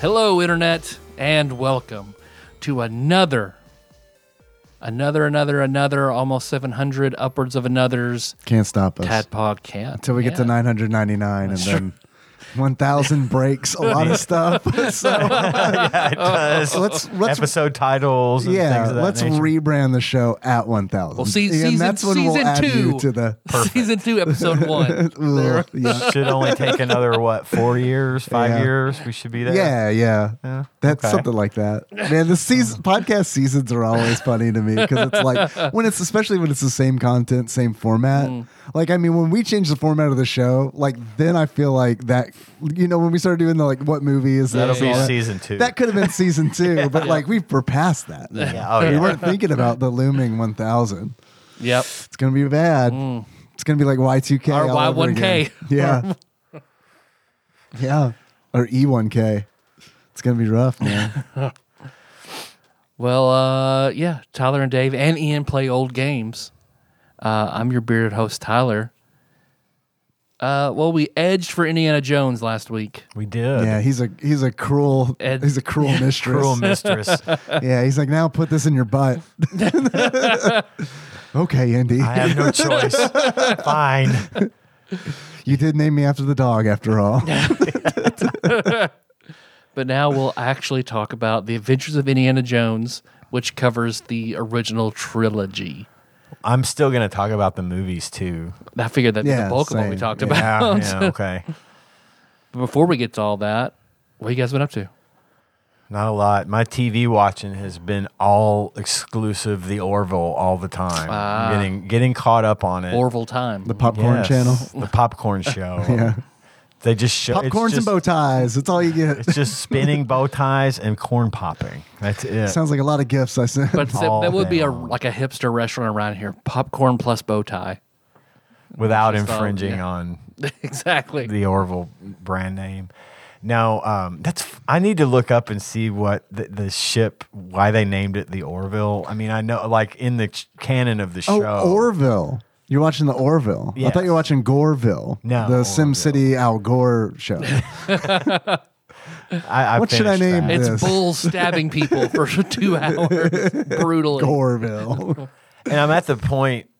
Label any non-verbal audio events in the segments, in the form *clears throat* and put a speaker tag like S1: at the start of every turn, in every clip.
S1: Hello, Internet, and welcome to another, another, another, another, almost 700, upwards of another's
S2: Can't stop us
S1: Tad Podcast.
S2: until we get to 999 and then
S3: *laughs*
S2: 1,000 breaks a lot of stuff. so
S3: does.
S2: *laughs* let's let's
S3: episode titles and things
S2: yeah,
S3: of that
S2: let's
S3: nature.
S2: rebrand the show at 1,000.
S1: Well, see,
S2: and
S1: season,
S2: that's when
S1: season
S2: we'll add
S1: two,
S2: you to the.
S1: *laughs* season two, episode one.
S2: *laughs* Ugh, yeah.
S3: should only take another what four
S2: *laughs*
S3: years, five
S2: Yeah.
S3: years. We should be there.
S2: Yeah, yeah,
S3: Yeah,
S2: that's
S3: okay.
S2: something like that. Man, the
S3: *laughs*
S2: season podcast seasons are always funny to me because it's like when it's especially when it's the same content, same format.
S3: Mm.
S2: Like, I mean, when we change the format of the show, like then I feel like that. You know, when we started doing the like, what movie is
S3: that'll
S2: this?
S3: be
S2: all that-
S3: season two.
S2: That could have been season two,
S3: *laughs*
S2: but like we've we're past that. now.
S3: Yeah, oh,
S2: we
S3: yeah.
S2: weren't thinking about the looming 1,000.
S1: Yep.
S2: It's gonna be bad.
S3: Mm.
S2: It's gonna be like Y2K
S1: Or
S2: all over
S1: Y1K.
S3: *laughs*
S2: again. Yeah, yeah, or E1K. It's gonna be rough,
S3: *laughs*
S2: man.
S1: Well, uh, yeah, Tyler and Dave and Ian play old games. Uh, I'm your bearded host, Tyler. Uh, well, we edged for Indiana Jones last week.
S3: we did.
S2: yeah, he's a he's a cruel
S1: Ed-
S2: he's a
S3: *laughs*
S2: cruel mistress.
S3: Cruel mistress.
S2: *laughs* yeah, he's like now put this in your
S3: *laughs*
S2: butt. okay, Indy,
S3: I have no
S2: *laughs*
S3: choice. Fine.
S2: you did name me after the dog after
S3: *laughs*
S2: all.
S1: But now
S2: *laughs*
S1: we'll actually talk about The Adventures of Indiana Jones, which covers the original trilogy.
S3: I'm still gonna talk about the movies too.
S1: I figured that'd be
S2: Yeah,
S1: the bulk of what we
S2: same.
S1: talked *laughs*
S2: Yeah.
S1: about. *laughs*
S3: Yeah. yeah okay.
S1: But before we get to all that, what you guys been up to?
S3: Not a lot. My TV watching has been all exclusive the Orville all the time.
S1: Ah.
S3: Getting getting caught up on it.
S1: Orville time.
S2: The popcorn
S3: Yes,
S2: channel.
S3: The popcorn show.
S2: *laughs* Yeah,
S3: They just show it's
S2: popcorns and
S3: just-
S2: bow ties. That's all you get.
S3: It's just spinning bow ties and corn popping. That's it.
S2: Sounds like a lot of gifts I sent.
S1: but that-
S3: all
S1: that would be a
S3: day long.
S1: like a hipster restaurant around here. Popcorn plus bow tie. *laughs*
S3: without
S1: Just all-
S3: infringing
S1: yeah.
S3: on
S1: exactly.
S3: the Orville brand name. No, um, that's. I need to look up and see what the, the ship, why they named it the Orville. I mean, I know, like in the ch- canon of the
S2: Oh,
S3: show,
S2: Orville. You're watching the Orville. I thought you
S3: Yes.
S2: were watching Goreville.
S3: No,
S2: The
S3: Orville.
S2: Sim City Al Gore
S3: *laughs*
S2: show.
S3: I, I
S2: what should I
S3: finished
S2: name
S3: that.
S2: it?
S1: it's
S2: this. *laughs*
S1: bulls stabbing people for *laughs* two hours brutally.
S2: Goreville.
S3: and I'm at the point.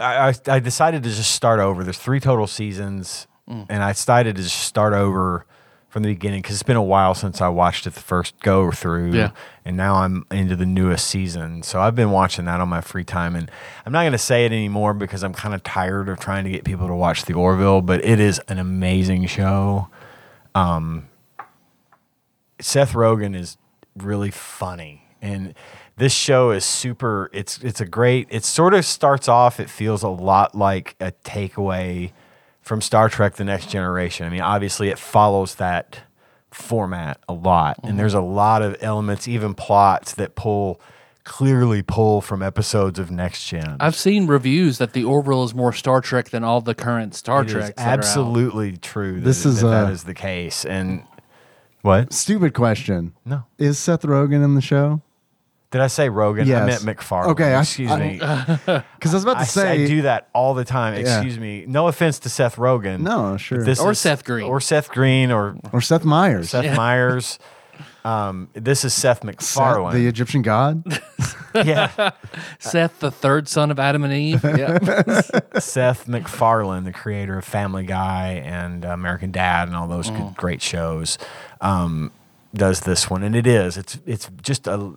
S3: I, I I decided to just start over. There's three total seasons, and I decided to just start over from the beginning because it's been a while since I watched it the first go through.
S1: Yeah.
S3: And now I'm into the newest season, so I've been watching that on my free time, and I'm not going to say it anymore because I'm kind of tired of trying to get people to watch The Orville. But it is an amazing show. Seth Rogen is really funny, and this show is super. It's it's a great. It sort of starts off. It feels a lot like a takeaway from Star Trek: The Next Generation. I mean, obviously, it follows that format a lot,
S2: Mm-hmm.
S3: and there's a lot of elements, even plots that pull clearly pull from episodes of Next Gen.
S1: I've seen reviews that the Orville is more Star Trek than all the current Star
S3: It is
S1: Trek.
S3: absolutely true. That,
S2: This
S3: this
S2: is, uh,
S3: that is the case, and what?
S2: Stupid question.
S3: No.
S2: Is Seth Rogen in the show?
S3: Did I say Rogan? I
S2: Yes.
S3: meant McFarlane.
S2: Okay, I-
S3: excuse
S2: I-
S3: me.
S2: Because I was about to
S3: I,
S2: say.
S3: say, I do that all the time.
S2: Yeah.
S3: Excuse me. No offense to Seth Rogen.
S2: No, sure.
S3: But this
S1: Or
S3: is-
S1: Seth Green.
S3: Or Seth Green
S1: *laughs*
S3: or
S2: Or Seth Meyers.
S3: Seth Meyers. Um, this is Seth
S2: Seth, the *laughs*
S3: MacFarlane.
S2: Egyptian god.
S3: yeah.
S1: Seth, the third son of Adam and Eve. Yeah. *laughs*
S3: Seth MacFarlane, the creator of Family Guy and American Dad and all those good, great shows, um, does this one, and it is. It's it's just a.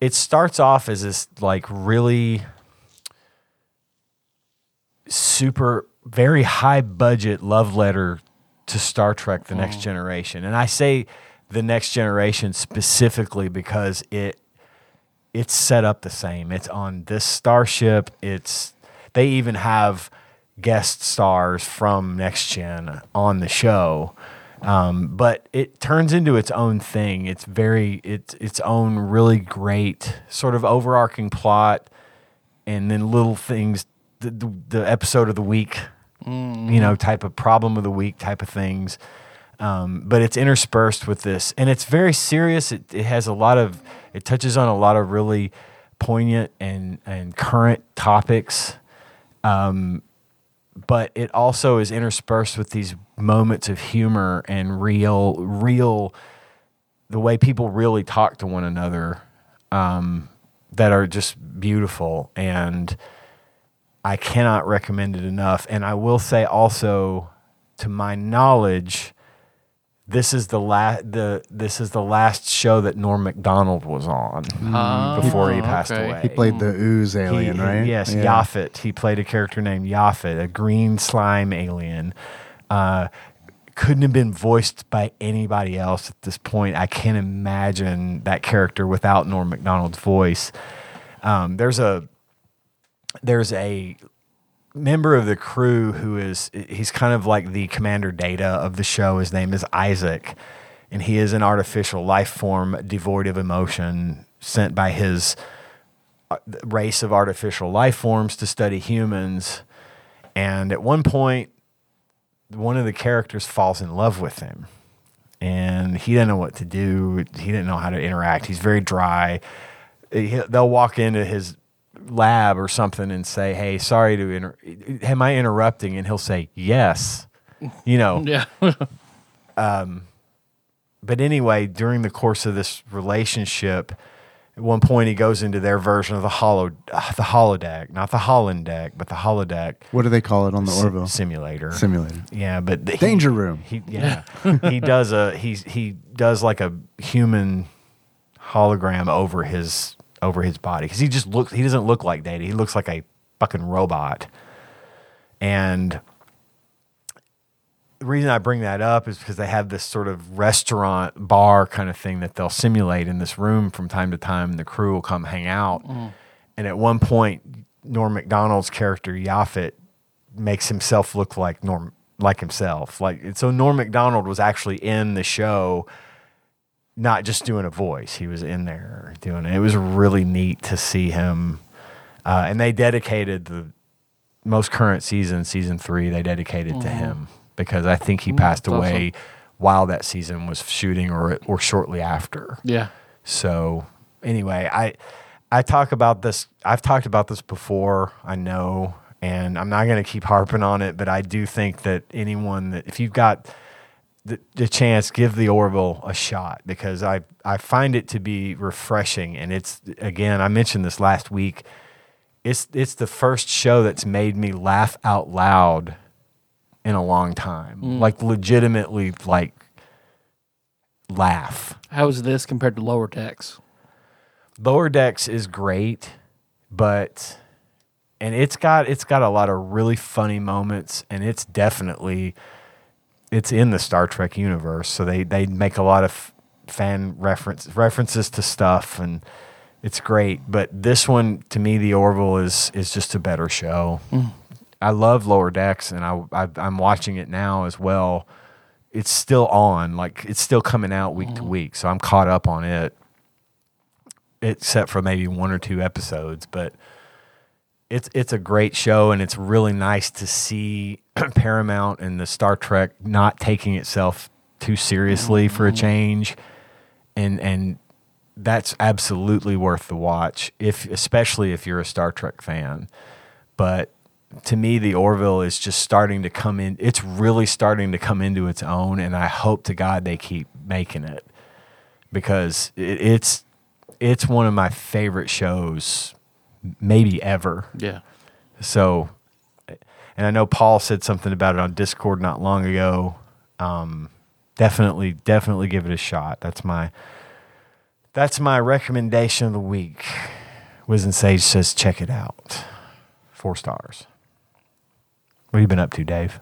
S3: It starts off as this like really super very high budget love letter to Star Trek: The Next Generation, and I say the Next Generation specifically because it it's set up the same. It's on this starship. It's they even have guest stars from Next Gen on the show. Um, but it turns into its own thing. It's very it's its own really great sort of overarching plot, and then little things. The, the, the episode of the week, you know, type of problem of the week type of things. Um, but it's interspersed with this, and it's very serious. It, it has a lot of it touches on a lot of really poignant and and current topics but it also is interspersed with these moments of humor and real real the way people really talk to one another um, that are just beautiful and i cannot recommend it enough and i will say also to my knowledge this is the last the this is the last show that norm mcdonald was on before he
S1: Oh,
S3: passed
S1: okay.
S3: away
S2: He played the ooze
S3: he-
S2: alien,
S3: he-
S2: right?
S3: Yes,
S2: Yeah.
S3: Yaphet. He played a character named Yaphet, a green slime alien. Uh, couldn't have been voiced by anybody else at this point. I can't imagine that character without Norm Macdonald's voice. Um, there's a there's a member of the crew who is he's kind of like the commander data of the show his name is isaac and he is an artificial life form devoid of emotion sent by his uh, race of artificial life forms to study humans and at one point one of the characters falls in love with him and he didn't know what to do he didn't know how to interact he's very dry He- they'll walk into his lab or something and say hey sorry to inter- am i interrupting and he'll say yes you know
S1: Yeah.
S3: but anyway, during the course of this relationship, at one point he goes into their version of the hollow, uh, the holodeck, not the Holland deck, but the holodeck
S2: What do they call it on the
S3: si-
S2: Orville?
S3: simulator.
S2: Simulator.
S3: Yeah, but the,
S2: Danger room.
S3: He, yeah, he does a he's he does like a human hologram over his over his body because he just looks he doesn't look like Data. He looks like a fucking robot, and the reason I bring that up is because they have this sort of restaurant bar kind of thing that they'll simulate in this room from time to time. And the crew will come hang out. And at one point, Norm McDonald's character Yaphet makes himself look like Norm, like himself. Like and so, Norm McDonald was actually in the show, not just doing a voice. He was in there doing it. It was really neat to see him. Uh, and they dedicated the most current season, season three, they dedicated to him because I think he passed
S1: that's
S3: away while that season was shooting or or shortly after.
S1: Yeah.
S3: So anyway, I I talk about this. I've talked about this before. I know, and I'm not going to keep harping on it. But I do think that anyone that if you've got the, the chance, give the Orville a shot because I I find it to be refreshing. And it's again, I mentioned this last week. It's it's the first show that's made me laugh out loud in a long time. Like legitimately, like laugh.
S1: How is this compared to lower decks?
S3: Lower Decks is great, but and it's got it's got a lot of really funny moments and it's definitely it's in the Star Trek universe, so they they make a lot of f- fan reference references to stuff and it's great, but this one to me the Orville is is just a better show. I love Lower Decks and I, I I'm watching it now as well. It's still on, like it's still coming out week to week, so I'm caught up on it except for maybe one or two episodes, but it's it's a great show and it's really nice to see *clears throat* Paramount and the Star Trek not taking itself too seriously for a change and and that's absolutely worth the watch if especially if you're a Star Trek fan. But to me the Orville is just starting to come in it's really starting to come into its own and I hope to God they keep making it because it, it's it's one of my favorite shows maybe ever.
S1: Yeah.
S3: So, and I know Paul said something about it on Discord not long ago. Um, definitely, definitely give it a shot. That's my that's my recommendation of the week. Wiz and Sage says check it out. Four stars. What have you been up to, Dave?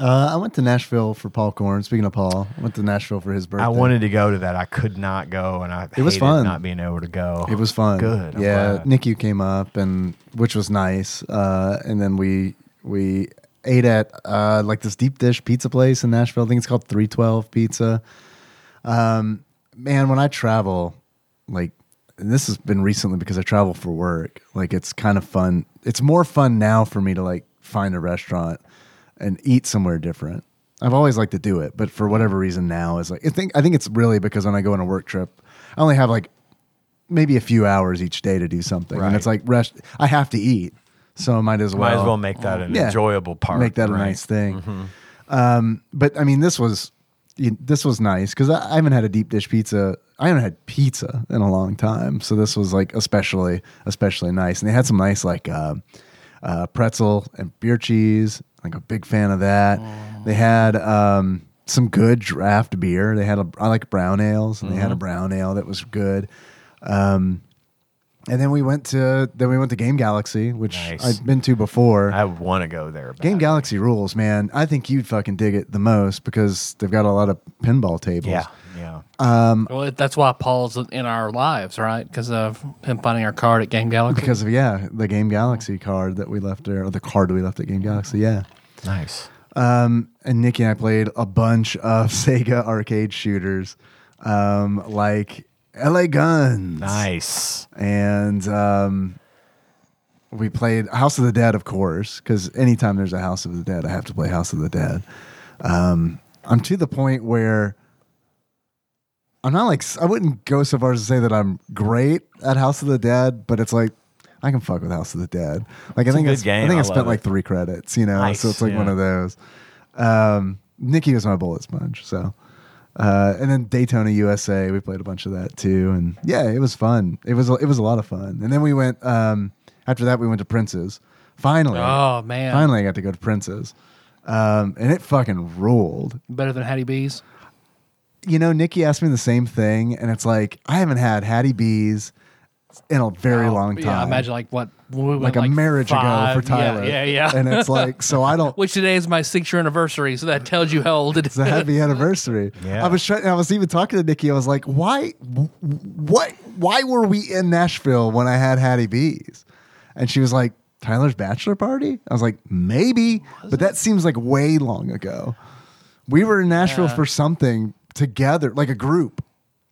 S2: Uh, I went to Nashville for Paul Korn. Speaking of Paul, I went to Nashville for his birthday.
S3: I wanted to go to that. I could not go, and I
S2: It was
S3: hated
S2: fun.
S3: not being able to go.
S2: It was fun.
S3: Good. I'm
S2: yeah,
S3: glad.
S2: Nikki came up and which was nice. Uh, and then we We ate at uh, like this deep dish pizza place in Nashville. I think it's called 312 Pizza. Um, man, when I travel, like, and this has been recently because I travel for work, like, it's kind of fun. It's more fun now for me to like find a restaurant and eat somewhere different. I've always liked to do it, but for whatever reason now is like I think I think it's really because when I go on a work trip, I only have like maybe a few hours each day to do something, and it's
S3: Right.
S2: like rest. I have to eat, so I might as well
S3: Might as well make that an
S2: Yeah.
S3: enjoyable part.
S2: make that a
S3: right? Mm-hmm.
S2: nice thing. Um, but I mean, this was you- this was nice because I, I haven't had a deep dish pizza. I haven't had pizza in a long time, so this was like especially especially nice. And they had some nice like uh, uh, pretzel and beer cheese. Like a big fan of that. They had um, some good draft beer. They had a I like brown ales, and they
S3: Mm-hmm.
S2: had a brown ale that was good. Um, and then we went to then we went to Game Galaxy, which
S3: Nice.
S2: I've been to before.
S3: I want to go there.
S2: Game
S3: badly.
S2: Galaxy rules, man. I think you'd fucking dig it the most because they've got a lot of pinball tables.
S3: Yeah, yeah.
S2: Uh,
S1: Well, it- that's why Paul's in our lives, right? Because of him finding our card at Game Galaxy.
S2: Because of yeah, the Game Galaxy card that we left there, or the card we left at Game Galaxy, yeah.
S3: nice.
S2: And Nikki and I played a bunch of *laughs* Sega arcade shooters, um, like LA Guns.
S3: Nice.
S2: and um, we played House of the Dead, of course, because anytime there's a House of the Dead, I have to play House of the Dead. Um, I'm to the point where I'm not like I wouldn't go so far as to say that I'm great at House of the Dead, but it's like I can fuck with House of the Dead. Like I
S3: a
S2: think I,
S3: good
S2: sp- I
S3: game.
S2: think I,
S3: I
S2: spent
S3: love
S2: like
S3: it.
S2: three credits, you know,
S3: Nice,
S2: so it's like one
S3: yeah.
S2: of those. Um, Nikki was my bullet sponge, so. Uh, and then Daytona USA, we played a bunch of that too, and yeah, it was fun. It was it was a lot of fun. And then we went um, after that, we went to Prince's. Finally,
S1: Oh, man.
S2: finally, I got to go to Prince's, um, and it fucking ruled.
S1: Better than Hattie B's.
S2: You know, Nikki asked me the same thing, and it's like I haven't had Hattie B's in a very
S1: Oh,
S2: long time.
S1: Yeah, I imagine like what we went,
S2: like, a marriage
S1: five-
S2: ago for Tyler.
S1: Yeah, yeah. yeah.
S2: and it's like so I don't.
S1: *laughs* Which today is my six year anniversary, so that tells you how old it
S2: It's a
S1: is. *laughs*
S2: happy anniversary.
S3: Yeah.
S2: I was trying. I was even talking to Nikki. I was like, "Why? wh- What? Why were we in Nashville when I had Hattie B's?" And she was like, "Tyler's bachelor party." I was like, "Maybe, but that seems like way long ago." We were in Nashville for something together, like a group.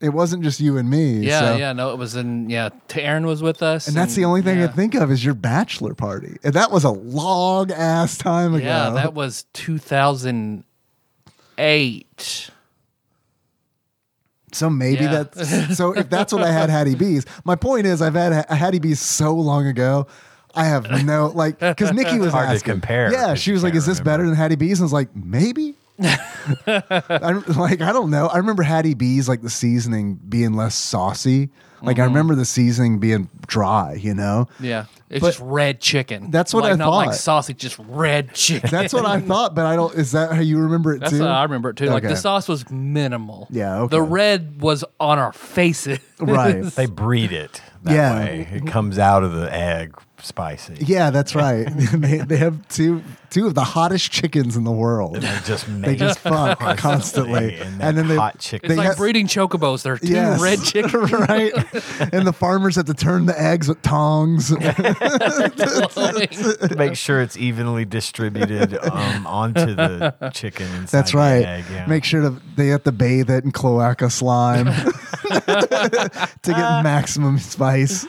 S2: It wasn't just you and me.
S1: Yeah,
S2: so-
S1: yeah. No, it was in. Yeah, T- Aaron was with us,
S2: And that's the only thing
S1: yeah.
S2: I think of is your bachelor party, and that was a long ass time ago.
S1: Yeah, that was 2008.
S2: So maybe
S1: Yeah.
S2: that's so. If that's what I had Hattie B's, my point is I've had a Hattie B's so long ago. I have no like because Nikki was
S3: Hard to
S2: asking.
S3: compare,
S2: Yeah,
S3: 'cause
S2: she
S3: you
S2: was like,
S3: can't
S2: "Is this
S3: remember."
S2: better than Hattie B's?" And I was like,
S1: *laughs*
S2: "Maybe." I'm like, I don't know. I remember Hattie B's like the seasoning being less saucy. Like I remember the seasoning being dry. You know.
S1: Mm-hmm. Yeah, it's
S2: But-
S1: just red chicken.
S2: That's what
S1: like,
S2: I
S1: not Like
S2: thought.
S1: sausage, just red chicken.
S2: *laughs* That's
S1: *laughs*
S2: what I thought, but I don't. Is that how you remember it
S1: That's
S2: too?
S1: how I remember it too. Like the
S2: Okay.
S1: sauce was minimal.
S2: Yeah, okay.
S1: The red was on our faces.
S2: *laughs* *laughs* Right.
S1: *laughs*
S3: They breed it that
S2: Yeah.
S3: way. It comes out of the egg spicy.
S2: Yeah, that's right. *laughs* they, they have two two of the hottest chickens in the world.
S3: They just
S2: They
S3: make
S1: *laughs*
S2: just fuck constantly,
S3: And,
S2: and then they
S3: hot chicken.
S1: It's
S2: they
S1: like
S2: have-
S1: breeding chocobos. They're two
S2: Yes. *laughs*
S1: red chicken.
S2: right? and the farmers have to turn the eggs with tongs.
S3: to *laughs* make sure it's evenly distributed um,
S2: *laughs*
S3: onto the chicken. inside
S2: That's
S3: the
S2: right.
S3: egg, yeah.
S2: Make sure to, they have to bathe it in
S1: *laughs*
S2: cloaca slime to
S1: Uh.
S2: get maximum spice.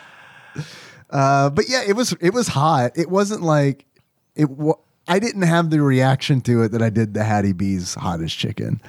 S2: Uh, but yeah, it was it was hot. It wasn't like it. Wa- I didn't have the reaction to it that I did the Hattie B's hottest chicken.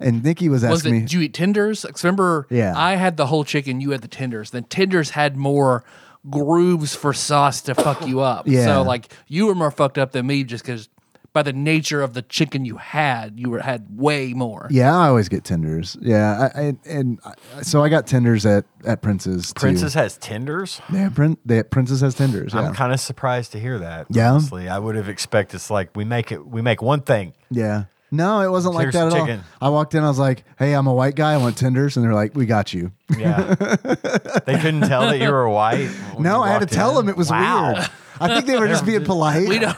S2: And Nikki was
S1: Was it?
S2: asking me,
S1: Did you eat tenders? 'Cause remember,
S2: Yeah.
S1: I had the whole chicken. You had the tenders. Then tenders had more grooves for sauce to fuck you up.
S2: Yeah.
S1: So like you were more fucked up than me just because by the nature of the chicken you had, you were had way more.
S2: Yeah, I always get tenders. Yeah, I, I, and I, so I got tenders at at Prince's. too.
S3: Princess has tenders.
S2: yeah, Prin, they, Princess has tenders. Yeah,
S3: I'm kind of surprised to hear that.
S2: Yeah.
S3: honestly, I would have expected it's like we make it. We make one
S2: *laughs*
S3: thing.
S2: yeah. No, it wasn't like
S3: Here's
S2: that at
S3: chicken.
S2: all. I walked in, I was like, "Hey, I'm a white guy. I want tenders," and they're like, "We got you."
S3: Yeah, they couldn't tell that you were white. when
S2: no,
S3: you
S2: I had to
S3: walked
S2: tell
S3: in.
S2: them it was
S3: Wow.
S2: weird. I think they were
S3: *laughs*
S2: just being polite.
S1: We don't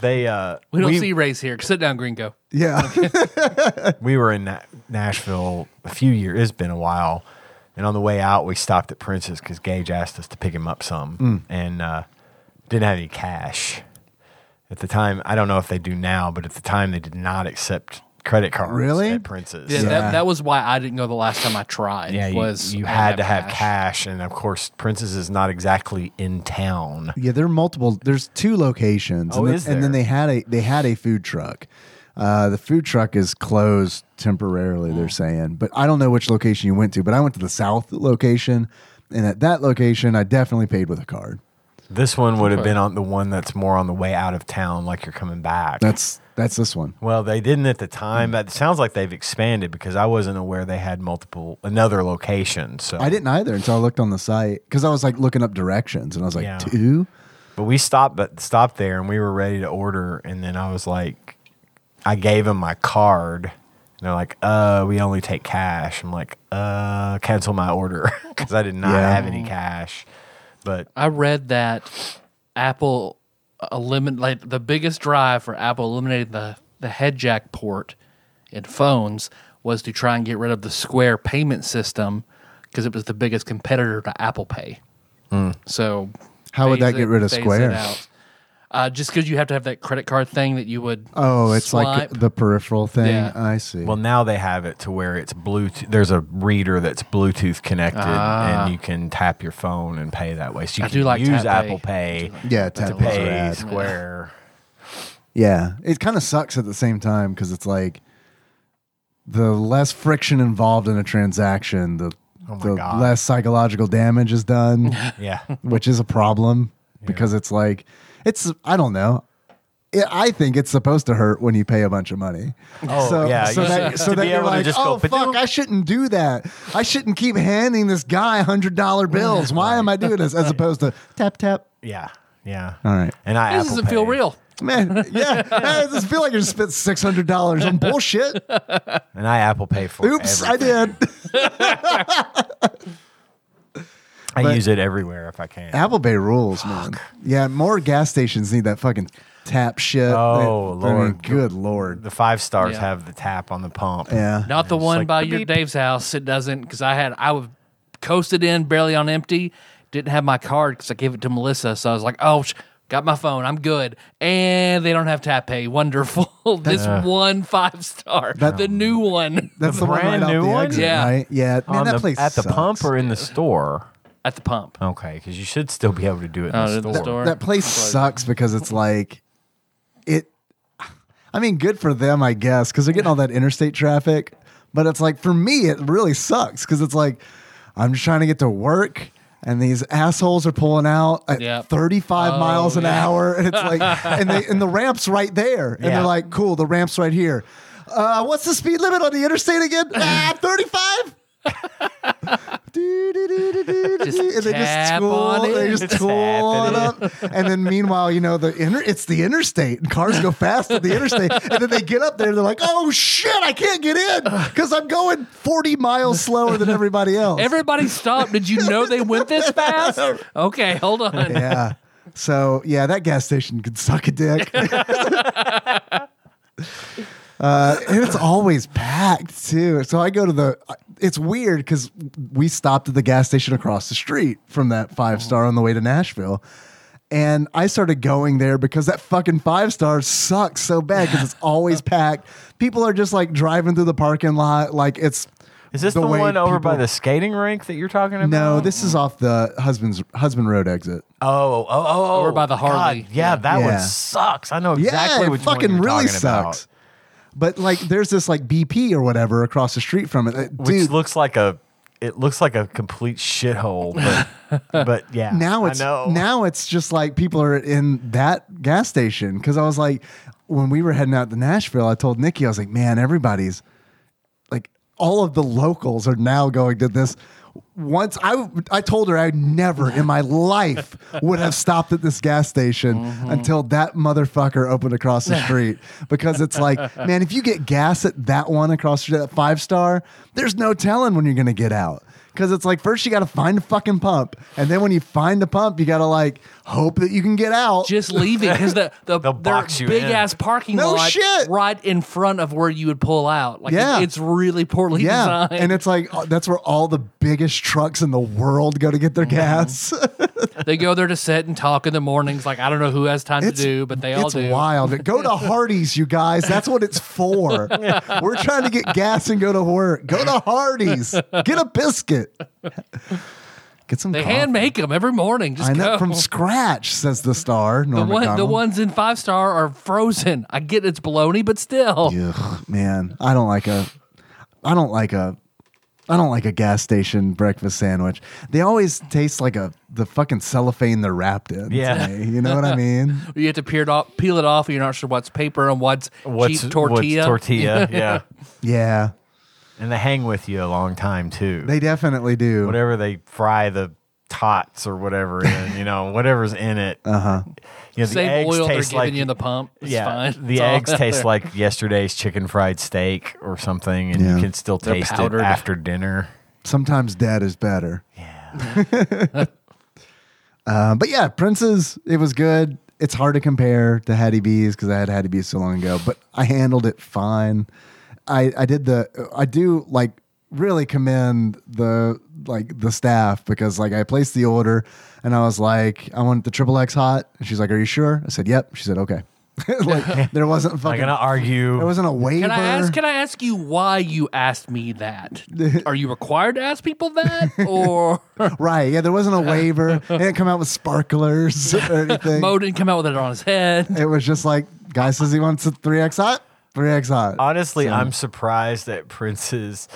S3: They uh,
S1: we don't see race here. Sit down, Gringo.
S3: *laughs*
S2: yeah,
S3: we were in Na- Nashville a few years. It's been a while, and on the way out, we stopped
S1: Mm.
S3: at Princess because Gage asked us to pick him up some, and uh, didn't have any cash. At the time, I don't know if they do now, but at the time they did not accept credit cards
S2: Really?
S3: at Prince's.
S1: Yeah,
S2: Yeah.
S1: That, that was why I didn't go the last time I tried.
S3: Yeah, you,
S1: was
S3: you
S1: I
S3: had to have cash. and of course, Prince's is not exactly in town.
S2: Yeah, there are multiple. There's two locations.
S3: Oh,
S2: and, then-
S3: is
S2: and then
S3: there?
S2: they had a they had a food truck. Uh, the food truck is closed temporarily.
S3: Mm.
S2: They're saying, but I don't know which location you went to. But I went to the south location, and at that location, I definitely paid with a card.
S3: This one would have been on the one that's more on the way out of town, like you're coming back.
S2: That's that's this one.
S3: well, they didn't at the
S1: Hmm.
S3: time. That sounds like they've expanded because I wasn't aware they had multiple another location. So
S2: I didn't either until I looked on the site because I was like looking up directions, and I was like,
S3: Yeah.
S2: two.
S3: But we stopped, but stopped there, and we were ready to order. And then I was like, I gave them my card, and they're like, "Uh, we only take cash." I'm like, "Uh, cancel my order *laughs* because I did not
S2: Yeah.
S3: have any cash." But
S1: I read that Apple eliminated like the biggest drive for Apple eliminating the the head jack port in phones was to try and get rid of the Square payment system because it was the biggest competitor to Apple Pay. So
S2: Hmm. How would
S1: phase
S2: that get rid of
S1: phase it
S2: Square?
S1: out. Uh, just because you have to have that credit card thing that you would
S2: Oh, it's
S1: swipe.
S2: like the peripheral thing.
S1: Yeah.
S2: I see.
S3: well, now they have it to where it's Bluetooth. There's a reader that's Bluetooth connected, and you can tap your phone and pay that way. So
S1: Ah.
S3: you
S1: I
S3: can
S1: do like
S3: use
S1: Tap Pay.
S3: Apple Pay,
S2: yeah,
S3: to
S2: tap is
S3: pay
S2: rad.
S3: Square.
S2: Yeah, it kind of sucks at the same time because it's like the less friction involved in a transaction, the
S3: Oh my
S2: the
S3: God.
S2: less psychological damage is
S3: *laughs*
S2: done,
S3: Yeah,
S2: which is a problem because it's like it's I don't know. It, I think it's supposed to hurt when you pay a bunch of money.
S3: Oh,
S2: so,
S3: yeah,
S2: So
S3: you- *laughs*
S2: that, so
S3: to
S2: that
S3: be
S2: you're
S3: able to
S2: like,
S3: just go,
S2: oh fuck,
S3: "Ba-doom."
S2: I shouldn't do that. I shouldn't keep handing this guy hundred dollar
S3: *laughs*
S2: bills. Why am I doing this? As opposed to tap tap.
S3: yeah, yeah.
S2: All right.
S3: And I
S1: this
S3: Apple
S1: doesn't feel
S3: Pay.
S1: real.
S2: Man, yeah,
S3: *laughs*
S2: I just feel like I just spent six hundred dollars on bullshit.
S3: And I Apple Pay for
S2: Oops,
S3: everything.
S2: I did.
S3: I
S2: But-
S3: use it everywhere if I can.
S2: Apple Pay rules, man. Yeah, more gas stations need that fucking tap shit.
S3: Oh,
S2: They- I mean,
S3: Lord.
S2: good lord.
S3: the five stars
S1: Yeah.
S3: have the tap on the pump.
S2: Yeah.
S1: Not the
S3: It's
S1: one
S3: like
S1: by
S3: the
S1: your
S3: beep.
S1: Dave's house. It doesn't because I had I was coasted in barely on empty. Didn't have my card because I gave it to Melissa. So I was like, oh, sh- got my phone. I'm good. And they don't have tap pay. Wonderful. *laughs* this
S3: Uh.
S1: one five star, the new one
S2: That's the, one right
S3: brand
S2: out
S3: new
S2: the
S3: one?
S2: exit,
S1: Yeah.
S2: right? Yeah, man,
S3: On
S2: that
S3: the-
S2: place
S3: at the
S2: sucks.
S3: pump or in the store.
S1: at the pump.
S3: Okay, because you should still be able to do it in
S1: Oh,
S3: the
S1: at the
S3: store.
S1: store.
S2: That place sucks because it's like it. I mean, good for them, I guess, because they're getting all that interstate traffic. But it's like for me, it really sucks because it's like I'm just trying to get to work. And these assholes are pulling out at
S1: Yep.
S2: 35
S1: Oh,
S2: miles an
S1: yeah.
S2: hour, and it's
S1: *laughs*
S2: like, and they and the ramp's right there, and
S3: Yeah.
S2: they're like, "Cool, the ramp's right here." Uh, what's the speed limit on the interstate again?
S1: *laughs*
S2: Ah, 35.
S1: Just
S2: and they just
S1: tap
S2: school,
S1: on it.
S2: they just
S3: Just
S2: tool
S3: tap
S2: it
S3: it
S2: up. And then meanwhile, you know, the inter- it's the interstate and cars go fast at the interstate. And then they get up there and they're like, oh shit, I can't get in because I'm going 40 miles slower than everybody else.
S1: Everybody
S3: *laughs*
S1: stopped. Did you know they went this fast? Okay, hold on.
S2: yeah. So yeah, that gas station could suck a dick. *laughs* Uh, and it's always packed too. So I go to the. uh, It's weird because we stopped at the gas station across the street from that five star
S3: Oh.
S2: on the way to Nashville, and I started going there because that fucking five star sucks so bad because it's
S3: *laughs*
S2: always packed. People are just like driving through the parking lot like it's.
S3: Is this the,
S2: way
S3: one over by
S2: people-
S3: the skating rink that you're talking about?
S2: No, this is off the husband's husband road exit.
S3: Oh, oh, oh, oh.
S1: Over by the Harley.
S3: God, yeah, that
S2: Yeah.
S3: one sucks. I know exactly
S2: yeah,
S3: which
S2: it fucking
S3: one you're
S2: really
S3: talking about,
S2: sucks. But like, there's this like BP or whatever across the street from it, Uh,
S3: which
S2: dude.
S3: looks like a it looks like a complete shithole.
S1: *laughs*
S3: But, but yeah,
S2: now it's
S3: I know.
S2: now it's just like people are in that gas station because I was like, when we were heading out to Nashville, I told Nikki I was like, man, everybody's like, all of the locals are now going to this. Once I I told her I never in my life would have stopped at this gas station until that motherfucker opened across the street because it's like man if you get gas at that one across the street that five star there's no telling when you're gonna get out because it's like first you gotta find a fucking pump and then when you find a pump you gotta like hope that you can get out
S1: Just leaving because the the
S3: They'll
S1: their
S3: box you
S1: big
S3: in.
S1: ass parking
S2: No
S1: lot
S2: shit.
S1: right in front of where you would pull out. Like it-
S2: Yeah.
S1: it's really poorly
S2: yeah
S1: designed.
S2: and it's like uh, that's where all the biggest trucks in the world go to get their gas
S1: they go there to sit and talk in the mornings. Like I don't know who has time
S2: It's-
S1: to do, but they all
S2: it's
S1: do.
S2: wild. Go
S1: *laughs*
S2: to Hardee's, you guys. That's what it's for. We're trying to get gas and go to work. Go to Hardee's. Get a biscuit. Get some.
S1: They
S2: coffee.
S1: hand make them every morning. Just
S2: I know
S1: go.
S2: from scratch, says the star.
S1: the
S2: Norm
S1: one, the
S2: Macdonald.
S1: ones in five star are frozen. I get it's bologna, but still,
S2: Ugh, man, I don't like a, I don't like a, I don't like a gas station breakfast sandwich. They always taste like a the fucking cellophane they're wrapped in. to
S3: Yeah.
S2: me. you know what
S3: *laughs*
S2: I mean.
S1: you have to peel it off. Peel it off. You're not sure what's paper and what's,
S3: What's
S1: cheap
S3: What's
S1: tortilla. *laughs*
S3: tortilla, yeah.
S2: Yeah,
S3: And they hang with you a long time too.
S2: they definitely do.
S3: whatever they fry the tots or whatever
S2: *laughs*
S3: in, you know, whatever's in it. Uh
S2: Uh-huh.
S3: huh. You know, the
S1: Same
S3: eggs
S1: oil they're
S3: taste
S1: giving
S3: like
S1: you in the pump. It's
S3: *laughs* yeah,
S1: fine.
S3: the
S1: It's all *laughs*
S3: eggs
S1: out
S3: taste
S1: there.
S3: like yesterday's chicken fried steak or something, and
S2: Yeah.
S3: you can still
S1: They're
S3: taste it
S1: powdered.
S3: after dinner.
S2: Sometimes dad is better. Yeah. uh, but yeah, Prince's, it was good. It's hard to compare to Hattie B's because I had Hattie B's so long ago, but I handled it fine. I, I did the, I do like really commend the, like the staff because like I placed the order and I was like, I want the triple X hot. And she's like, are you sure? I said, yep. She said, okay. *laughs*
S1: *laughs*
S2: like there wasn't
S3: I'm
S2: fucking,
S3: gonna argue.
S2: there wasn't a waiver.
S1: Can I ask? Can I ask you why you asked me
S2: *laughs*
S1: that? Are you required to ask people that, or
S2: Right. Yeah, there wasn't a
S1: *laughs*
S2: waiver. They didn't come out with sparklers or anything.
S1: Mo didn't come out with it on his head?
S2: It was just like, guy says he wants a 3X hot, 3X hot.
S3: Honestly, I'm surprised that Prince's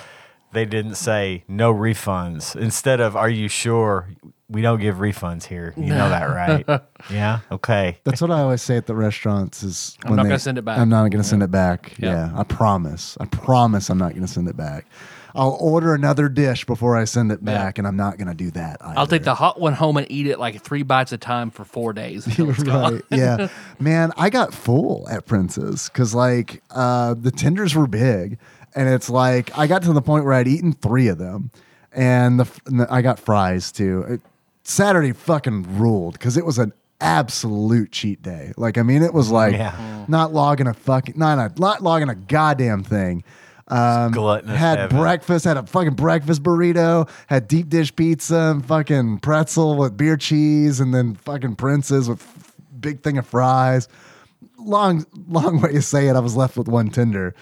S3: they didn't say no refunds instead of are you sure we don't give refunds here. You know that, right? yeah. Okay.
S2: That's what I always say at the restaurants is
S1: I'm not gonna send it back.
S2: I'm not going to send it back.
S1: Yeah.
S2: Yeah. I promise. I promise I'm not going to send it back. I'll order another dish before I send it back, and I'm not going to do that. Either.
S1: I'll take the hot one home and eat it like three bites at a time for four
S2: *laughs*
S1: days. until it's gone.
S2: right. yeah. Man, I got full at Prince's because like uh, the tenders were big, and it's like I got to the point where I'd eaten three of them, and the, f- and the- I got fries too. It- Saturday fucking ruled because it was an absolute cheat day. Like I mean, it was like
S3: Yeah.
S2: not logging a fucking not a, not logging a goddamn thing.
S3: Gluttonous.
S2: Had
S3: heaven.
S2: breakfast, had a fucking breakfast burrito, had deep dish pizza and fucking pretzel with beer cheese, and then fucking princes with f- big thing of fries. Long, *laughs* long way to say it. I was left with one tender,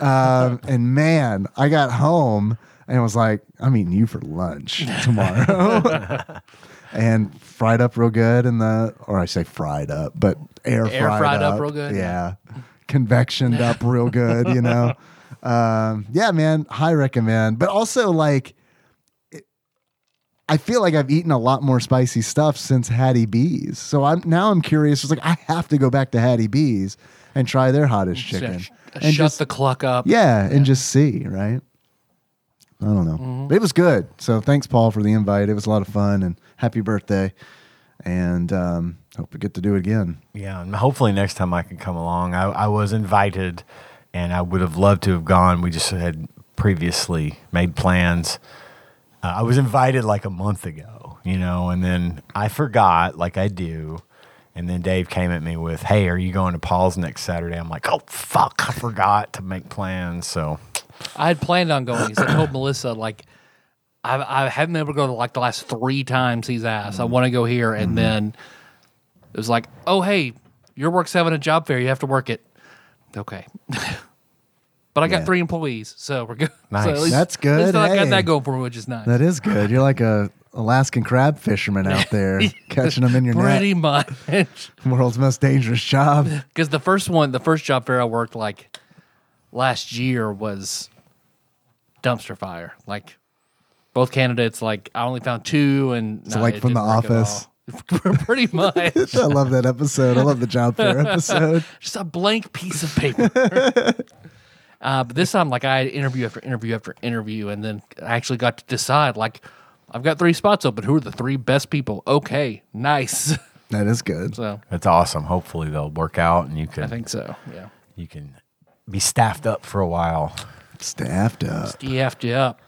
S2: um, and man, I got home and was like, I'm eating you for lunch tomorrow, and fried up real good in the, or I say fried up, but air,
S1: Air fried up real good,
S2: yeah, convectioned up real good, you
S1: *laughs*
S2: know. Um, yeah, man, high recommend. But also, like, it- I feel like I've eaten a lot more spicy stuff since Hattie B's. So I'm now I'm curious. It's like I have to go back to Hattie B's and try their hottest
S1: Yeah,
S2: chicken.
S1: sh-
S2: and
S1: Shut
S2: just,
S1: the clock up.
S2: yeah, Mm-hmm. and just see, right? I don't know. But it was good. So thanks, Paul, for the invite. It was a lot of fun and happy birthday. And um, hope we get to do it again.
S3: Yeah, and hopefully next time I can come along. I, I was invited, and I would have loved to have gone. We just had previously made plans. Uh, I was invited like a month ago, you know, and then I forgot, like I do. And then Dave came at me with, "Hey, are you going to Paul's next Saturday?" I'm like, "Oh fuck, I forgot to make plans." So
S1: I had planned on going because I told Melissa like I I haven't been able to go to like the last three times he's asked.
S2: Mm-hmm.
S1: I want to go here, and then it was like, oh hey, your work's having a job fair. You have to work it. Okay. *laughs* But I got
S2: Yeah.
S1: three employees, so we're good. *laughs*
S3: Nice.
S1: So at least,
S2: That's good,
S1: At least I
S2: hey.
S1: got that going for me, which is nice.
S2: That is good. You're like a Alaskan crab fisherman out there *laughs* catching them in your
S1: Pretty
S2: net.
S1: much. *laughs*
S2: *laughs* World's most dangerous *laughs* job.
S1: Because the first one, the first job fair I worked like last year was dumpster fire. Like both candidates, like I only found two, and
S2: So, like,
S1: it
S2: from
S1: didn't
S2: The
S1: work at
S2: Office.
S1: all. *laughs* pretty much
S2: I love that episode. I love the job fair episode.
S1: just a blank piece of
S2: *laughs*
S1: paper. uh, but this time, like I had interview after interview after interview, and then I actually got to decide. Like I've got three spots open. Who are the three best people? Okay, nice. *laughs*
S2: That is *laughs* good.
S1: so
S3: that's awesome. Hopefully they'll work out, and you
S1: I
S3: can
S1: think so. Yeah,
S3: you can be staffed up for
S1: *laughs*
S3: a while.
S2: Staffed up.
S1: DF'd you up.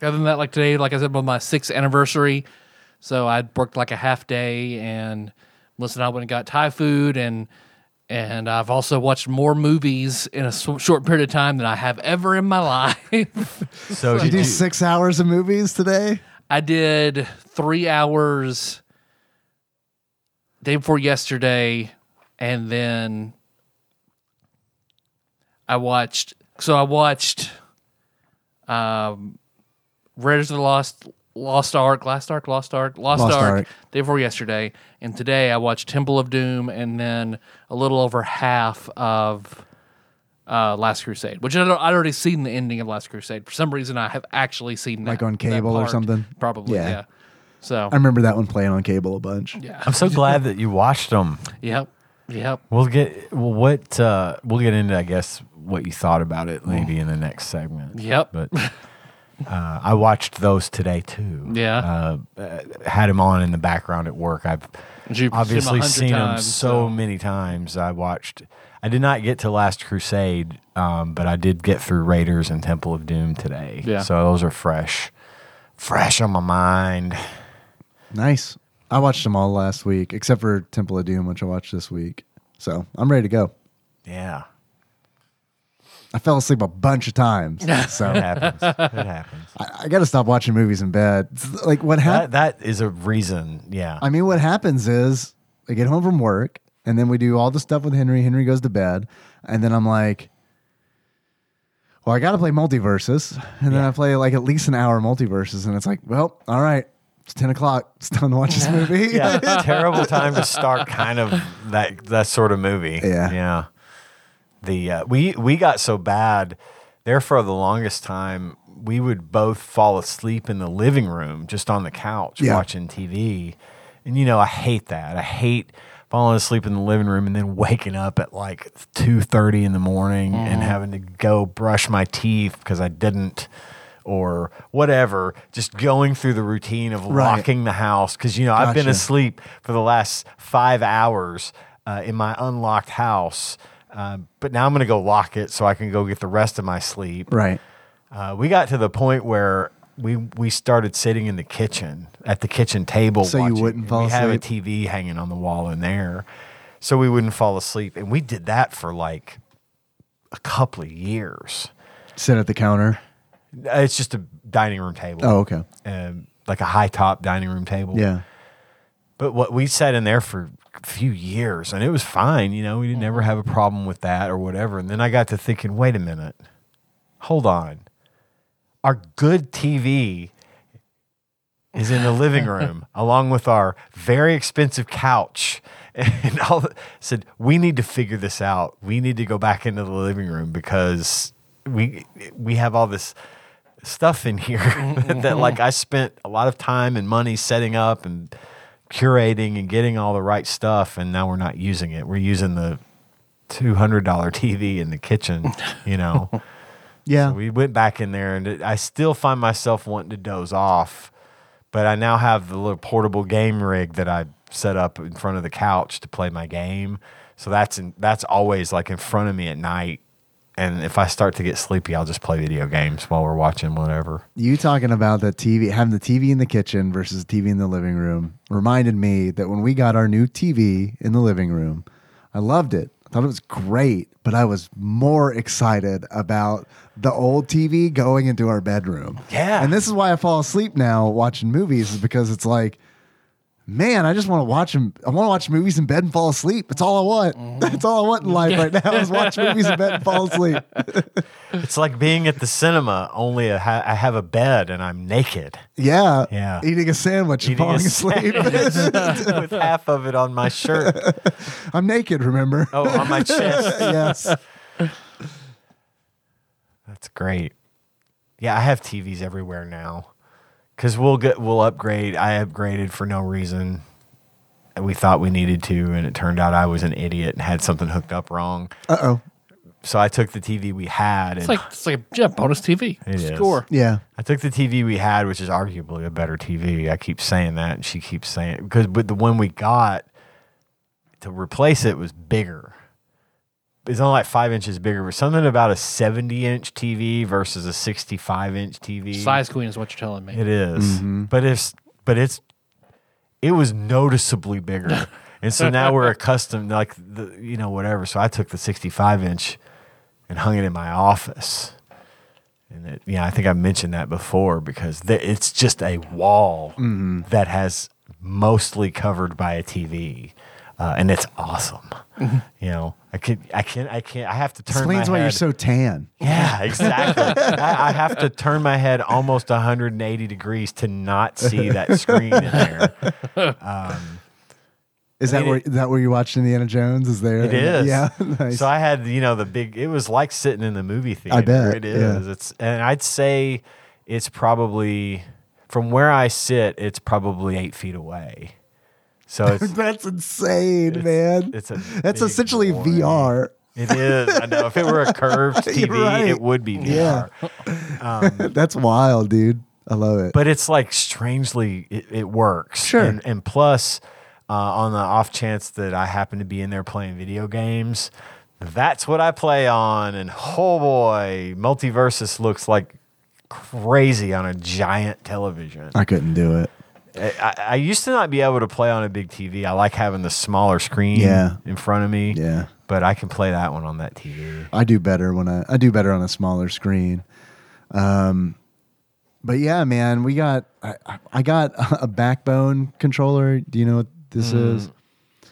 S1: Other than that, like today, like I said, was my sixth anniversary. So I worked like a half day and Melissa and I went and got Thai food and and I've also watched more movies in a sw- short period of time than I have ever in my *laughs* life.
S3: So
S2: Did you do
S3: you-
S2: six hours of movies today?
S1: I did three hours day before yesterday, and then I watched. So I watched um, Raiders of the Lost Lost Ark, Last Ark, Lost Ark, Lost,
S2: Lost
S1: Ark,
S2: Ark.
S1: day before yesterday, and today I watched Temple of Doom, and then a little over half of uh, Last Crusade, which I don't, I'd already seen the ending of Last Crusade. For some reason, I have actually seen that,
S2: Like on
S1: that
S2: cable or
S1: part.
S2: something?
S1: Probably, yeah.
S2: Yeah.
S1: So,
S2: I remember that one playing on cable a bunch.
S1: yeah,
S3: I'm so glad that you watched them.
S1: yep, yep.
S3: We'll get well, what uh, we'll get into, I guess, what you thought about it maybe in the next segment.
S1: Yep.
S3: But uh, I watched those today too.
S1: Yeah.
S3: Uh, uh, had them on in the background at work. I've
S1: You've seen 'em a
S3: obviously
S1: hundred
S3: seen them
S1: times,
S3: so,
S1: so-
S3: many times. I watched. I did not get to Last Crusade, um, but I did get through Raiders and Temple of Doom today.
S1: Yeah.
S3: So those are fresh, fresh on my mind.
S2: Nice. I watched them all last week, except for Temple of Doom, which I watched this week. So I'm ready to go.
S3: Yeah.
S2: I fell asleep a bunch of
S3: *laughs*
S2: times. So
S3: It
S2: I,
S3: happens. it
S1: *laughs*
S3: happens.
S2: I got to stop watching movies in bed. It's like what happened?
S3: That, that is a reason. Yeah.
S2: I mean, what happens is I get home from work and then we do all the stuff with Henry. Henry goes to bed. And then I'm like, well, I got to play multiverses. And then I play like at least an hour multiverses. And it's like, well, all right, it's 10 o'clock. It's time to watch this movie.
S3: *laughs* yeah, terrible time to start kind of that that sort of movie.
S2: Yeah.
S3: yeah. The uh, we we got so bad there for the longest time. We would both fall asleep in the living room, just on the couch
S2: Yeah.
S3: watching TV, and you know I hate that. I hate falling asleep in the living room and then waking up at like two thirty in the morning and having to go brush my teeth because I didn't. Or whatever, just going through the routine of
S2: Right.
S3: locking the house because you know I've been
S2: Gotcha.
S3: asleep for the last five hours uh, in my unlocked house. Uh, but now I'm going to go lock it so I can go get the rest of my
S2: *laughs*
S3: sleep.
S2: Right.
S3: Uh, we got to the point where we we started sitting in the kitchen at the kitchen table.
S2: So you
S3: watching.
S2: wouldn't fall
S3: we
S2: asleep?
S3: have a TV hanging on the wall in there, so we wouldn't fall asleep. And we did that for like a couple of years.
S2: Sit at the counter.
S3: Uh, It's just a dining room table.
S2: Oh, okay.
S3: Um, like a high top dining room table.
S2: Yeah.
S3: But what we sat in there for a few years and it was fine, you know, we didn't ever have a problem with that or whatever. And then I got to thinking, wait a minute, hold on. Our good TV is in the living room along with our very expensive couch. *laughs* And all the, said, we need to figure this out. We need to go back into the living room because we we have all this stuff in here *laughs* that like I spent a lot of time and money setting up and curating and getting all the right stuff and now we're not using it. We're using the $200 TV in the kitchen, you know.
S2: Yeah.
S3: So we went back in there, and it, I still find myself wanting to doze off, but I now have the little portable game rig that I set up in front of the couch to play my game. So that's in, that's always like in front of me at night. And if I start to get sleepy, I'll just play video games while we're watching whatever.
S2: You talking about the TV, having the TV in the kitchen versus the TV in the living room reminded me that when we got our new TV in the living room, I loved it. I thought it was great, but I was more excited about the old TV going into our bedroom.
S3: Yeah.
S2: And this is why I fall asleep now watching movies, is because it's like, man, I just want to watch them. I want to watch movies in bed and fall asleep. *laughs* It's all I want.
S3: Mm-hmm.
S2: That's all I want in life right now is watch movies in bed and fall
S3: *laughs*
S2: asleep.
S3: It's like being at the cinema, only I ha- I have a bed and I'm *laughs* naked.
S2: Yeah.
S3: Yeah.
S2: Eating a sandwich and
S3: Eating a
S2: falling asleep.
S3: sandwich with half of it on my shirt.
S2: I'm naked, remember?
S3: Oh, on my chest.
S2: *laughs*
S3: *laughs*
S2: yes.
S3: That's great. Yeah, I have TVs everywhere now. Cause we'll get we'll upgrade. I upgraded for no reason. And We thought we needed to, and it turned out I was an idiot and had something hooked up wrong.
S2: Uh oh.
S3: So I took the TV we had, and
S1: It's like it's like a yeah, bonus TV
S3: It is.
S1: score.
S2: Yeah.
S3: I took the TV we had, which is arguably a better TV. I keep saying that, and she keeps saying because but the one we got to replace it was bigger. It's only like five inches bigger, but something about a seventy-inch TV versus a sixty-five-inch TV.
S1: Size Queen is what you're telling me.
S3: It is. but it's but it's it was noticeably bigger, and so now we're accustomed like the you know whatever. So I took the 65 inch and hung it in my office, And it, yeah, I think I mentioned that before because th- it's just a wall that has mostly covered by a TV, uh, and it's awesome. You know, I could, I can't, I can't. I have to turn.
S2: Explains
S3: my
S2: why you're
S3: head-
S2: so tan. *laughs*
S3: yeah, exactly. I, I have to turn my head almost 180 degrees to not see that screen in there.
S2: Is that
S3: mean,
S2: where
S3: it-
S2: is that where you watched Indiana Jones? Is there?
S3: It
S2: *laughs*
S3: is. *laughs*
S2: Yeah. nice.
S3: So I had, you know, the big, it was like sitting in the movie theater.
S2: I bet,
S3: It
S2: yeah.
S3: is. It's, and I'd say it's probably, from where I sit, it's probably eight feet away. So it's,
S2: *laughs* That's insane,
S3: It's-
S2: man.
S3: it's a
S2: That's
S3: big
S2: essentially
S3: boy.
S2: VR.
S3: it is. I know. If it were a
S2: *laughs*
S3: curved
S2: You're
S3: TV,
S2: right.
S3: it would be
S2: Yeah. *laughs*
S3: VR.
S2: That's wild, dude. I love it.
S3: but it's like strangely it, it works
S2: Sure.
S3: and, and plus uh, on the off chance that i happen to be in there playing video games that's what i play on and oh boy multiversus looks like crazy on a giant television
S2: I couldn't do it.
S3: I, I- I used to not be able to play on a big tv i like having the smaller screen
S2: Yeah.
S3: in front of me
S2: Yeah.
S3: but i can play that one on that tv
S2: I do better when I I do better on a smaller screen. Um, but yeah, man, we got I, I- I got *laughs* a backbone controller. Do you know what this
S3: Mm.
S2: is?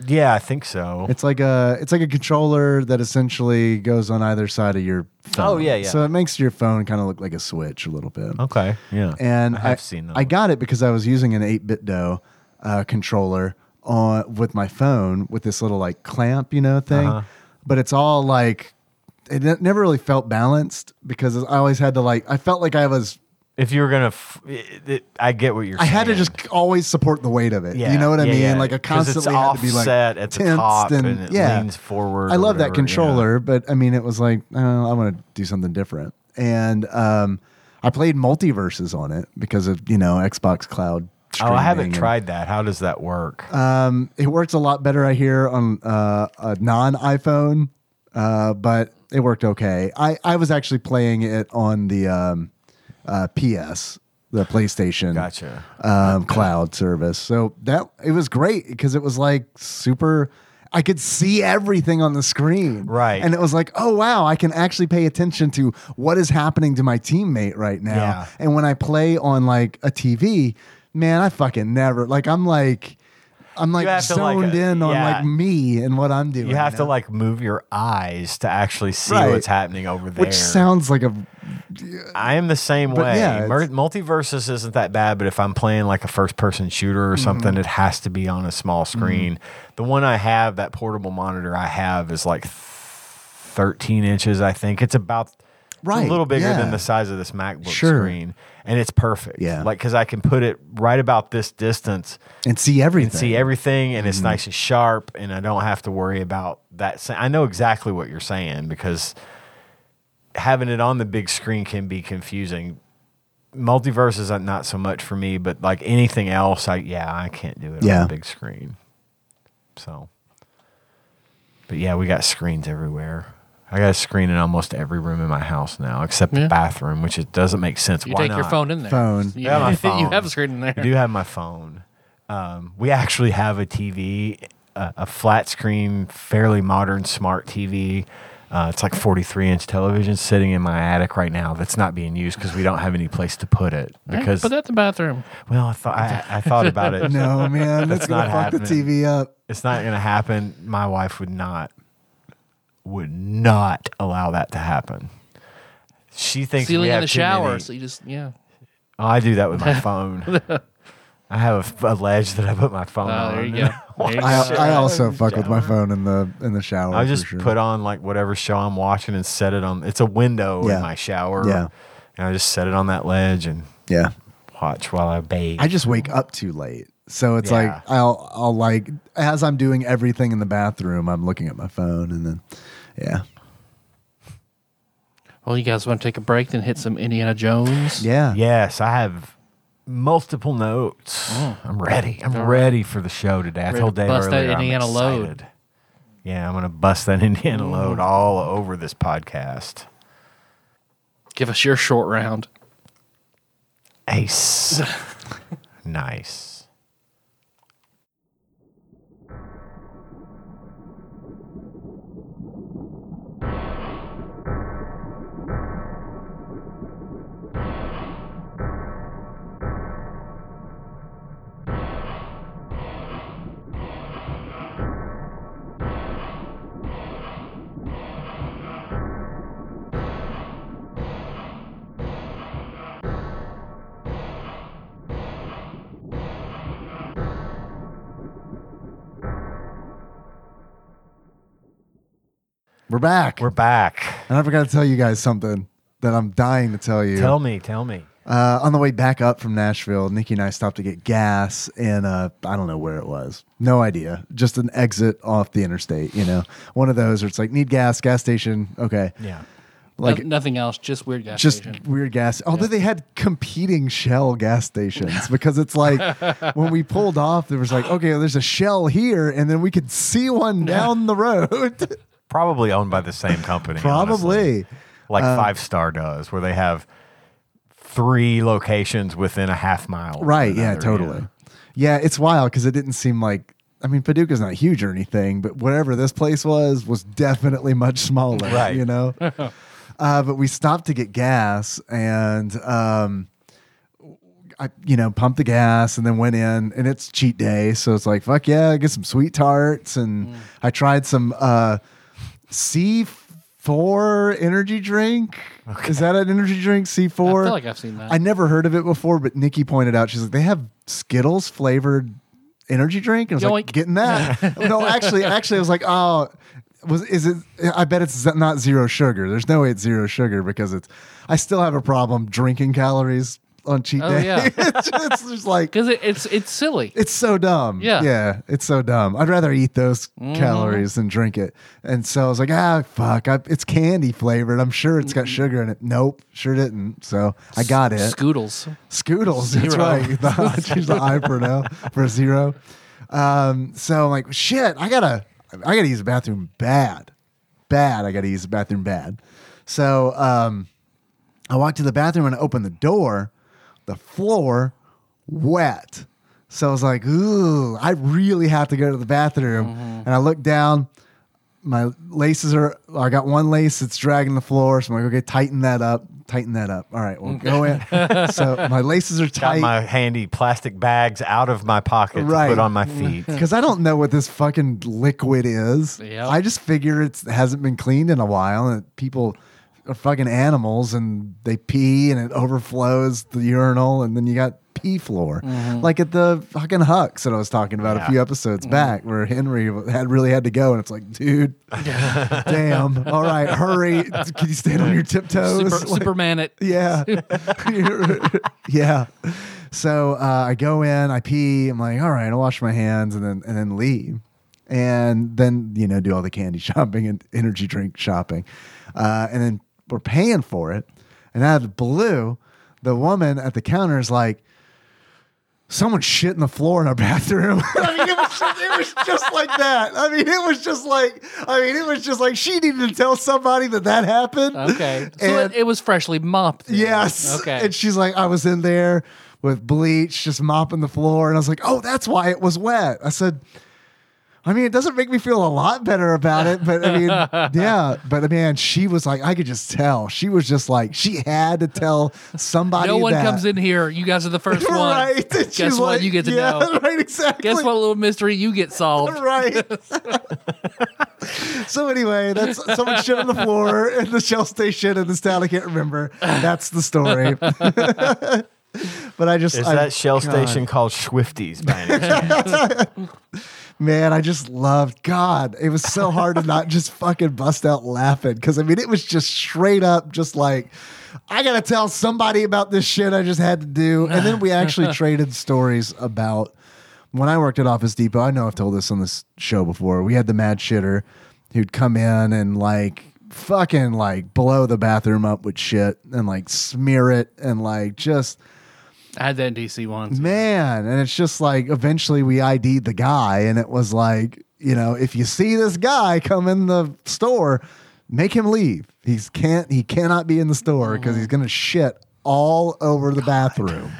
S3: yeah i think so
S2: It's like a it's like a controller that essentially goes on either side of your phone.
S3: Oh, yeah, yeah.
S2: So it makes your phone kind of look like a switch a little bit.
S3: okay yeah
S2: And
S3: I
S2: I,
S3: have seen those.
S2: I got it because I was using an 8-bit dough uh, controller on with my phone with this little like clamp, you know, thing.
S3: Uh-huh.
S2: But it's all like it ne- never really felt balanced because I always had to like I felt like I was
S3: if you were gonna f- it, it, i get what you're
S2: I
S3: saying
S2: had to just always support the weight of it.
S3: Yeah,
S2: you know what I
S3: yeah,
S2: mean?
S3: yeah.
S2: Like I
S3: 'Cause it's
S2: constantly had to be like
S3: offset at the
S2: tensed
S3: top and it leans forward
S2: I
S3: or
S2: love
S3: whatever,
S2: that controller, but I mean, it was like oh, I want to do something different, and um, I played multiverses on it because of you know Xbox Cloud.
S3: Oh, I
S2: streaming
S3: haven't
S2: and-
S3: tried that. How does that work?
S2: Um, it works a lot better, I hear, on uh, a non iPhone, uh, but it worked okay. I, I was actually playing it on the um, uh, PS, the PlayStation
S3: gotcha.
S2: um, cloud service. So that it was great because it was like super. I could see everything on the screen.
S3: Right.
S2: And it was like, oh, wow, I can actually pay attention to what is happening to my teammate right now.
S3: Yeah.
S2: And when I play on like a TV, man, I fucking never, like, I'm like, I'm like
S3: have to, like,
S2: zoned
S3: uh,
S2: in on
S3: yeah.
S2: like me and what I'm doing.
S3: You have to
S2: now.
S3: like move your eyes to actually see
S2: Right.
S3: what's happening over there.
S2: which sounds like a,
S3: I am the same
S2: But
S3: way.
S2: yeah,
S3: Mer-
S2: it's-
S3: multiverses isn't that bad, but if I'm playing like a first person shooter
S2: Mm-hmm.
S3: or something, it has to be on a small screen. The one I have, that portable monitor I have, is like 13 inches, I think. It's about it's
S2: Right,
S3: a little bigger
S2: yeah.
S3: than the size of this MacBook
S2: Sure.
S3: screen, and it's perfect.
S2: Yeah.
S3: Like, because I can put it right about this distance
S2: and see everything.
S3: and see everything and it's nice and sharp and I don't have to worry about that. sa- I know exactly what you're saying because having it on the big screen can be confusing. Multiverses are not so much for me, but like anything else, I yeah, I can't do it on
S2: Yeah.
S3: the big screen. So but yeah, we got screens everywhere. I got a screen in almost every room in my house now, except
S1: Yeah.
S3: the bathroom, which it doesn't make sense.
S1: You
S3: Why
S1: take your
S3: not?
S1: phone in there.
S2: Phone.
S1: You,
S3: Yeah,
S1: *laughs*
S3: my
S1: you
S3: phone.
S1: have a screen in there.
S3: I do have my phone. Um, we actually have a TV, a, a flat screen, fairly modern smart TV. Uh, it's like 43 inch television sitting in my attic right now that's not being used because we don't have any place to put it.
S1: Yeah,
S3: Because,
S1: put that in the bathroom.
S3: well, I thought, I, I thought about
S1: *laughs*
S3: it. *laughs*
S2: No, man, that's,
S3: That's
S2: going to fuck
S3: not
S2: the
S3: happening.
S2: TV up.
S3: It's not going to happen. My wife would not, would not allow that to happen. She thinks we
S1: Ceiling in
S3: have
S1: the
S3: too many-
S1: shower. So you just yeah.
S3: Oh, I do that
S1: *laughs*
S3: with my phone. I have a, a ledge that I put my phone
S1: Oh,
S3: on.
S1: there you
S3: *laughs*
S1: go. There you
S2: I,
S1: go.
S2: I also fuck with my phone in the in the shower.
S3: I
S2: for
S3: just
S2: sure.
S3: put on like whatever show I'm watching and set it on. It's a window
S2: Yeah.
S3: in my shower.
S2: Yeah.
S3: And I just set it on that ledge and
S2: yeah.
S3: watch while I bathe.
S2: I just wake up too late. So it's
S3: Yeah.
S2: like I'll I'll like as I'm doing everything in the bathroom, I'm looking at my phone and then yeah.
S1: Well, you guys want to take a break, then hit some Indiana Jones.
S2: Yeah.
S3: yes, I have multiple notes. I'm ready. I'm ready for the show today. I
S1: Oh. Ready
S3: told
S1: to
S3: Dave
S1: bust that
S3: earlier I'm
S1: Indiana load. Mm.
S3: excited. Yeah, I'm gonna bust that *laughs* Indiana load all over this podcast.
S1: Give us your short round. *laughs*
S3: Ace. nice.
S2: We're back.
S3: We're back.
S2: and I forgot to tell you guys something that I'm dying to tell you.
S3: Tell me, tell me.
S2: Uh, on the way back up from Nashville, Nikki and I stopped to get gas in a, I don't know where it was. No idea. Just an exit off the interstate, you know? One of those where it's like, need gas, gas station. Okay.
S3: Yeah.
S2: Like,
S1: No- nothing else, just weird gas
S2: just
S1: station.
S2: weird gas. Although they had competing Shell
S1: *laughs*
S2: gas stations because it's like when we pulled off, there was like, okay, well, there's a Shell here, and then we could see one down the road.
S3: Probably owned by the same company.
S2: Probably.
S3: honestly.
S2: Uh,
S3: Like Five Star does, where they have three locations within a half mile. of
S2: Right. Yeah,
S3: another,
S2: totally. Yeah, it's wild because it didn't seem like. I mean, Paducah's not huge or anything, but whatever this place was, was definitely much smaller.
S3: Right.
S2: You know? uh, but we stopped to get gas and. Um, I, you know, pumped the gas and then went in, and it's cheat day, so it's like fuck yeah, get some sweet tarts, and I tried some uh, C four energy drink. Is that an energy drink? C four.
S1: I feel like I've seen that.
S2: I never heard of it before, but Nikki pointed out she's like they have Skittles flavored energy drink, and I was like
S1: Yoink. *laughs*
S2: getting that. no, actually, actually, I was like, oh, was is it? I bet it's not zero sugar. There's no way it's zero sugar because it's. I still have a problem drinking calories on cheat
S1: Oh,
S2: day.
S1: yeah.
S2: *laughs* it's, just, it's
S1: *laughs*
S2: just like
S1: Because it, it's it's silly.
S2: it's so dumb.
S1: Yeah. Mm-hmm.
S2: Yeah. It's so dumb. I'd rather eat those calories than drink it. And so I was like, ah, fuck. I, it's candy flavored. I'm sure it's
S1: Mm-hmm.
S2: got sugar in it. Nope. Sure didn't. So I got it.
S1: Scoodles.
S2: Scoodles. That's
S1: Zero.
S2: right. *laughs* The, I changed
S3: *laughs*
S2: the I for now for zero. Um, so I'm like, shit, I gotta, I gotta use the bathroom bad, bad. I gotta use the bathroom bad. So um, I walked to the bathroom and I opened the door, the floor wet. So I was like, ooh, I really have to go to the bathroom.
S3: Mm-hmm.
S2: And I looked down. My laces are. I got one lace that's dragging the floor, so I'm like, okay, tighten that up, tighten that up. All right, we'll go in. so my laces are
S3: *laughs* Got
S2: tight.
S3: my handy plastic bags out of my pocket
S2: Right.
S3: to put on my
S2: *laughs*
S3: feet.
S2: Because I don't know what this fucking liquid is.
S1: Yep.
S2: I just figure it's, it hasn't been cleaned in a while, and people are fucking animals, and they pee, and it overflows the urinal, and then you got pee floor,
S1: Mm-hmm.
S2: like at the fucking Hucks that I was talking about a
S3: Yeah.
S2: few episodes back, where Henry had really had to go, and it's like,
S1: *laughs*
S2: dude, damn, all right, hurry, can you stand on your
S1: Super,
S2: tiptoes? Like-
S1: Superman it.
S2: *laughs* yeah. yeah. So uh, I go in, I pee. I'm like, all right, I'll wash my hands and then and then leave, and then you know do all the candy *laughs* shopping and energy drink shopping, uh, and then we're paying for it. And out of the blue, the woman at the counter is like, "Someone shit in the floor in our *laughs* bathroom." I mean, it was just, it was just like that. I mean, it was just like I mean, it was just like she needed to tell somebody that that happened.
S1: Okay. So
S2: And-
S1: it, it was freshly mopped. then.
S2: Yes.
S1: Okay.
S2: And she's like, I was in there with bleach, just mopping the floor. And I was like, oh, that's why it was wet. I said, I mean, it doesn't make me feel a lot better about it,
S1: *laughs*
S2: but I mean, yeah. But man, she was like, I could just tell. She was just like, she had to tell somebody.
S1: no one
S2: that.
S1: comes
S2: *laughs*
S1: in here. You guys are the first one.
S2: Right. *laughs* And
S1: Guess
S2: she's
S1: what?
S2: like-
S1: you get to
S2: yeah, *laughs*
S1: know.
S2: Right, exactly.
S1: Guess what little mystery you get solved?
S2: *laughs* Right. so anyway, that's someone shit on the floor in the Shell station in this town. I can't remember. That's the story. *laughs* but I just
S3: Is
S2: I-
S3: that Shell
S2: God.
S3: station called Swifties by any chance?
S2: Man, I just loved God. It was so hard to not just fucking bust out laughing because I mean it was just straight up, just like I gotta tell somebody about this shit I just had to do. And then we actually traded stories about when I worked at Office Depot. I know I've told this on this show before. We had the mad shitter who'd come in and like fucking like blow the bathroom up with shit and like smear it and like just
S1: I had that in DC once.
S2: Man, and it's just like eventually we ID'd the guy, and it was like, you know, if you see this guy come in the store, make him leave. He's can't he cannot be in the store because he's gonna shit all over the bathroom.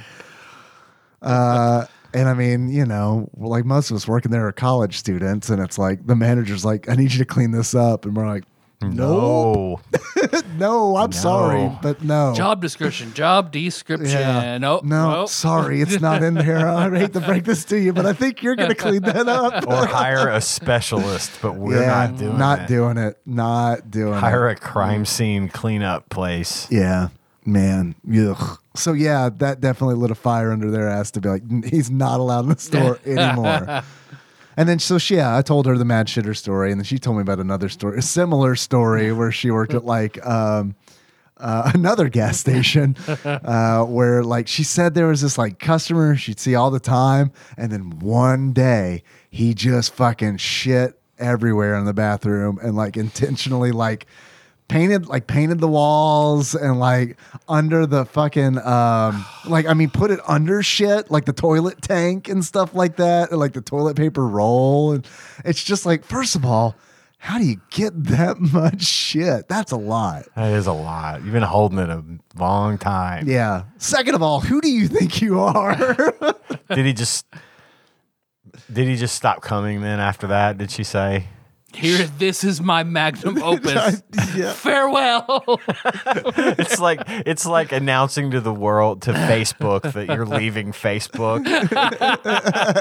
S2: Uh and I mean, you know, like most of us working there are college students, and it's like the manager's like, I need you to clean this up. And we're like, No,
S3: no.
S2: no, I'm sorry,
S3: No.
S2: but no.
S1: Job description. Job description.
S2: Yeah.
S1: Oh,
S2: no,
S1: oh.
S2: sorry, it's not in there. I hate to break this to you, but I think you're going to clean that
S3: *laughs*
S2: up.
S3: Or hire a specialist, but Oh, we're
S2: yeah,
S3: not doing
S2: not
S3: it.
S2: doing it. Not doing
S3: hire
S2: it.
S3: a crime scene cleanup place.
S2: Yeah, man. Ugh. So yeah, that definitely lit a fire under their ass to be like, "N- he's not allowed in the store anymore. And then so she, yeah, I told her the mad shitter story, and then she told me about another story, a similar story where she worked at like um, uh, *laughs* another gas station, uh, where like she said there was this like customer she'd see all the time, and then one day he just fucking shit everywhere in the bathroom and like intentionally like painted like painted the walls and like under the fucking um like I mean put it under shit like the toilet tank and stuff like that and like the toilet paper roll and it's just like first of all how do you get that *laughs* much shit that's a lot
S3: That is a lot. You've been holding it a long time.
S2: yeah second of all who do you think you *laughs* are
S3: Did he just? Did he just stop coming then after that? Did she say?
S1: Here, this is my magnum
S2: *laughs*
S1: opus.
S2: yeah
S1: Farewell. *laughs*
S3: It's like it's like announcing to the world to Facebook that you're leaving Facebook.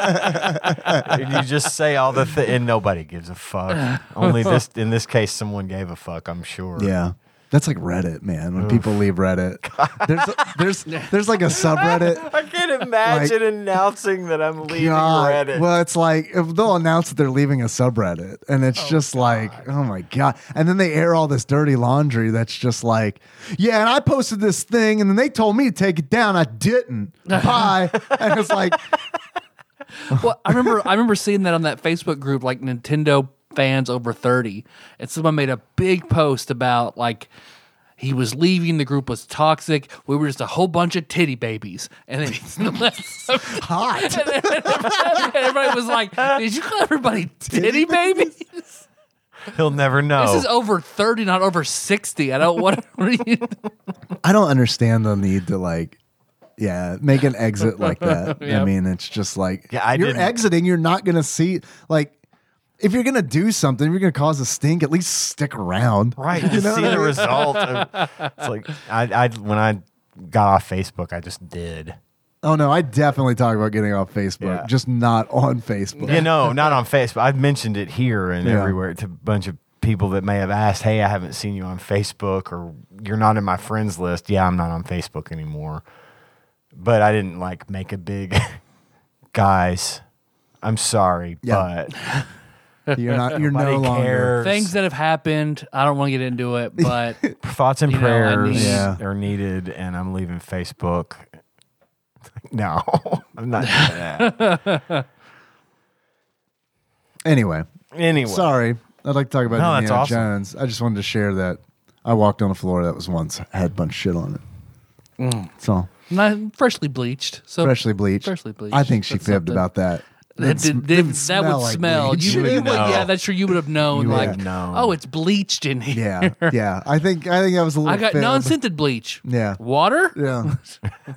S3: and you just say all the thi- and nobody gives a fuck. Only this in this case someone gave a fuck, I'm sure.
S2: yeah that's like Reddit, man. When people leave Reddit, *laughs* there's there's there's like a subreddit *laughs*
S3: I can't imagine announcing that I'm leaving
S2: God.
S3: Reddit.
S2: Well, it's like if they'll announce that they're leaving a subreddit, and it's just like, oh my god! And then they air all this dirty laundry that's just like, yeah. And I posted this thing, and then they told me to take it down. I *laughs* didn't. Bye. and it's like,
S1: well, I remember I remember seeing that on that Facebook group, like Nintendo fans over thirty, and someone made a big post about like he was leaving, the group was toxic, we were just a whole bunch of titty babies, and then *laughs*
S2: *laughs*
S1: hot. and everybody was like, "Did you call everybody titty babies?" Oh.
S3: He'll never know.
S1: This is over thirty, not over sixty. I don't want *laughs* to.
S2: I don't understand the need to like. Yeah, make an
S1: *laughs*
S2: exit like that. I
S1: Yep.
S2: mean, it's just like
S3: Yeah, I
S2: you're
S3: didn't-
S2: exiting. You're not gonna see like if you're gonna do something, if you're gonna cause a stink. At least stick around, *laughs*
S3: Right. You
S2: know
S3: see
S2: what I
S3: the
S2: mean?
S3: result. Of, it's like I, I when I got off Facebook, I just did.
S2: Oh no, I definitely talk about getting off Facebook,
S3: Yeah.
S2: just not on Facebook.
S3: You know, not on Facebook. I've mentioned it here and
S2: Yeah.
S3: everywhere to a bunch of people that may have asked, "Hey, I haven't seen you on Facebook, or you're not in my friends list." Yeah, I'm not on Facebook anymore. But I didn't like make a big, *laughs* guys. I'm sorry,
S2: Yeah.
S3: but
S2: You're not. You're no
S3: Nobody
S2: longer.
S3: cares.
S1: Things that have happened. I don't want to get into it, *laughs* but
S3: thoughts and
S1: You know, I
S3: prayers
S1: need-
S2: Yeah.
S3: are needed, and I'm leaving Facebook. *laughs* No, *laughs* I'm not doing
S2: *laughs*
S3: that.
S2: Anyway,
S3: Anyway,
S2: sorry. I'd like to talk about
S3: No, that's
S2: Indiana
S3: awesome.
S2: Jones. I just wanted to share that I walked on a floor that was once had a bunch of shit on it.
S3: Mm.
S2: It's all
S1: not freshly bleached. So
S2: freshly bleached.
S1: Freshly bleached.
S2: I think she
S1: That's
S2: fibbed
S1: something.
S2: about that.
S1: That,
S2: It's-
S1: did, did, that
S2: smell
S1: would
S2: like
S1: smell.
S2: bleach.
S1: You,
S2: You
S1: you
S3: would
S1: would,
S3: know.
S1: yeah, that's sure you would have known.
S2: would
S1: like,
S2: have
S3: known.
S1: oh, it's bleached in here.
S2: Yeah, yeah. I think I think that was a little.
S1: *laughs* I got
S2: fib.
S1: non-scented bleach.
S2: Yeah. *laughs*
S1: water.
S2: Yeah.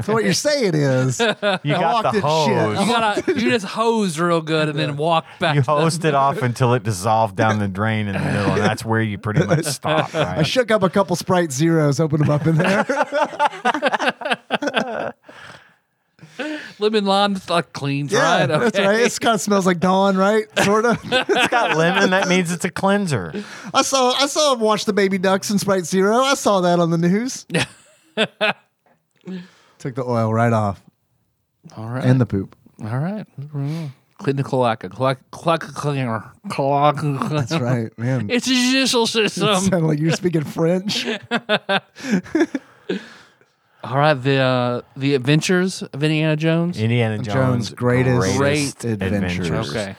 S2: so what you're saying is,
S3: you
S2: I
S3: got
S2: walked
S3: the
S2: in shit.
S1: You
S3: hose.
S1: gotta, you just hose real good and then walk back.
S3: *laughs* You
S1: to the-
S3: hosed it off until it dissolved down the drain in the middle, and that's where you pretty much stop.
S1: *laughs*
S2: I
S3: Right?
S2: shook up a couple Sprite Zeros, opened them up in there.
S1: *laughs* lemon lime, like clean,
S2: yeah,
S1: *laughs* right?
S2: that's right. It kind of smells like dawn, right?
S1: *laughs*
S2: Sort of.
S3: It's got lemon. That means it's a cleanser.
S2: I saw I saw him watch the baby ducks in Sprite Zero. I saw that on
S1: *laughs*
S2: the news. Took the oil right off
S1: All right,
S2: and the poop.
S1: all right. Clean the cloaca, cloaca, cloaca cleaner, cloaca. cleaner. *laughs*
S2: That's right, man.
S1: It's um, a judicial
S2: It
S1: system.
S2: *laughs* sounded like you're speaking French.
S1: All right, the uh, the adventures of Indiana Jones.
S3: Indiana Jones'
S2: Jones' greatest
S1: Great
S2: adventures.
S1: Okay,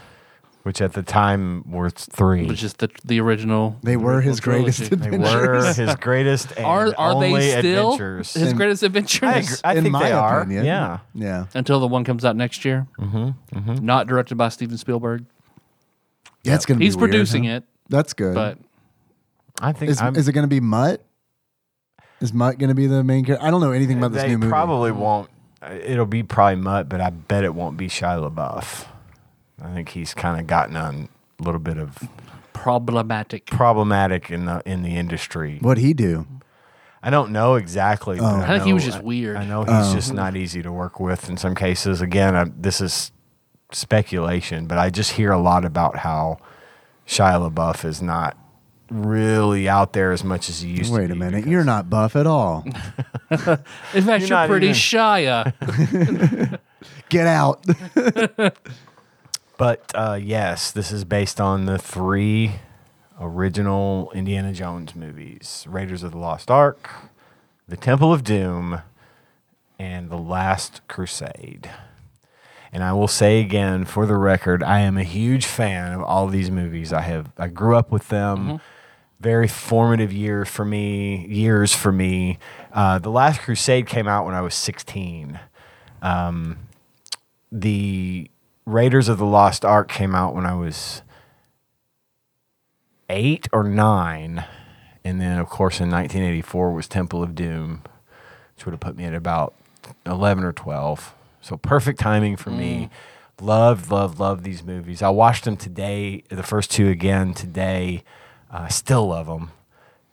S3: which at the time were three.
S1: which is the the original.
S2: They were his
S1: Trilogy.
S2: greatest
S3: They
S2: adventures.
S3: were his greatest and
S1: Are are
S3: only
S1: they still
S3: adventures.
S1: his
S2: In-
S1: greatest
S3: I,
S1: adventures?
S3: agree. I
S2: in
S3: think
S2: my
S3: they are.
S2: opinion.
S3: Yeah.
S2: Yeah.
S1: until the one comes out next year. Mm-hmm, Not directed by Steven Spielberg.
S2: That's gonna be
S1: He's
S2: weird,
S1: producing
S2: huh?
S1: it,
S2: That's good.
S1: but
S3: I think
S2: is,
S3: I'm-
S2: is it gonna be Mutt? Is Mutt gonna be the main character? I don't know anything about this
S3: they
S2: new movie.
S3: probably won't. uh, It'll be probably Mutt, but I bet it won't be Shia LaBeouf. I think he's kind of gotten on a little bit of
S1: problematic.
S3: problematic in the in the industry.
S2: What'd he do?
S3: I don't know exactly.
S2: Oh.
S1: I
S3: but
S1: think he
S3: know-
S1: was just weird.
S3: I know he's just
S2: Um,
S3: not easy to work with in some cases. Again, I, this is speculation, but I just hear a lot about how Shia LaBeouf is not really out there as much as he used to.
S2: Wait a
S3: be
S2: minute.
S3: because-
S2: You're not buff at
S3: *laughs*
S2: all.
S1: In fact, you're, uh,
S3: not
S1: pretty
S3: even-
S1: shy.
S2: Get out.
S3: But uh, yes, this is based on the three original Indiana Jones movies Raiders of the Lost Ark, The Temple of Doom, and The Last Crusade. And I will say again, for the record, I am a huge fan of all these movies. I have I grew up with them. Very formative years for me. Years for me. Uh, the Last Crusade came out when I was 16 the Raiders of the Lost Ark came out when I was eight or nine. And then, of course, in 1984 was Temple of Doom, which would have put me at about 11 or 12. So perfect timing for me. Love, love, love these movies. I watched them today, the first two again today. Uh, still love them.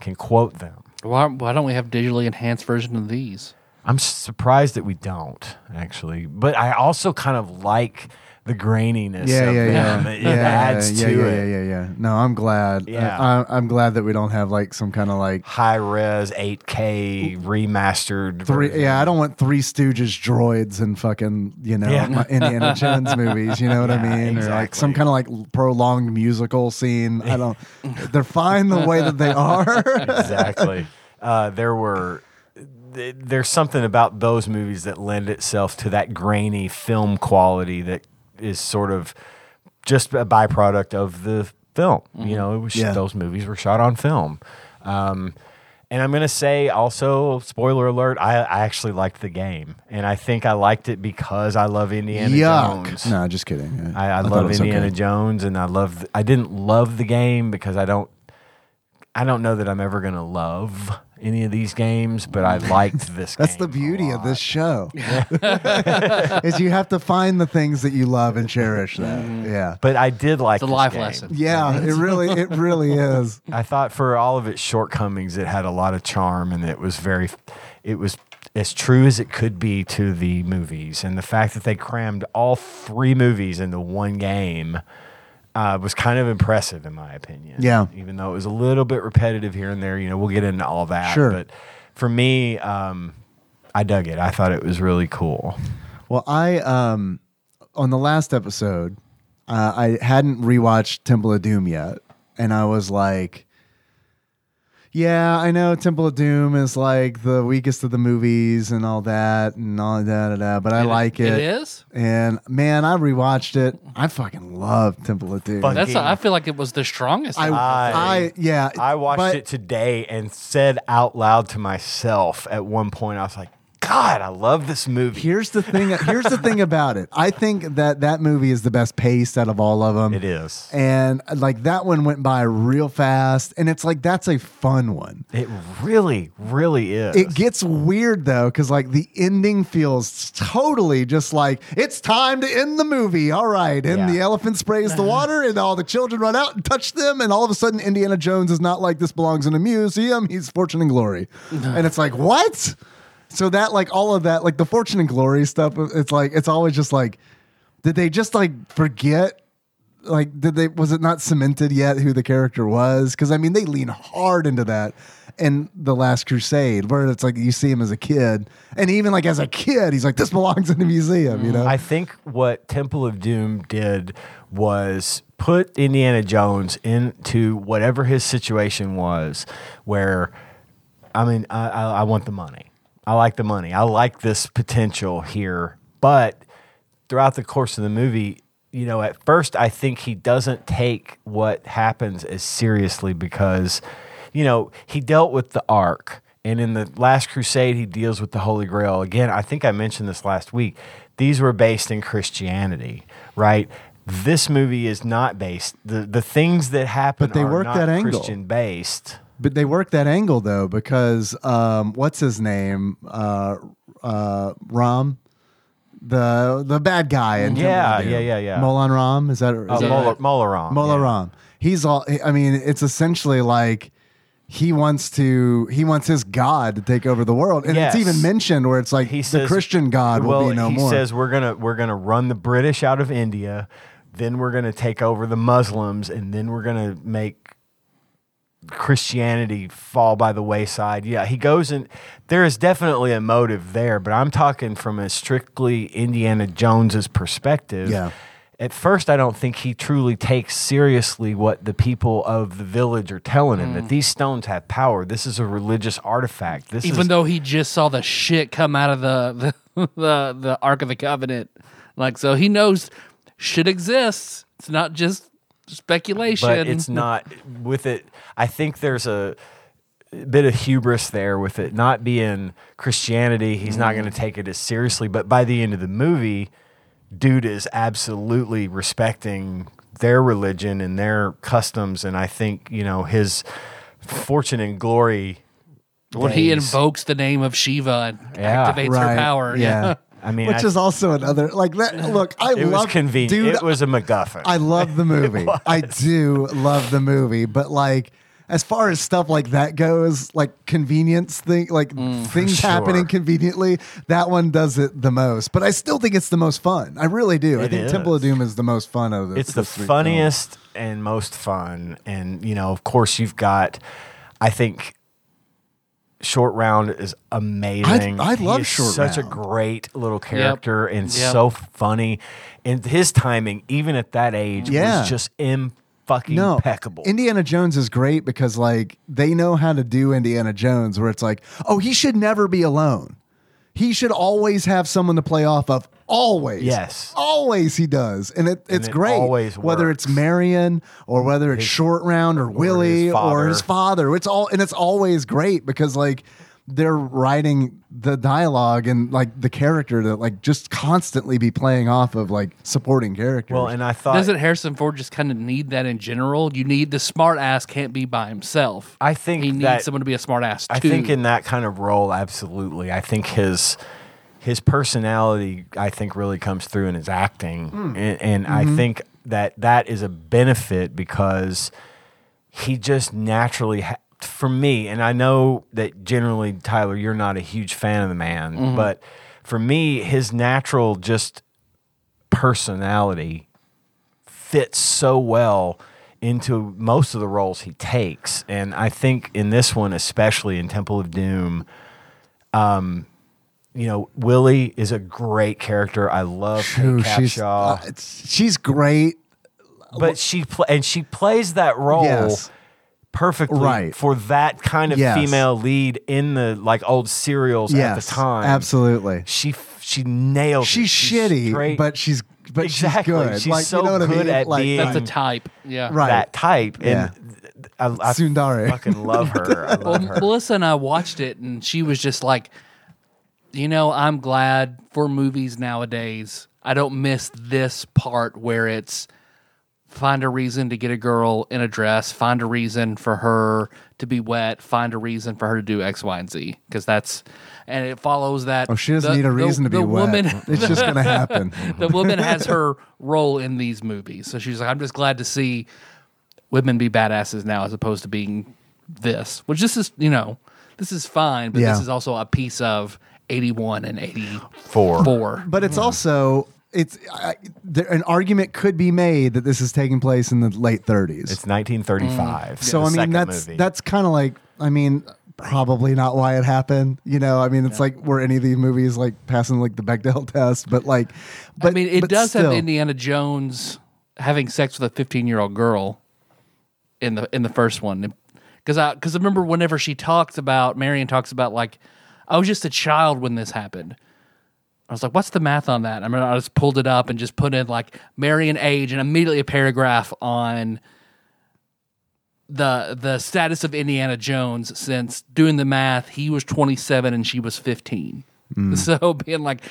S3: Can quote them.
S1: Why, why don't we have digitally enhanced version of these?
S3: I'm surprised that we don't actually, but I also kind of like the graininess.
S2: Yeah,
S3: of
S2: yeah,
S3: them.
S2: yeah.
S3: *laughs* It
S2: yeah,
S3: adds
S2: yeah,
S3: to
S2: yeah,
S3: it.
S2: Yeah, yeah, yeah. No, I'm glad.
S3: Yeah.
S2: I, I'm glad that we don't have like some kind of like
S3: High res, 8K remastered.
S2: three.
S3: version.
S2: Yeah, I don't want Three Stooges droids and fucking you know
S3: Yeah.
S2: my
S3: *laughs*
S2: Indiana Jones movies. You know what I
S3: Yeah,
S2: mean? Or like some kind
S3: exactly.
S2: of like prolonged musical scene. I don't. They're fine the way
S3: *laughs*
S2: that they are.
S3: exactly. Uh, there were. th- There's something about those movies that lend itself to that grainy film quality that is sort of just a byproduct of the film. You know, it was
S2: Mm-hmm. Yeah.
S3: those movies were shot on film. Um, and I'm gonna say also, spoiler alert, I, I actually liked the game, and I think I liked it because I love Indiana Jones.
S2: Yuck. No, just kidding.
S3: I, I,
S2: thought it
S3: love
S2: was
S3: Indiana
S2: okay.
S3: Jones, and I love. I didn't love the game because I don't. I don't know that I'm ever gonna love any of these games, but I liked
S2: *laughs*
S3: this.
S2: That's
S3: game
S2: the
S3: a
S2: beauty of
S3: lot.
S2: this show. *laughs* is you have to find the things that you love and cherish that. Yeah.
S3: Mm-hmm. But I did like
S1: It's a
S3: this
S1: life
S3: game.
S1: lesson.
S2: Yeah,
S3: *laughs*
S2: it really it really is.
S3: I thought for all of its shortcomings, it had a lot of charm, and it was very, it was as true as it could be to the movies. And the fact that they crammed all three movies into one game uh, was kind of impressive, in my opinion.
S2: Yeah.
S3: even though it was a little bit repetitive here and there. You know, we'll get into all that.
S2: Sure.
S3: but for me, um, I dug it. I thought it was really cool.
S2: Well, I um on the last episode, uh, I hadn't rewatched Temple of Doom yet, and I was like, "Yeah, I know Temple of Doom is like the weakest of the movies and all that and all da da da," but I like it.
S1: It is.
S2: And man, I rewatched it. I fucking love Temple of Doom.
S3: Fuck
S1: That's.
S3: Game.
S1: I feel like it was the strongest.
S2: I,
S1: out of the
S2: I,
S1: three.
S2: yeah.
S3: I watched
S2: but-
S3: it today and said out loud to myself at one point, I was like, God, I love this movie.
S2: Here's the thing. Here's the thing about it. I think that that movie is the best paced out of all of them.
S3: It is.
S2: And like that one went by real fast, and it's like that's a fun one.
S3: It really, really is.
S2: It gets weird though, because like the ending feels totally just like it's time to end the movie. All right, and
S3: Yeah.
S2: the elephant sprays the water, and all the children run out and touch them, and all of a sudden Indiana Jones is not like this belongs in a museum. He's Fortune and Glory, and it's like what? So that like all of that like the Fortune and Glory stuff. It's like it's always just like did they just like forget? Like, did they? Was it not cemented yet who the character was? Because I mean, they lean hard into that in the Last Crusade, where it's like you see him as a kid, and even like as a kid, he's like, "This belongs in a museum," you know.
S3: Mm. I think what Temple of Doom did was put Indiana Jones into whatever his situation was, where I mean, I, I, I want the money. I like the money. I like this potential here. But throughout the course of the movie, you know, at first, I think he doesn't take what happens as seriously because, you know, he dealt with the Ark. And in the Last Crusade, he deals with the Holy Grail. Again, I think I mentioned this last week. These were based in Christianity, right? This movie is not based. The the things that happen
S2: But they
S3: are
S2: work
S3: not
S2: that angle.
S3: Christian based.
S2: But they work that angle though, because um, what's his name? Uh, uh, Ram, the the bad guy, in Temple of
S3: Yeah,
S2: Doom.
S3: yeah, yeah, yeah.
S2: Molan Ram is that? Is
S3: Uh,
S2: that
S3: Mola, Molaram.
S2: Mola
S3: yeah.
S2: Ram. He's all. I mean, it's essentially like he wants to. He wants his god to take over the world, and
S3: Yes.
S2: it's even mentioned where it's like
S3: He
S2: the
S3: says
S2: Christian God
S3: well,
S2: will be no
S3: he
S2: more.
S3: says we're gonna we're gonna run the British out of India, then we're gonna take over the Muslims, and then we're gonna make Christianity fall by the wayside. Yeah, he goes and there is definitely a motive there, but I'm talking from a strictly Indiana Jones's perspective.
S2: Yeah.
S3: at first I don't think he truly takes seriously what the people of the village are telling him that these stones have power. This is a religious artifact. This
S1: Even
S3: is
S1: though he just saw the shit come out of the *laughs* the, the the Ark of the Covenant, like so he knows shit exists. It's not just speculation.
S3: but it's not with it. I think there's a bit of hubris there with it not being Christianity. He's not
S2: Mm.
S3: going to take it as seriously. But by the end of the movie, dude is absolutely respecting their religion and their customs. And I think you know his fortune and glory.
S1: when he
S3: days-
S1: invokes the name of Shiva and
S3: Yeah.
S1: activates
S2: right.
S1: her
S3: *laughs*
S1: power.
S3: I mean,
S2: which
S3: I-
S2: is also another like that. Look, I
S3: It
S2: love
S3: was convenient.
S2: Dude,
S3: it was a MacGuffin.
S2: *laughs* I love the
S3: *laughs*
S2: movie. I do love the movie, but like as far as stuff like that goes, like convenience thing, like things
S3: Mm, sure.
S2: happening conveniently, that one does it the most. But I still think it's the most fun. I really do. I
S3: It
S2: think Temple of
S3: is.
S2: Doom is the most fun of the.
S3: it's the
S2: this week's
S3: funniest and most fun. And you know, of course, you've got. I think Short Round is amazing.
S2: I
S3: He
S2: love
S3: is
S2: Short
S3: Such a
S2: Round.
S3: great little character and
S1: Yep.
S3: so funny. And his timing, even at that age,
S2: Yeah.
S3: was just im fucking
S2: film. No,
S3: impeccable.
S2: Indiana Jones is great because like they know how to do Indiana Jones, where it's like, oh, he should never be alone. He should always have someone to play off of. Always,
S3: Yes.
S2: always he does, and it, it's
S3: it
S2: great.
S3: always
S2: whether
S3: works.
S2: it's Marion or whether it's Short Round or, Willie or
S3: father.
S2: his father, it's all and it's always great because like they're writing the dialogue and like the character to like just constantly be playing off of like supporting characters.
S3: well, and I
S1: *laughs*
S3: thought
S1: Doesn't Harrison Ford just kind of need that in general? You need the smart ass can't be by himself.
S3: I think
S1: he needs
S3: that-
S1: someone to be a smart ass too.
S3: I think in that kind of role, absolutely. I think his his personality, I think, really comes through in his acting, and, and I think that that is a benefit because he just naturally, ha- for me, and I know that generally, Tyler, you're not a huge fan of the man, but for me, his natural just personality fits so well into most of the roles he takes. And I think in this one, especially in Temple of Doom, um, you know, Willie is a great character. I love Kate
S2: Ooh, she's uh,
S3: Capshaw,
S2: it's- she's great.
S3: but she pl- and she plays that role
S2: Yes.
S3: perfectly
S2: Right.
S3: for that kind of
S2: Yes.
S3: female lead in the like old serials at
S2: yes,
S3: the time.
S2: Absolutely.
S3: she f- she nails. it.
S2: She's, shitty,
S3: straight-
S2: but she's but
S3: Exactly.
S2: she's good.
S3: She's so good at being-
S1: that's a
S3: Right.
S1: type. Yeah.
S2: Right.
S3: that type.
S2: Yeah.
S3: And th- th- I, I
S2: Sundari.
S3: fucking love her.
S2: *laughs*
S3: I
S1: Well,
S3: love her.
S1: Melissa and I watched it, and she was just like, "You know, I'm glad for movies nowadays. I don't miss this part where it's find a reason to get a girl in a dress, find a reason for her to be wet, find a reason for her to do X, Y, and Z. Because that's and it follows that.
S2: oh, she doesn't
S1: the-
S2: need a reason
S1: the,
S2: to be
S1: the
S2: wet.
S1: Woman,
S2: *laughs* it's just gonna happen.
S1: the woman has her role in these movies. So she's like, I'm just glad to see women be badasses now as opposed to being this, which this is, you know, this is fine, but
S2: Yeah.
S1: this is also a piece of 81 and 84.
S3: Four.
S2: But it's also it's I, there, an argument could be made that this is taking place in the late 30s.
S3: It's 1935.
S2: Mm. so
S3: the
S2: I mean
S3: second
S2: that's
S3: movie.
S2: that's kind of like I mean probably not why it happened. You know, I mean it's like were any of these movies like passing like the Bechdel test, but like but
S1: I mean, it
S2: but
S1: does
S2: still,
S1: have Indiana Jones having sex with a 15 year old girl in the in the first one because I because I remember whenever she talks about Marion talks about like I was just a child when this happened. I was like, "What's the math on that?" I mean, I just pulled it up and just put in like Marion age and immediately a paragraph on the the status of Indiana Jones since doing the math, he was 27 and she was 15. *laughs*
S3: Mm.
S1: So being like,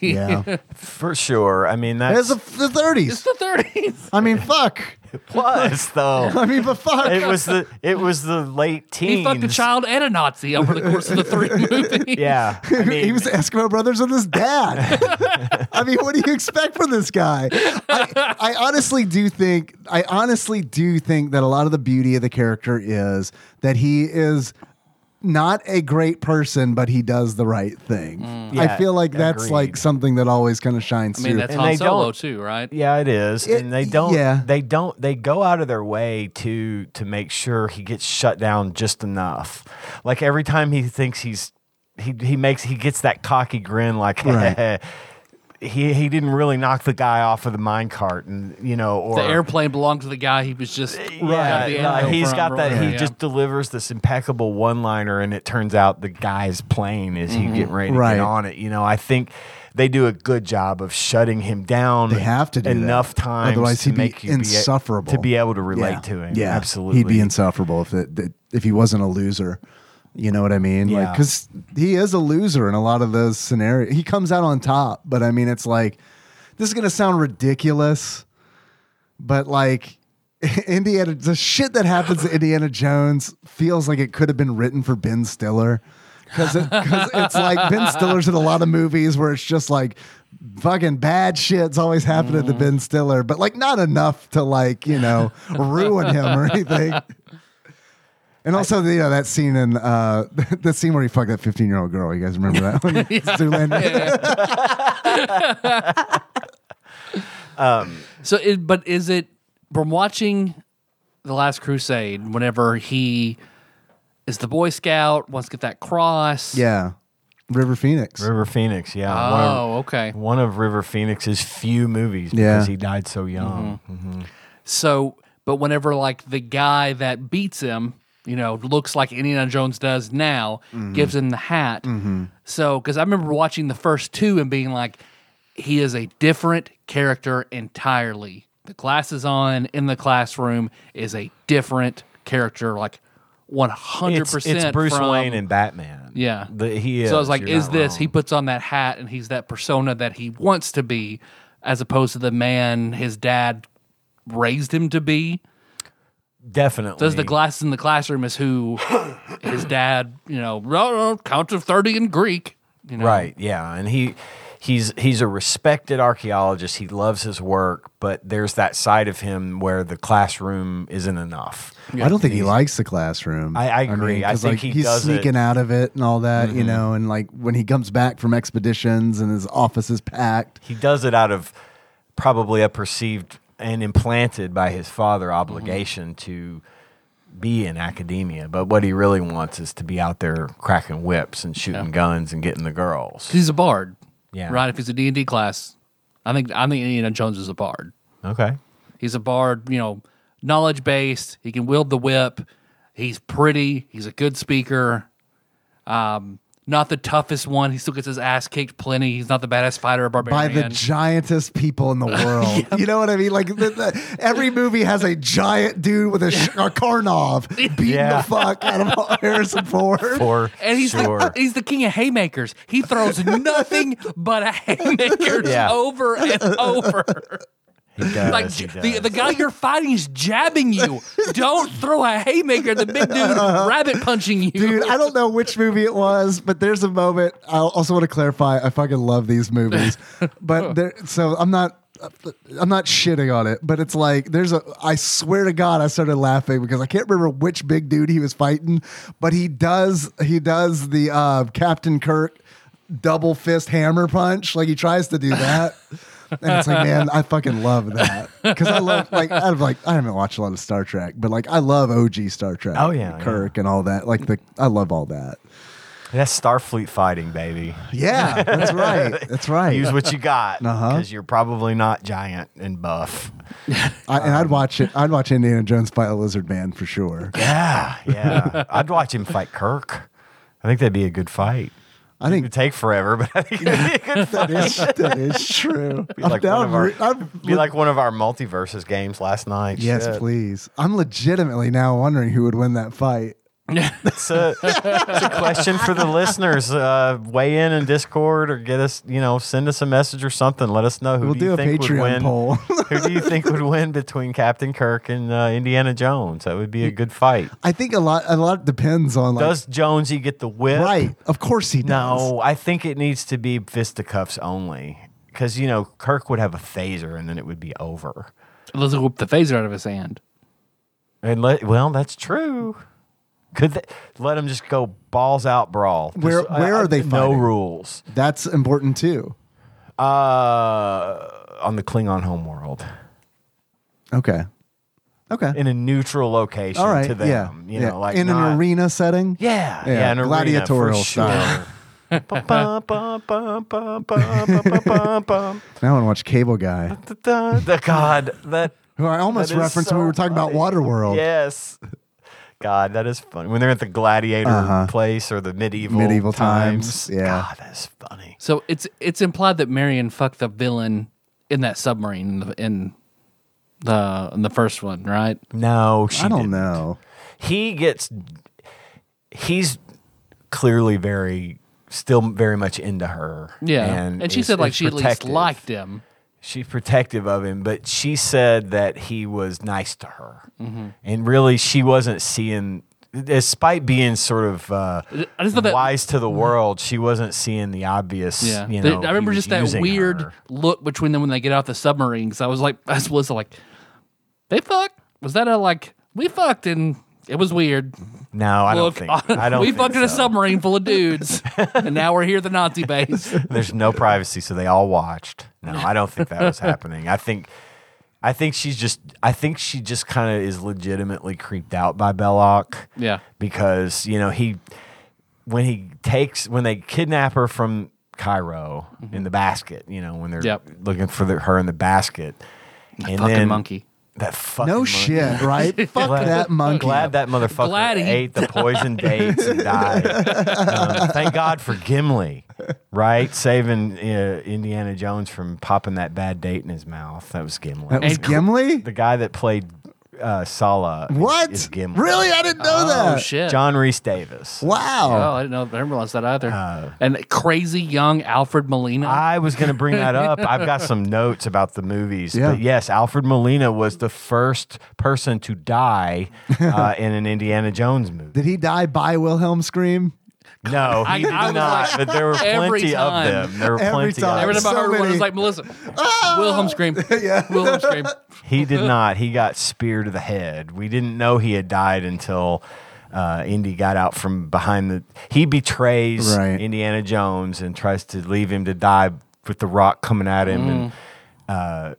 S2: yeah.
S3: for sure. I mean
S2: It's
S3: that's
S2: the, the
S1: *laughs*
S2: 30s.
S1: It's the 30s.
S2: I mean, fuck.
S3: *laughs* plus though.
S2: *laughs* I mean, but fuck.
S3: It was the it was the late teens.
S1: He fucked a child and a Nazi over the course of the
S3: *laughs*
S1: three *laughs* movies.
S3: Yeah, I mean,
S2: *laughs* he was the Eskimo brothers with his
S3: *laughs*
S2: dad. I mean, what do you expect from this guy? I, I honestly do think I honestly do think that a lot of the beauty of the character is that he is not a great person, but he does the right thing. I
S3: Yeah,
S2: feel like that's
S3: agreed.
S2: like something that always kind of shines
S1: I mean,
S2: through.
S1: that's
S3: And
S1: Han
S3: they
S1: Solo
S3: don't-
S1: too, right?
S3: yeah, it is. and they don't.
S2: yeah.
S3: They don't. They go out of their way to to make sure he gets shut down just enough. Like every time he thinks he's he he makes he gets that cocky grin like.
S2: Right.
S3: *laughs* he he didn't really knock the guy off of the minecart, and you know, or
S1: The airplane belonged to the guy he was just right.
S3: Yeah, yeah, he's got that. He
S1: yeah.
S3: just delivers this impeccable one-liner, and it turns out the guy's plane is he getting ready to
S2: Mm-hmm. Right.
S3: get on it. You know, I think they do a good job of shutting him down.
S2: They have to do that.
S3: enough times,
S2: Otherwise,
S3: to
S2: he'd be
S3: make you be-
S2: insufferable.
S3: to be able to relate to him.
S2: Yeah,
S3: absolutely.
S2: He'd be insufferable if it, that- if he wasn't a loser. You know what I mean?
S3: Yeah.
S2: Like, because he is a loser in a lot of those scenarios. He comes out on top, but I mean, it's like this is gonna sound ridiculous, but like *laughs* Indiana, the shit that happens to Indiana Jones feels like it could have been written for Ben Stiller. Because it, 'cause it's like Ben Stiller's in a lot of movies where it's just like fucking bad shit's always happening to Ben Stiller, but like not enough to like, you know, ruin him or anything. And also, you know, that scene in uh, *laughs* the scene where he fucked that 15 year old girl. You guys remember that
S3: *laughs*
S2: one? Zoolander.
S1: So, it, but is it from watching the Last Crusade? Whenever he is the Boy Scout, wants to get that cross.
S2: Yeah. River Phoenix.
S3: River Phoenix. Yeah. one of-
S1: Oh, okay.
S3: One of River Phoenix's few movies
S2: Yeah.
S3: because he died so young.
S1: Mm-hmm. So, but whenever like the guy that beats him, you know, looks like Indiana Jones does now, gives him the hat. So, because I remember watching the first two and being like, he is a different character entirely. The glasses on in the classroom is a different character, like one hundred
S3: It's,
S1: percent.
S3: it's Bruce Wayne and Batman.
S1: Yeah.
S3: The- he is.
S1: So I was like,
S3: You're
S1: is
S3: not
S1: this?
S3: wrong.
S1: He puts on that hat and he's that persona that he wants to be, as opposed to the man his dad raised him to be.
S3: definitely
S1: Does the glasses in the classroom is who his dad, you know, "No, no, count of 30 in Greek. You know,
S3: Right. Yeah, and he he's he's a respected archaeologist. He loves his work, but there's that side of him where the classroom isn't enough.
S2: I don't think he likes the classroom.
S3: I- I agree. I
S2: 'cause,
S3: think
S2: like,
S3: he
S2: he's
S3: does it- Mm-hmm.
S2: sneaking out of it and all that, you know. And like when he comes back from expeditions and his office is packed,
S3: He does it out of probably a perceived and implanted by his father
S1: Mm-hmm.
S3: obligation to be in academia, but what he really wants is to be out there cracking whips and shooting guns and getting the girls.
S1: He's a bard.
S3: Yeah.
S1: Right. If he's a D&D class, I think, I think Indiana Jones is a bard.
S3: Okay.
S1: He's a bard, you know, knowledge based. He can wield the whip. He's pretty. He's a good speaker. Um, not the toughest one. He still gets his ass kicked plenty. He's not the baddest fighter or
S2: by
S1: barbarian.
S2: the giantest people
S3: *laughs*
S2: in the world. You know what I mean? Like the, the, every movie has a giant dude with a, sh- a
S3: *laughs*
S2: Karnov beating
S3: Yeah.
S2: the fuck out
S3: *laughs*
S2: of Harrison Ford.
S3: For
S1: and he's
S3: sure.
S1: the, he's the king of haymakers. He
S3: *laughs*
S1: throws nothing but a haymaker
S3: Yeah.
S1: over and over.
S3: He does,
S1: Like
S3: he
S1: j- the,
S3: does.
S1: the guy you're fighting is jabbing you. Don't throw a haymaker. The big dude
S3: Uh-huh.
S1: rabbit punching *laughs* you.
S2: Dude, I don't know which movie it was, but there's a moment. I also want to clarify. I fucking love these movies, but there. So I'm not. I'm not shitting on it, but it's like there's a. I swear to God, I started laughing because I can't remember which big dude he was fighting, but he does. He does the uh, Captain Kirk double fist hammer punch. Like he tries to do that. And it's like, man, I fucking love that because I love like I've like I haven't watched a lot of Star Trek, but like I love OG Star Trek.
S3: Oh, yeah,
S2: Kirk and all that. Like the I love all that.
S3: That's Starfleet fighting, baby.
S2: Yeah, that's right. That's right.
S3: *laughs* Use what you got
S2: Uh-huh.
S3: because you're probably not giant and buff.
S2: I, and I'd watch it. I'd watch Indiana Jones fight a lizard man for sure.
S3: Yeah, yeah. I'd watch him fight Kirk. I think that'd be a good fight.
S2: I
S3: It'd *laughs*
S2: think
S3: take forever, but I think it'd be a good
S2: that is, that is true. *laughs*
S3: be
S2: I'm
S3: like one
S2: down.
S3: of our-
S2: re- I'm
S3: be like one of our multiverses games last night.
S2: yes,
S3: Shit.
S2: please. I'm legitimately now wondering who would win that fight. *laughs*
S3: It's a, it's a question for the listeners. Uh, weigh in in Discord or get us, you know, send us a message or something. Let us know who
S2: We'll
S3: do,
S2: do
S3: you
S2: a
S3: think
S2: Patreon
S3: would win.
S2: poll.
S3: *laughs* who do you think would win between Captain Kirk and uh, Indiana Jones? That would be a good fight.
S2: I think a lot. A lot depends on like
S3: Does Jonesy get the whip?
S2: right. Of course he does.
S3: No, I think it needs to be fisticuffs only. Because, you know, Kirk would have a phaser and then it would be over.
S1: Let's whip the phaser out of his hand.
S3: And let, well, that's true. Could they, let them just go balls out brawl. This-
S2: Where- where are they
S3: No
S2: fighting?
S3: rules.
S2: That's important too.
S3: Uh, on the Klingon homeworld
S2: Okay. Okay.
S3: in a neutral location
S2: all right.
S3: to them.
S2: yeah.
S3: You
S2: yeah.
S3: know, like
S2: in
S3: not-
S2: an arena setting.
S3: Yeah,
S2: Yeah,
S3: an arena for
S2: gladiatorial
S3: *laughs* sure.
S2: style.
S3: Bum, bum, bum, bum, bum, bum, bum, bum, bum.
S2: Now I want to watch Cable Guy,
S3: Da, da, da. God, that
S2: who I almost
S3: That is
S2: referenced
S3: so
S2: when we were talking about
S3: funny.
S2: Waterworld.
S3: Yes. God, that is funny. When they're at the gladiator place or the medieval
S2: Uh-huh. Medieval times, yeah.
S3: God, that's funny.
S1: So it's it's implied that Marion fucked the villain in that submarine in the in the, in the first one, right?
S3: No, she
S2: I don't
S3: didn't.
S2: know.
S3: He gets. He's clearly very, still very much into her.
S1: Yeah, and, she
S3: is-
S1: said like
S3: is
S1: she at least
S3: protective.
S1: liked him.
S3: she's protective of him, but she said that he was nice to her, and really she wasn't seeing, despite being sort of uh,
S1: I just thought that-
S3: wise to the world, she wasn't seeing the obvious.
S1: Yeah,
S3: you
S1: The-
S3: know,
S1: I remember
S3: he
S1: just
S3: was
S1: that
S3: using
S1: weird
S3: her.
S1: look between them when they get out the submarine. 'cause I was like, *laughs* I was Melissa, like, they fucked. Was that a like we fucked and it was weird.
S3: No, I
S1: Look,
S3: don't think. I
S1: *laughs*
S3: don't.
S1: we
S3: think
S1: fucked in a
S3: so.
S1: submarine full of
S3: *laughs*
S1: dudes, and now we're here at the Nazi base.
S3: There's no privacy, so they all watched. No, I don't think that
S1: *laughs*
S3: was happening. I think, I think she's just. I think she just kind of is legitimately creeped out by Belloc.
S1: Yeah.
S3: because you know he, when he takes when they kidnap her from Cairo in the basket. You know when they're
S1: Mm-hmm. Yep.
S3: looking for the, her in the basket. and
S1: fucking
S3: then-
S1: monkey.
S3: That fucking
S2: No
S3: monkey.
S2: shit,
S3: *laughs*
S2: right? Fuck
S3: Glad-
S2: that monkey.
S3: Glad that motherfucker
S1: Glad he-
S3: ate the poison *laughs* dates and died. Um, thank God for Gimli, right? Saving uh, Indiana Jones from popping that bad date in his mouth. That was Gimli.
S2: That was
S1: And-
S2: Gimli.
S3: *laughs* the guy that played uh, Sala. is-
S2: What?
S3: Is Gimli.
S2: Really, I didn't know
S1: Oh
S2: that.
S1: shit!
S3: John Reese Davis.
S1: Oh,
S2: Wow.
S1: I didn't know. I didn't realize that either.
S3: Uh,
S1: and crazy young Alfred Molina.
S3: I was going to bring that up. I've *laughs* got some notes about the movies.
S2: Yeah.
S3: But yes, Alfred Molina was the first person to die uh, in an Indiana Jones movie.
S2: Did he die by Wilhelm Scream?
S3: No,
S1: *laughs* I-
S3: he did
S1: I was
S3: not.
S1: like-
S3: but there were
S1: every
S3: plenty of
S1: time.
S3: them. There were
S2: Every
S3: plenty
S2: time.
S1: Every
S3: of
S1: time I
S3: them.
S2: So
S1: heard one, I was
S2: many-
S1: like, Melissa,
S3: Ah!
S1: Wilhelm
S3: *laughs*
S1: scream. Yeah. Wilhelm scream. *laughs*
S3: He did not. He got speared to the head. We didn't know he had died until uh, Indy got out from behind the. He betrays
S2: Right.
S3: Indiana Jones and tries to leave him to die with the rock coming at him,
S1: Mm.
S3: and uh,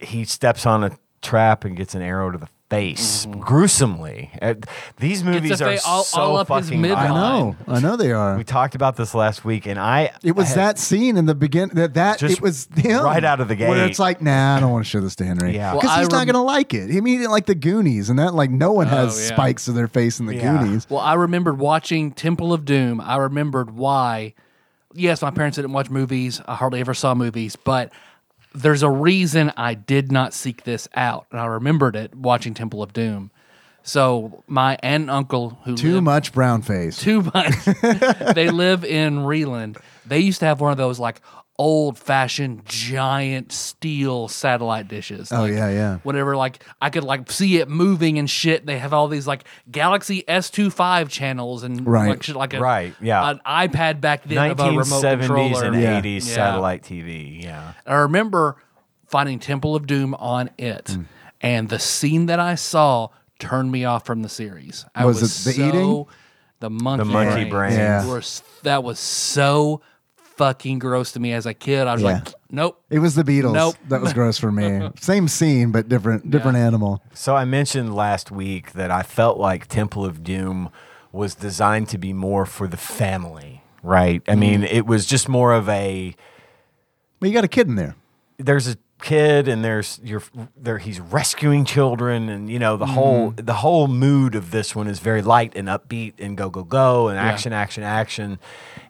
S3: he steps on a trap and gets an arrow to the face, gruesomely. Uh, these movies
S1: Mm-hmm. a
S3: are
S1: fa- all-
S3: so
S1: all up his
S3: fucking.
S1: midline.
S2: I
S3: violent.
S2: know. Oh, I know they are.
S3: We talked about this last week, and I
S2: It was
S3: I-
S2: that scene in the beginning that that
S3: Just
S2: it was him
S3: right out of the
S2: where
S3: gate.
S2: it's like, nah, I don't want to show this to Henry.
S3: Yeah.
S2: because
S1: Well, I
S2: he's not
S1: rem- Oh,
S2: gonna like it. He mean like the Goonies and that like no one has
S1: yeah.
S2: spikes in their face in the
S3: Yeah.
S2: Goonies.
S1: Well, I remembered watching Temple of Doom. I remembered why. Yes, my parents didn't watch movies. I hardly ever saw movies, but there's a reason I did not seek this out, and I remembered it watching Temple of Doom. So my aunt and uncle who
S2: Too
S1: lived
S2: much brown face.
S1: too
S2: *laughs*
S1: much. they live in Reland. They used to have one of those like old fashioned giant steel satellite dishes. Oh
S2: yeah, yeah.
S1: Whenever like I could like see it moving and shit. They have all these like Galaxy S 25 channels and
S2: Right.
S1: like shit like a,
S3: Right, yeah.
S1: an iPad back then of a remote
S3: 1970s
S1: controller.
S3: and
S2: Yeah.
S3: 80s
S1: Yeah.
S3: satellite TV. Yeah.
S1: I remember finding Temple of Doom on it,
S2: Hmm.
S1: and the scene that I saw turned me off from the series. I
S2: Was
S1: was,
S2: it the
S1: so,
S2: eating?
S1: The monkey,
S3: monkey brain.
S2: Yeah.
S1: was- that was so fucking gross to me as a kid. I was
S2: Yeah.
S1: like, nope.
S2: *laughs* It was the Beatles.
S1: Nope.
S2: That was gross
S1: *laughs*
S2: for me. Same scene, but different different animal.
S3: So I mentioned last week that I felt like Temple of Doom was designed to be more for the family, right?
S1: Mm-hmm.
S3: I mean, it was just more of a
S2: But you got a kid in there.
S3: there's a kid and there's your there he's rescuing children and you know the
S2: Mm-hmm.
S3: whole the whole mood of this one is very light and upbeat and go go go and action action action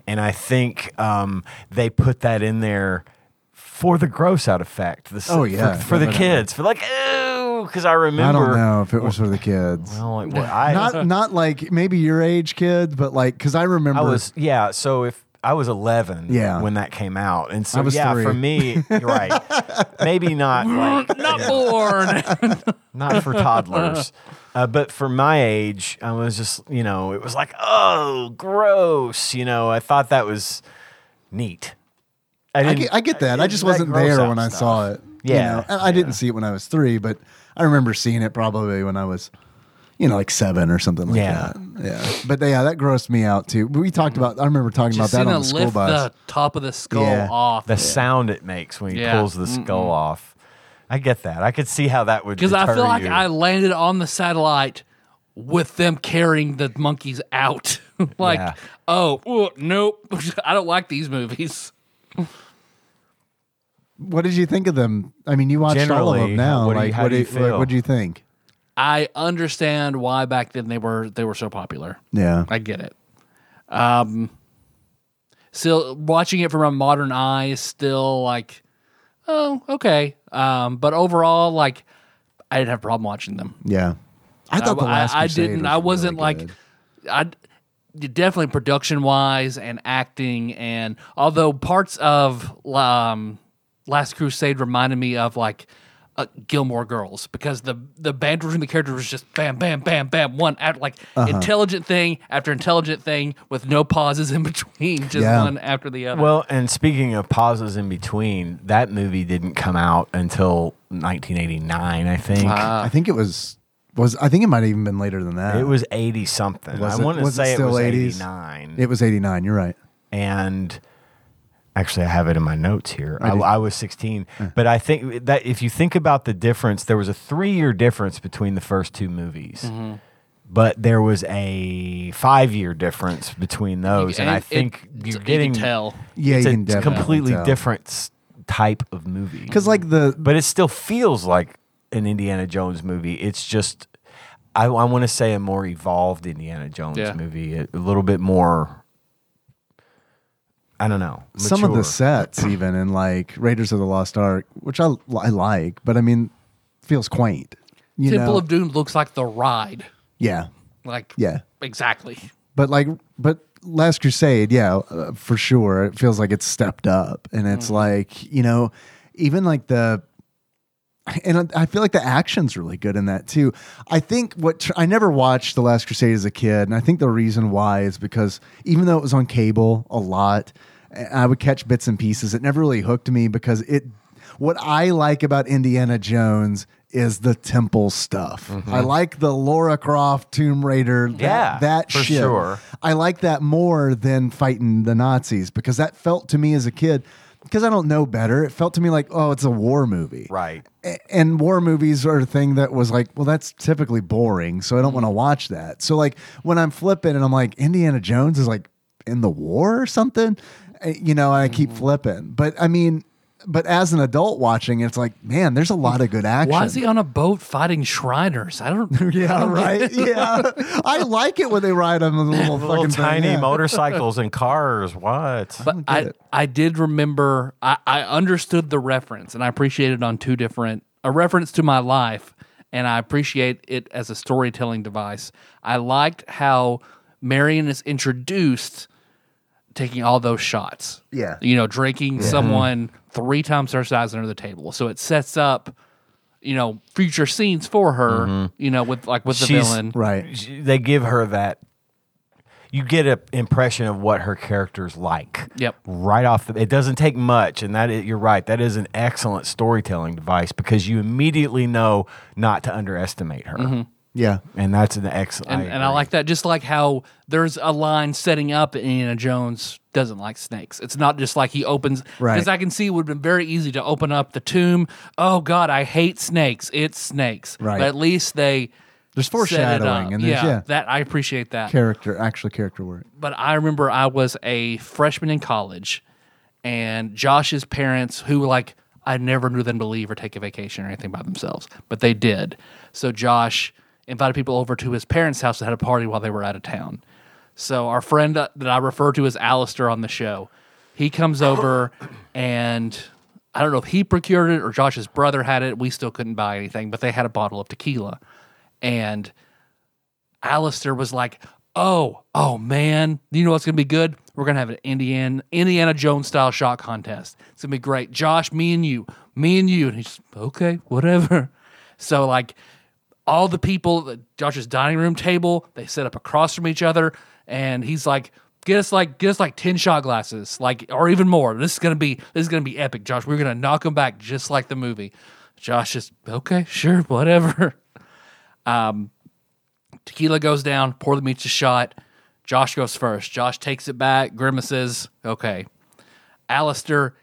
S3: and i think um, they put that in there for the gross out effect the,
S2: Oh, yeah,
S3: for, for the
S2: definitely.
S3: kids for like ooh because i remember
S2: I don't know if it was for the kids.
S3: Well, like, well, I,
S2: not not like maybe your age kids, but like because I remember
S3: I was yeah. So if I was eleven,
S2: Yeah.
S3: when that came out, and so
S2: I was
S3: yeah,
S2: three.
S3: for me,
S2: *laughs*
S3: you're right. Maybe not
S1: *laughs*
S3: like
S1: Not born. *laughs*
S3: not for toddlers, uh, but for my age, I was just you know it was like oh gross. You know, I thought that was neat.
S2: I get, I get that. I
S3: it's
S2: just
S3: that
S2: wasn't
S3: gross
S2: there
S3: out
S2: when I
S3: stuff.
S2: saw it. you
S3: Yeah,
S2: know? And I didn't see it when I was three, but I remember seeing it probably when I was, you know, like seven or something like
S3: Yeah.
S2: that. Yeah. But yeah, that grossed me out too. We talked about. I remember talking
S1: Just
S2: about that
S1: gonna
S2: on the school
S1: lift
S2: bus.
S1: the top of the skull
S2: Yeah.
S1: off.
S3: the sound it makes when he
S1: Yeah.
S3: pulls the skull off. I get that. I could see how that would
S1: because I
S3: deter
S1: feel like
S3: you.
S1: I landed on the satellite with them carrying the monkeys out. *laughs* like,
S3: Yeah.
S1: oh, oh, nope, *laughs* I don't like these movies.
S2: What did you think of them? I mean, you watched all of
S3: Generally,
S2: them now.
S3: what do you-
S2: like,
S3: how
S2: what
S3: do you
S2: like,
S3: feel?
S2: what do you think?
S1: I understand why back then they were they were so popular.
S2: Yeah.
S1: I get it. Um, still watching it from a modern eye is still like, oh, okay. Um, but overall, like, I didn't have a problem watching them.
S2: Yeah. I thought the last
S1: I, I
S2: Crusade
S1: didn't.
S2: was
S1: I wasn't
S2: really
S1: like,
S2: good.
S1: I definitely production wise and acting and although parts of um, Last Crusade reminded me of like. Uh, Gilmore Girls because the the banter between the characters was just bam bam bam bam one after like
S2: Uh-huh.
S1: intelligent thing after intelligent thing with no pauses in *laughs* between just
S2: Yeah.
S1: one after the other.
S3: Well, and speaking of pauses in between, that movie didn't come out until 1989, I think.
S1: uh,
S2: I think it was was I think it might have even been later than that.
S3: It was 80 something.
S2: Was
S3: I
S2: it-
S3: want to
S2: was it
S3: say it,
S2: still
S3: was
S2: 80s?
S3: 89.
S2: It was 89, you're right.
S3: and actually, I have it in my notes here.
S1: Oh,
S3: I, I was 16. But I think that if you think about the difference, there was a three year difference between the first two movies.
S1: Mm-hmm.
S3: But there was a five-year difference between those, and, I
S1: it-
S3: think
S1: you
S3: you're
S1: can
S3: getting
S1: tell.
S2: Yeah,
S3: it's
S2: you
S3: a
S2: can definitely
S3: completely
S2: tell.
S3: different s- type of movie.
S2: Cuz like the
S3: but it still feels like an Indiana Jones movie. It's just, I, I want to say a more evolved Indiana Jones
S1: Yeah.
S3: movie, a, a little bit more. I don't know.
S2: some of the
S3: mature.
S2: sets even in like Raiders of the Lost Ark, which I I like, but I mean feels quaint. You
S1: Temple
S2: know?
S1: of Doom looks like the ride,
S2: yeah.
S1: like
S2: Yeah.
S1: exactly.
S2: But like but Last Crusade, yeah, uh, for sure. It feels like it's stepped up and it's like, you know, even like the and I I feel like the action's really good in that too. I think what tr- I never watched The Last Crusade as a kid, and I think the reason why is because even though it was on cable a lot, and I would catch bits and pieces. It never really hooked me because it. What I like about Indiana Jones is the temple stuff. I like the Laura Croft Tomb Raider. That,
S3: Mm-hmm. Yeah,
S2: that
S3: for
S2: shit.
S3: sure.
S2: I like that more than fighting the Nazis because that felt to me as a kid. Because I don't know better, it felt to me like, oh, it's a war movie
S3: Right.
S2: a- and war movies are a thing that was like, well, that's typically boring, so I don't want to watch that. So like when I'm flipping and I'm like, Indiana Jones is like in the war or something, uh, you know, and I keep
S3: Mm-hmm.
S2: flipping. But I mean, but as an adult watching, it's like, man, there's a lot of good action.
S1: Why is he on a boat fighting Shriners? I don't. I
S2: *laughs* yeah,
S1: don't get
S3: *laughs*
S2: right. Yeah, I like it when they ride on the little fucking
S3: Little
S2: thing,
S3: tiny
S2: yeah. *laughs*
S3: motorcycles and cars. What?
S1: But I, I,
S2: it.
S1: did remember I, I understood the reference and I appreciate it on two different a reference to my life and I appreciate it as a storytelling device. I liked how Marion is introduced taking all those shots.
S2: Yeah.
S1: You know, drinking someone three times her size under the table. So it sets up, you know, future scenes for her,
S2: Mm-hmm.
S1: you know, with like with the
S3: She's-
S1: villain.
S2: Right.
S3: She- they give her that. You get an impression of what her character's like.
S1: Yep.
S3: Right off the, it doesn't take much, and that is, you're right. That is an excellent storytelling device because you immediately know not to underestimate her.
S2: Yeah.
S3: and that's an excellent.
S1: Mm-hmm. and, and I
S3: agree.
S1: like that. Just like how there's a line setting up that Indiana Jones doesn't like snakes. It's not just like he opens
S2: Right.
S1: because I can see it would have been very easy to open up the tomb. Oh God, I hate snakes. It's snakes.
S2: Right.
S1: But at least they
S2: There's
S1: set it
S2: foreshadowing
S1: up.
S2: and there's- yeah.
S1: that I appreciate that
S2: Character, actual character
S3: *laughs*
S2: work.
S1: but I remember I was a freshman in college, and Josh's parents, who like I never knew them to leave or take a vacation or anything by themselves, but they did. So Josh invited people over to his parents' house and had a party while they were out of town. So our friend uh, that I refer to as Alistair on the show, he comes over *coughs* and I don't know if he procured it or Josh's brother had it. We still couldn't buy anything, but they had a bottle of tequila. And Alistair was like, "Oh, oh man, you know what's gonna be good? We're gonna have an Indiana Indiana Jones style shot contest. It's gonna be great. Josh, me and you, me and you." And he's okay, whatever. *laughs* So like, all the people at Josh's dining room table, they set up across from each other, and he's like. Get us like get us like ten shot glasses, like or even more. This is gonna be this is gonna be epic, Josh. We're gonna knock them back just like the movie. Josh is okay, sure, whatever. *laughs* Tequila goes down. Poorly meets a shot. Josh goes first. Josh takes it back, grimaces. Okay. Alistair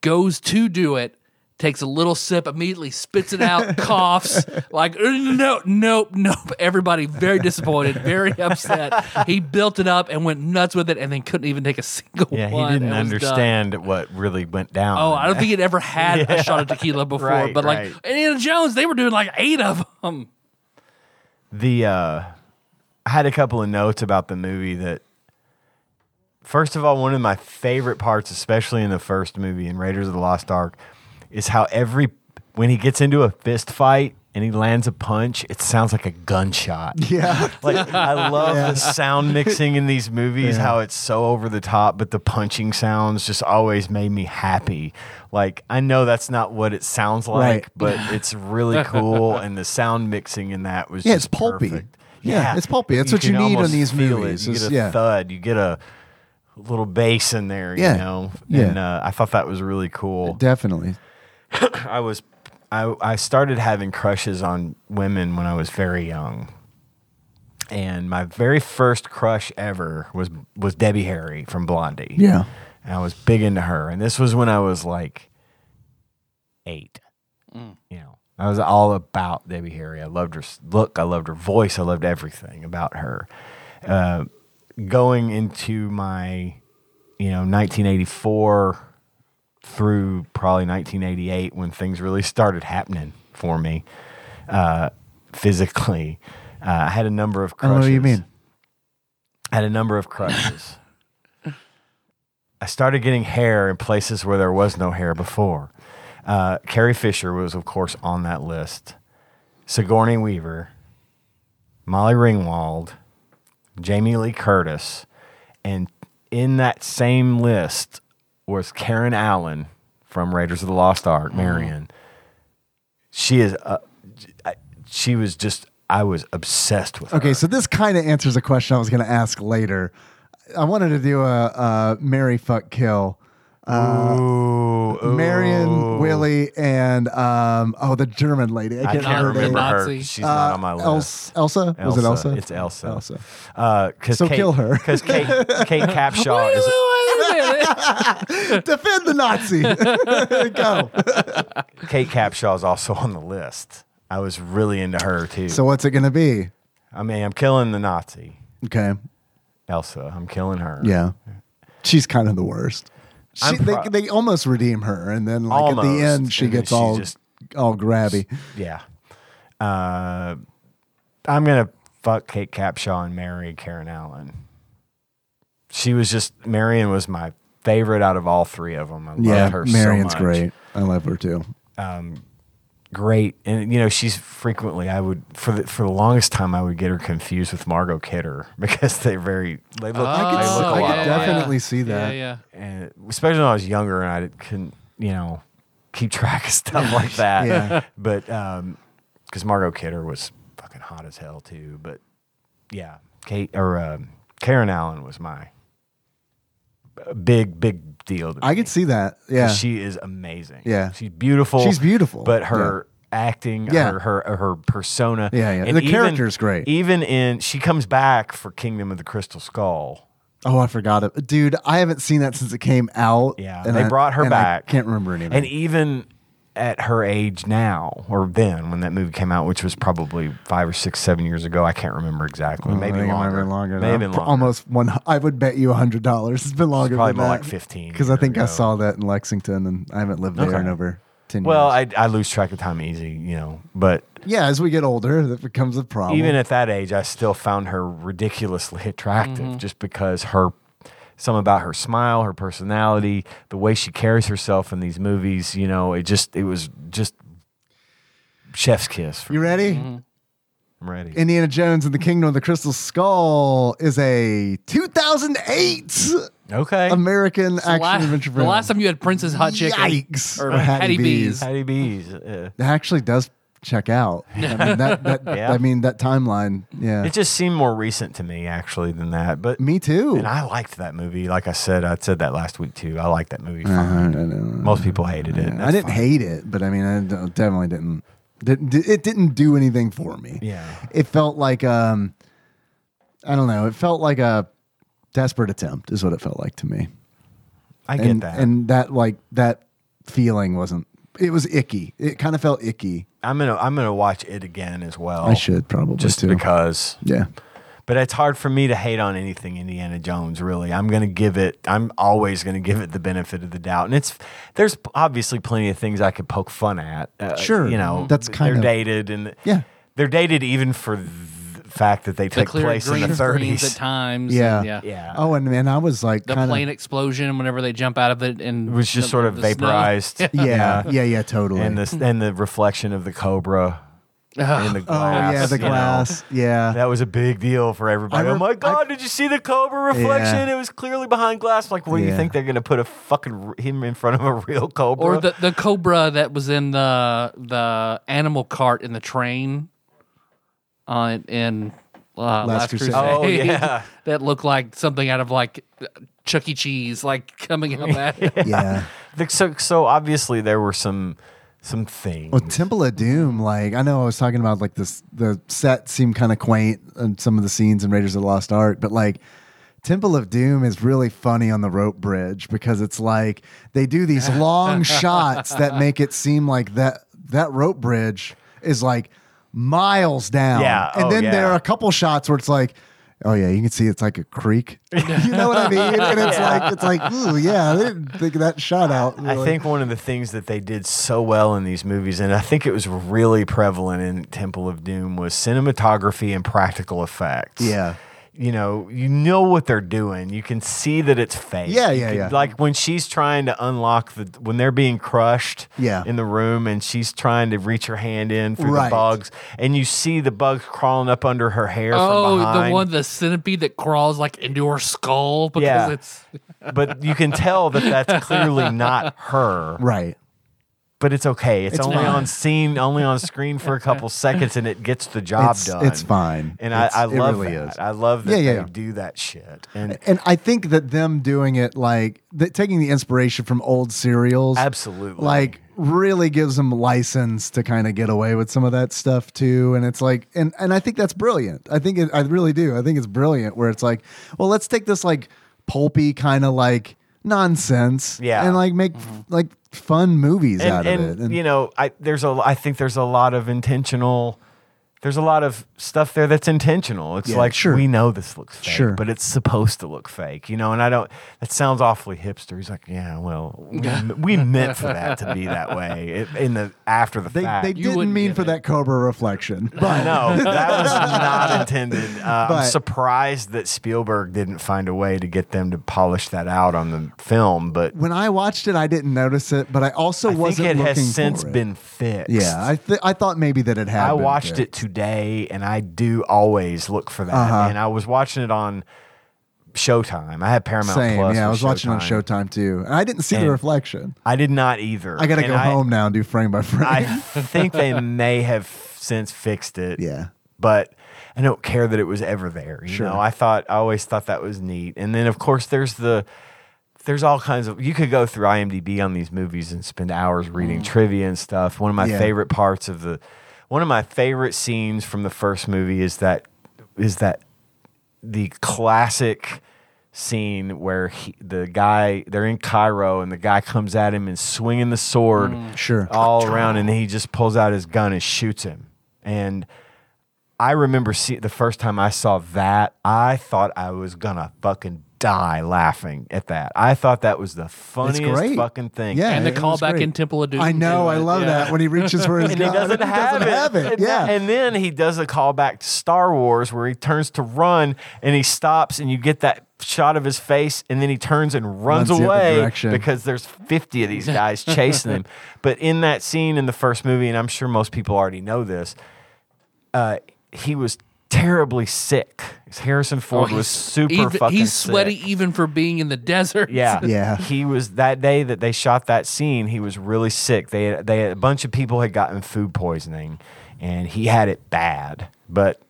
S1: goes to do it, takes a little sip, immediately spits it
S3: *laughs*
S1: out, coughs, like, "Uh, no, nope, nope. Everybody very disappointed,
S3: *laughs*
S1: very upset. He built it up and went nuts with it and then couldn't even take a single
S3: Yeah,
S1: one.
S3: he didn't
S1: and was done.
S3: understand what really went down.
S1: Oh, I don't think he'd ever had a shot of tequila before.
S3: Right,
S1: but like
S3: right.
S1: Indiana Jones, they were doing like eight of them.
S3: the uh, I had a couple of notes about the movie that first of all, one of my favorite parts, especially in the first movie in Raiders of the Lost Ark, is how every when he gets into a fist fight and he lands a punch, it sounds like a gunshot.
S2: Yeah.
S3: Like
S2: *laughs*
S3: I love the sound mixing in these movies, how it's so over the top, but the punching sounds just always made me happy. Like I know that's not what it sounds like,
S2: Right.
S3: but it's really
S2: *laughs*
S3: cool, and the sound mixing in that was
S2: Yeah,
S3: just
S2: it's pulpy.
S3: perfect.
S2: Yeah, it's pulpy. That's what you
S3: can
S2: need on
S3: almost
S2: these
S3: feel it.
S2: movies
S3: You
S2: is-
S3: get a
S2: yeah.
S3: thud. You get a little bass in there.
S2: Yeah.
S3: You know.
S2: Yeah.
S3: And uh, I thought that was really cool.
S2: Definitely.
S3: I was I I started having crushes on women when I was very young. And my very first crush ever was was Debbie Harry from Blondie.
S2: Yeah.
S3: And I was big into her. And this was when I was like eight. You know. I was all about Debbie Harry. I loved her s- look, I loved her voice, I loved everything about her. Uh, going into my you know 1984 through probably 1988 when things really started happening for me uh, physically. Uh, I had a number of
S2: I
S3: crushes.
S2: don't know what you mean.
S3: I had a number of crushes. I started getting hair in places where there was no hair before. Uh, Carrie Fisher was, of course, on that list. Sigourney Weaver, Molly Ringwald, Jamie Lee Curtis, and in that same list was Karen Allen from Raiders of the Lost Ark, Marion. She is, uh, I- she was just, I was obsessed with her.
S2: Okay, so this kind of answers a question I was going to ask later. I wanted to do a, a Mary fuck kill. Uh,
S3: Ooh, ooh.
S2: Marion, Willie, and um, oh, the German lady. I
S3: I
S2: can't,
S3: can't
S2: remember. her name.
S3: remember
S1: Nazi.
S3: her. She's not on my
S2: Uh,
S3: list.
S2: Els- Elsa? Was it Elsa?
S3: It's Elsa.
S2: Elsa.
S3: Uh, *laughs* 'cause
S2: So
S3: Kate,
S2: kill her.
S3: Because Kate,
S2: *laughs*
S3: Kate Capshaw is. *laughs*
S2: Defend the Nazi. Go.
S3: Kate Capshaw is also on the list. I was really into her too.
S2: So what's it going to be?
S3: I mean, I'm killing the Nazi
S2: Okay.
S3: Elsa. I'm killing her.
S2: Yeah. She's kind of the worst. She,
S3: I'm
S2: they,
S3: pro-
S2: they almost redeem her, and then like at
S3: Almost.
S2: the end she
S3: And then
S2: gets
S3: she
S2: all
S3: just-
S2: all grabby.
S3: Yeah. Uh, I'm gonna fuck Kate Capshaw and marry Karen Allen. She was just Marion was my favorite out of all three of them. I love
S2: Yeah,
S3: her
S2: Marion's
S3: so much.
S2: great. I love her too.
S3: great and you know she's frequently i would for the for the longest time i would get her confused with margot kidder *laughs* because they're very they look,
S2: I could,
S3: Oh, they
S2: s-
S3: look
S2: I
S3: a lot
S2: could
S3: alike.
S2: definitely see
S1: Yeah,
S2: that.
S1: yeah.
S3: and especially when i was younger and i didn't- couldn't you know keep *laughs* track of stuff like that
S2: Yeah.
S3: but um because margot kidder was fucking hot as hell too but yeah kate or um, karen allen was my big big deal to
S2: I
S3: me.
S2: could see that. Yeah.
S3: She is amazing.
S2: Yeah.
S3: She's beautiful.
S2: She's beautiful.
S3: But her acting,
S2: Yeah.
S3: her, her her persona.
S2: Yeah, yeah. The character's great.
S3: Even in she comes back for Kingdom of the Crystal Skull.
S2: oh, I forgot it. Dude, I haven't seen that since it came out.
S3: Yeah.
S2: and
S3: they
S2: I-
S3: brought her
S2: and I
S3: back.
S2: can't remember anything.
S3: And even at her age now, or then when that movie came out, which was probably five or six, seven years ago. I can't remember exactly.
S2: Oh, I
S3: maybe
S2: think it might have
S3: longer.
S2: been
S3: Maybe
S2: now.
S3: been
S2: Pro-
S3: longer.
S2: Almost one. I would bet you a hundred dollars. It's been longer.
S3: probably
S2: than
S3: more
S2: that.
S3: like 15
S2: Because I
S3: years
S2: think I
S3: ago.
S2: saw that in Lexington, and I haven't lived there
S3: Okay.
S2: in over ten
S3: Well,
S2: years.
S3: I, I lose track of time easy, you know. But
S2: yeah, as we get older, that becomes a problem.
S3: even at that age, I still found her ridiculously attractive just because her some about her smile, her personality, the way she carries herself in these movies, you know, it just it was just chef's kiss. For
S2: you ready?
S3: I'm ready.
S2: Indiana Jones and the Kingdom of the Crystal Skull is a 2008
S3: okay.
S2: American
S1: The
S2: action
S1: la-
S2: adventure
S1: the
S2: film.
S1: last time you had Princess Hot Chicken
S2: Yikes.
S1: or
S2: Or Hattie
S1: Hattie
S2: B's.
S1: B's.
S3: Patty B's. Uh,
S2: that actually does check
S3: *laughs*
S2: out. I mean that. that
S3: Yeah.
S2: I mean that timeline. Yeah.
S3: it just seemed more recent to me actually than that, but
S2: Me too.
S3: and I liked that movie. Like I said, I said that last week too. I liked that movie.
S2: Uh,
S3: Fine.
S2: I don't know.
S3: Most people hated it.
S2: I
S3: That's
S2: didn't
S3: fine.
S2: hate it, but I mean, I d- definitely didn't. didn't- It didn't do anything for me.
S3: Yeah.
S2: It felt like um, I don't know. It felt like a desperate attempt, is what it felt like to me.
S3: I get
S2: And
S3: that.
S2: and that like that feeling wasn't it was icky. It kind of felt icky.
S3: I'm gonna I'm gonna watch it again as well.
S2: I should probably
S3: Oh. just
S2: too.
S3: because.
S2: yeah.
S3: But it's hard for me to hate on anything Indiana Jones. Really, I'm gonna give it. I'm always gonna give it the benefit of the doubt. And it's there's obviously plenty of things I could poke fun at. Uh,
S2: Sure. Mm-hmm.
S3: you know
S2: That's kind
S3: they're
S2: of-
S3: dated and
S2: Yeah.
S3: they're dated even for the fact that they
S1: The
S3: take
S1: clear
S3: place in
S1: green
S3: the
S1: screens
S3: 30s.
S1: at times.
S2: Yeah.
S1: and yeah.
S3: Yeah,
S2: Oh, and man, I was like
S1: The
S2: kind
S1: plane
S2: of.
S1: explosion whenever they jump out of it and
S3: it was just
S1: the-
S3: sort of
S1: the snow. *laughs*
S3: vaporized.
S2: Yeah, yeah, yeah, totally.
S3: and the and the reflection of the cobra in the
S2: oh
S3: glass.
S2: yeah, the
S3: you know.
S2: glass. Yeah,
S3: That was a big deal for everybody.
S2: I
S3: oh
S2: rem-
S3: my god, did you see the cobra reflection?
S2: Yeah.
S3: It was clearly behind glass. Like, what do you
S2: Yeah.
S3: think they're gonna put a fucking r- him in front of a real cobra?
S1: Or the, the cobra that was in the the animal cart in the train on in uh, Last,
S2: Crusade.
S1: Crusade. *laughs*
S3: Oh, yeah.
S1: that looked like something out of like Chuck E. Cheese, like coming up
S3: *laughs*
S1: at it.
S2: yeah.
S3: The- so so obviously there were some some things.
S2: Well, Oh, Temple of Doom, like I know I was talking about, like this the set seemed kind of quaint and some of the scenes in Raiders of the Lost Ark, but like Temple of Doom is really funny on the rope bridge because it's like they do
S3: *laughs*
S2: these long shots that make it seem like that that rope bridge is like miles down.
S3: Yeah.
S2: and
S3: Oh,
S2: then
S3: yeah.
S2: there are a couple shots where it's like. Oh yeah, you can see it's like a
S3: *laughs*
S2: creek. *laughs* you know what I mean? And it's like it's like, ooh, yeah, I didn't think of that shot out.
S3: I
S2: really.
S3: think one of the things that they did so well in these movies, and I think it was really prevalent in Temple of Doom, was cinematography and practical effects.
S2: Yeah.
S3: You know, you know what they're doing. You can see that it's fake.
S2: Yeah,
S3: You
S2: yeah,
S3: can-
S2: yeah.
S3: Like when she's trying to unlock the when they're being crushed
S2: Yeah.
S3: in the room and she's trying to reach her hand in through the
S2: Right.
S3: bugs and you see the bugs crawling up under her hair
S1: Oh,
S3: from behind.
S1: the one the centipede that crawls like into her skull because
S3: Yeah.
S1: it's
S3: but you can tell that that's clearly not her.
S2: right.
S3: but it's okay. It's,
S2: It's
S3: only
S2: fine.
S3: on scene, only on screen for a couple seconds, and it gets the job
S2: It's-
S3: done.
S2: it's fine.
S3: and I,
S2: It's-
S3: I
S2: it
S3: love
S2: really
S3: that.
S2: is.
S3: I love that
S2: Yeah, yeah,
S3: they
S2: yeah.
S3: do that shit. And
S2: And I think that them doing it like that taking the inspiration from old serials
S3: Absolutely.
S2: like really gives them license to kind of get away with some of that stuff too and it's like and and I think that's brilliant. I think it, I really do. I think it's brilliant where it's like, well, let's take this like pulpy kind of like nonsense
S3: Yeah. Mm-hmm.
S2: and like make like fun movies out
S3: and,
S2: of
S3: and,
S2: it. And
S3: you know, I there's a I think there's a lot of intentional. There's a lot of stuff there that's intentional. It's
S2: Yeah,
S3: like
S2: sure.
S3: we know this looks fake,
S2: Sure.
S3: but it's supposed to look fake, you know. And I don't. That sounds awfully hipster. He's like, yeah, well,
S2: *laughs*
S3: we, we meant for that to be that way. It, in the after the
S2: they
S3: fact,
S2: they didn't
S1: wouldn't
S2: mean
S1: get
S2: for
S1: it.
S2: that cobra
S3: *laughs*
S2: reflection. *laughs* But
S3: No, that
S2: *laughs*
S3: was not intended. Uh,
S2: But-
S3: I'm surprised that Spielberg didn't find a way to get them to polish that out on the film, but
S2: when I watched it I didn't notice it, but I also
S3: I think
S2: wasn't
S3: it
S2: looking
S3: has since
S2: for it.
S3: been fixed.
S2: Yeah, I th- I thought maybe that it had.
S3: I
S2: been
S3: watched
S2: there.
S3: it today, and I do always look for that.
S2: Uh-huh.
S3: And I was watching it on Showtime. I had Paramount
S2: Same,
S3: Plus.
S2: yeah. I
S3: with
S2: was watching on Showtime too, and I didn't see
S3: And-
S2: the reflection.
S3: I did not either.
S2: I got to
S3: And
S2: go home now and do frame by frame.
S3: I think they may have since fixed it.
S2: yeah,
S3: but I don't care that it was ever there. You
S2: Sure.
S3: know, I thought I always thought that was neat. And then of course there's the there's all kinds of you could go through IMDb on these movies and spend hours reading trivia and stuff. One of my
S2: Mm. Yeah.
S3: favorite parts of the one of my favorite scenes from the first movie is that is that the classic scene where he, the guy they're in Cairo and the guy comes at him and swinging the sword
S2: *laughs* sure.
S3: all around and he just pulls out his gun and shoots him and I remember see, the first time I saw that, I thought I was gonna fucking die laughing at that. I thought that was the funniest
S2: great.
S3: fucking thing.
S2: yeah,
S1: and the
S2: it was
S1: callback
S2: great.
S1: in Temple of Doom.
S2: I know.
S1: too,
S2: I
S1: uh,
S2: love
S1: yeah.
S2: that when he reaches
S3: *laughs*
S2: for his
S3: And he
S2: gun, *laughs*
S3: doesn't, have,
S2: doesn't
S3: it.
S2: have it.
S3: And,
S2: Yeah,
S3: and then he does a callback to Star Wars where he turns to run and he stops and you get that shot of his face and then he turns and
S2: Runs
S3: runs,
S2: the other
S3: away
S2: direction.
S3: because there's 50 of these guys
S2: *laughs*
S3: chasing him. But in that scene in the first movie, and I'm sure most people already know this, uh, he was terribly sick.
S2: Oh,
S3: Harrison Ford was super
S1: even,
S3: fucking
S1: He's sweaty
S3: sick.
S1: even for being in the desert.
S3: Yeah,
S2: Yeah.
S3: He was that day that they shot that scene. He was really sick. They had, they had, a bunch of people had gotten food poisoning, and he had it bad. But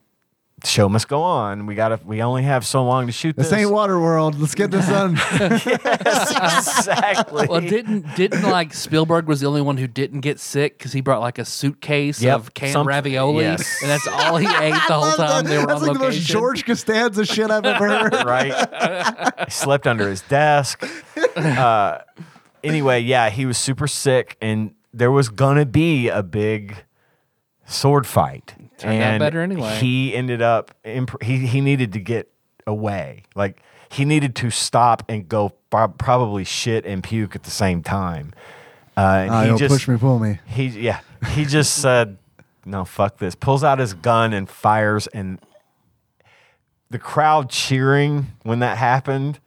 S3: the show must go on. We gotta. We only have so long to shoot this.
S2: this
S3: *laughs*
S2: ain't Waterworld. Let's get this done.
S3: exactly.
S1: *laughs* Well, didn't didn't like Spielberg was the only one who didn't get sick because he brought like a suitcase
S3: Yep.
S1: of canned
S3: Some-
S1: ravioli,
S3: yes.
S1: and that's all
S3: *laughs*
S1: he ate the whole time they were
S2: *laughs* That's
S1: on
S2: like the most
S1: location.
S2: George Costanza shit I've ever
S3: *laughs*
S2: heard.
S3: right? he slept under his desk. Uh, anyway, yeah, he was super sick, and there was gonna be a big sword fight.
S1: Turned out better anyway.
S3: He ended up imp- he he needed to get away. Like he needed to stop and go prob- probably shit and puke at the same time. Uh, and
S2: Ah,
S3: he
S2: don't
S3: just,
S2: push me, pull me.
S3: He yeah. He just *laughs* said, "No, fuck this." Pulls out his gun and fires, and the crowd cheering when that happened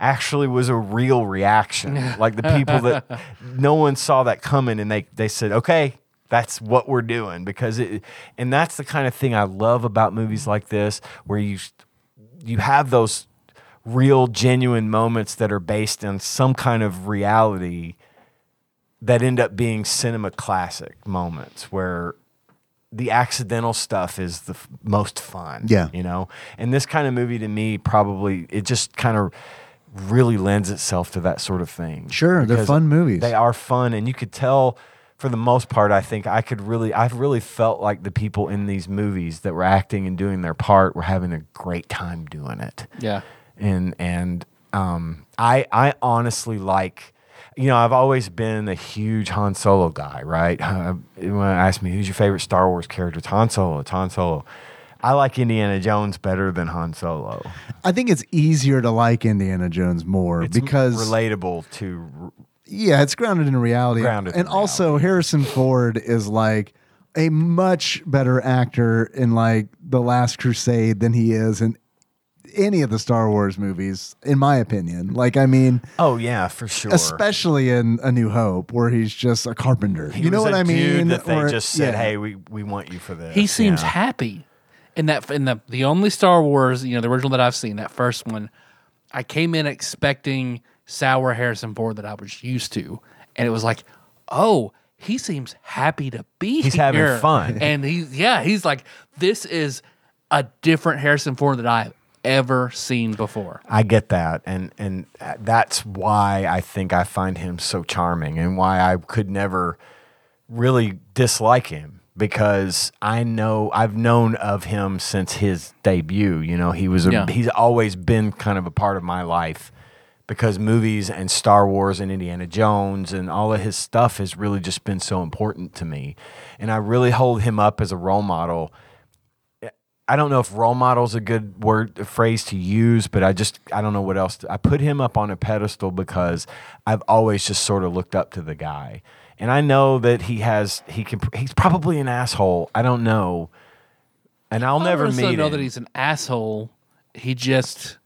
S3: actually was a real reaction. like the people that no one saw that coming, and they they said, "Okay." That's what we're doing because it, and that's the kind of thing I love about movies like this, where you you have those real, genuine moments that are based on some kind of reality that end up being cinema classic moments where the accidental stuff is the f- most fun.
S2: Yeah.
S3: You know, and this kind of movie to me probably, it just kind of really lends itself to that sort of thing.
S2: Sure, they're
S3: Because
S2: fun movies.
S3: They are fun. And you could tell for the most part, I think I could really, I've really felt like the people in these movies that were acting and doing their part were having a great time doing it
S1: Yeah.
S3: and and um, I I honestly like. You know, I've always been a huge Han Solo guy, right? *laughs* Uh, when I ask me who's your favorite Star Wars character, it's Han Solo. It's Han Solo. I like Indiana Jones better than Han Solo.
S2: I think it's easier to like Indiana Jones more
S3: It's
S2: because
S3: relatable to
S2: yeah, it's grounded in reality.
S3: Grounded in
S2: and also Harrison Ford is like a much better actor in like The Last Crusade than he is in any of the Star Wars movies, in my opinion. Like I mean,
S3: oh yeah, for sure.
S2: especially in A New Hope, where he's just a carpenter.
S3: He
S2: you know
S3: was
S2: what
S3: a
S2: I mean?
S3: Dude that they
S2: Or-
S3: just said,
S2: yeah.
S3: "Hey, we, we want you for this."
S1: He seems
S3: Yeah.
S1: happy. In that, in the the only Star Wars, you know, the original that I've seen, that first one, I came in expecting sour Harrison Ford that I was used to, and it was like, oh, he seems happy to be.
S3: He's having
S1: here.
S3: fun.
S1: *laughs* and he's yeah, he's like, this is a different Harrison Ford that I've ever seen before.
S3: I get that, and and that's why I think I find him so charming, and why I could never really dislike him because I know I've known of him since his debut. You know, he was a,
S1: Yeah.
S3: he's always been kind of a part of my life because movies and Star Wars and Indiana Jones and all of his stuff has really just been so important to me, and I really hold him up as a role model. I don't know if role model is a good word a phrase to use, but I just I don't know what else. To, I put him up on a pedestal because I've always just sort of looked up to the guy, and I know that he has he can he's probably an asshole. I don't know, and I'll never
S1: I also
S3: meet
S1: know
S3: him.
S1: that he's an asshole. He just,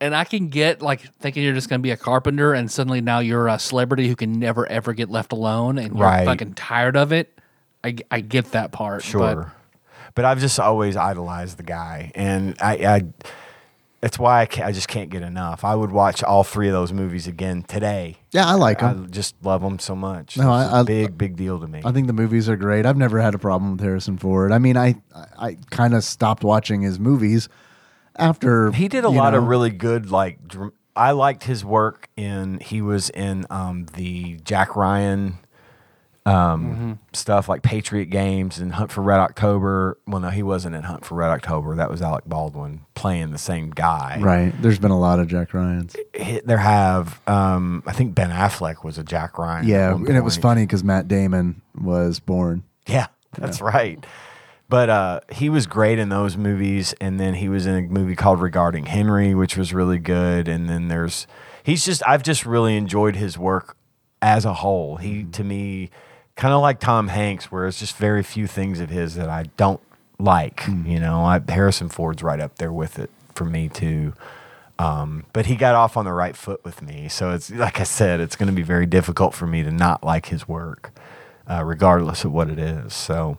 S1: and I can get like thinking you're just going to be a carpenter, and suddenly now you're a celebrity who can never ever get left alone, and you're
S3: Right.
S1: fucking tired of it. I, I get that part.
S3: Sure.
S1: but
S3: But, I've just always idolized the guy, and I, I that's why I, ca I just can't get enough. I would watch all three of those movies again today.
S2: Yeah, I like
S3: I
S2: him.
S3: just love them so much.
S2: No,
S3: It's a
S2: I- I-
S3: big big deal to me.
S2: I think the movies are great. I've never had a problem with Harrison Ford. I mean, I I, I kind of stopped watching his movies after
S3: He did a
S2: you
S3: lot
S2: know,
S3: of really good like dr- I liked his work in he was in um, the Jack Ryan um,
S2: Mm-hmm.
S3: stuff like Patriot Games and Hunt for Red October. Well, no, he wasn't in Hunt for Red October. That was Alec Baldwin playing the same guy.
S2: right. There's been a lot of Jack Ryan's.
S3: Hit- there have um, I think Ben Affleck was a Jack Ryan. at
S2: Yeah,
S3: one
S2: and it was
S3: point.
S2: funny because Matt Damon was born.
S3: Yeah, that's right. But uh, he was great in those movies, and then he was in a movie called Regarding Henry, which was really good. And then there's he's just I've just really enjoyed his work as a whole. He to me kind of like Tom Hanks, where it's just very few things of his that I don't like. You know, I, Harrison Ford's right up there with it for me too. Um, but he got off on the right foot with me, so it's like I said, it's going to be very difficult for me to not like his work uh, regardless of what it is. So,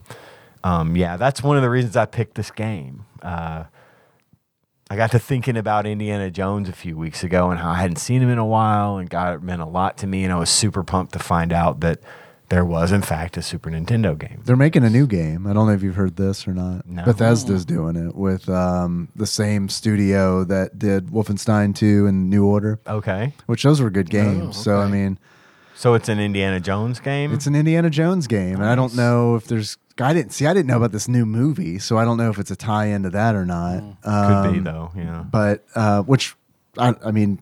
S3: um, yeah, that's one of the reasons I picked this game. Uh, I got to thinking about Indiana Jones a few weeks ago and how I hadn't seen him in a while, and God, it meant a lot to me. And I was super pumped to find out that there was, in fact, a Super Nintendo game.
S2: They're making a new game. I don't know if you've heard this or not.
S3: No.
S2: Bethesda's doing it with um, the same studio that did Wolfenstein 2 and New Order,
S3: Okay,
S2: which those were
S3: Oh,
S2: good games. So I
S1: okay.
S2: mean,
S3: so it's an Indiana Jones game.
S2: It's an Indiana Jones game, and I don't
S1: Nice.
S2: know if there's. I didn't see. I didn't know about this new movie, so I don't know if it's a
S3: Mm.
S2: tie-in to that or not.
S3: could be
S2: Um,
S3: though, yeah.
S2: but uh, which I, I mean,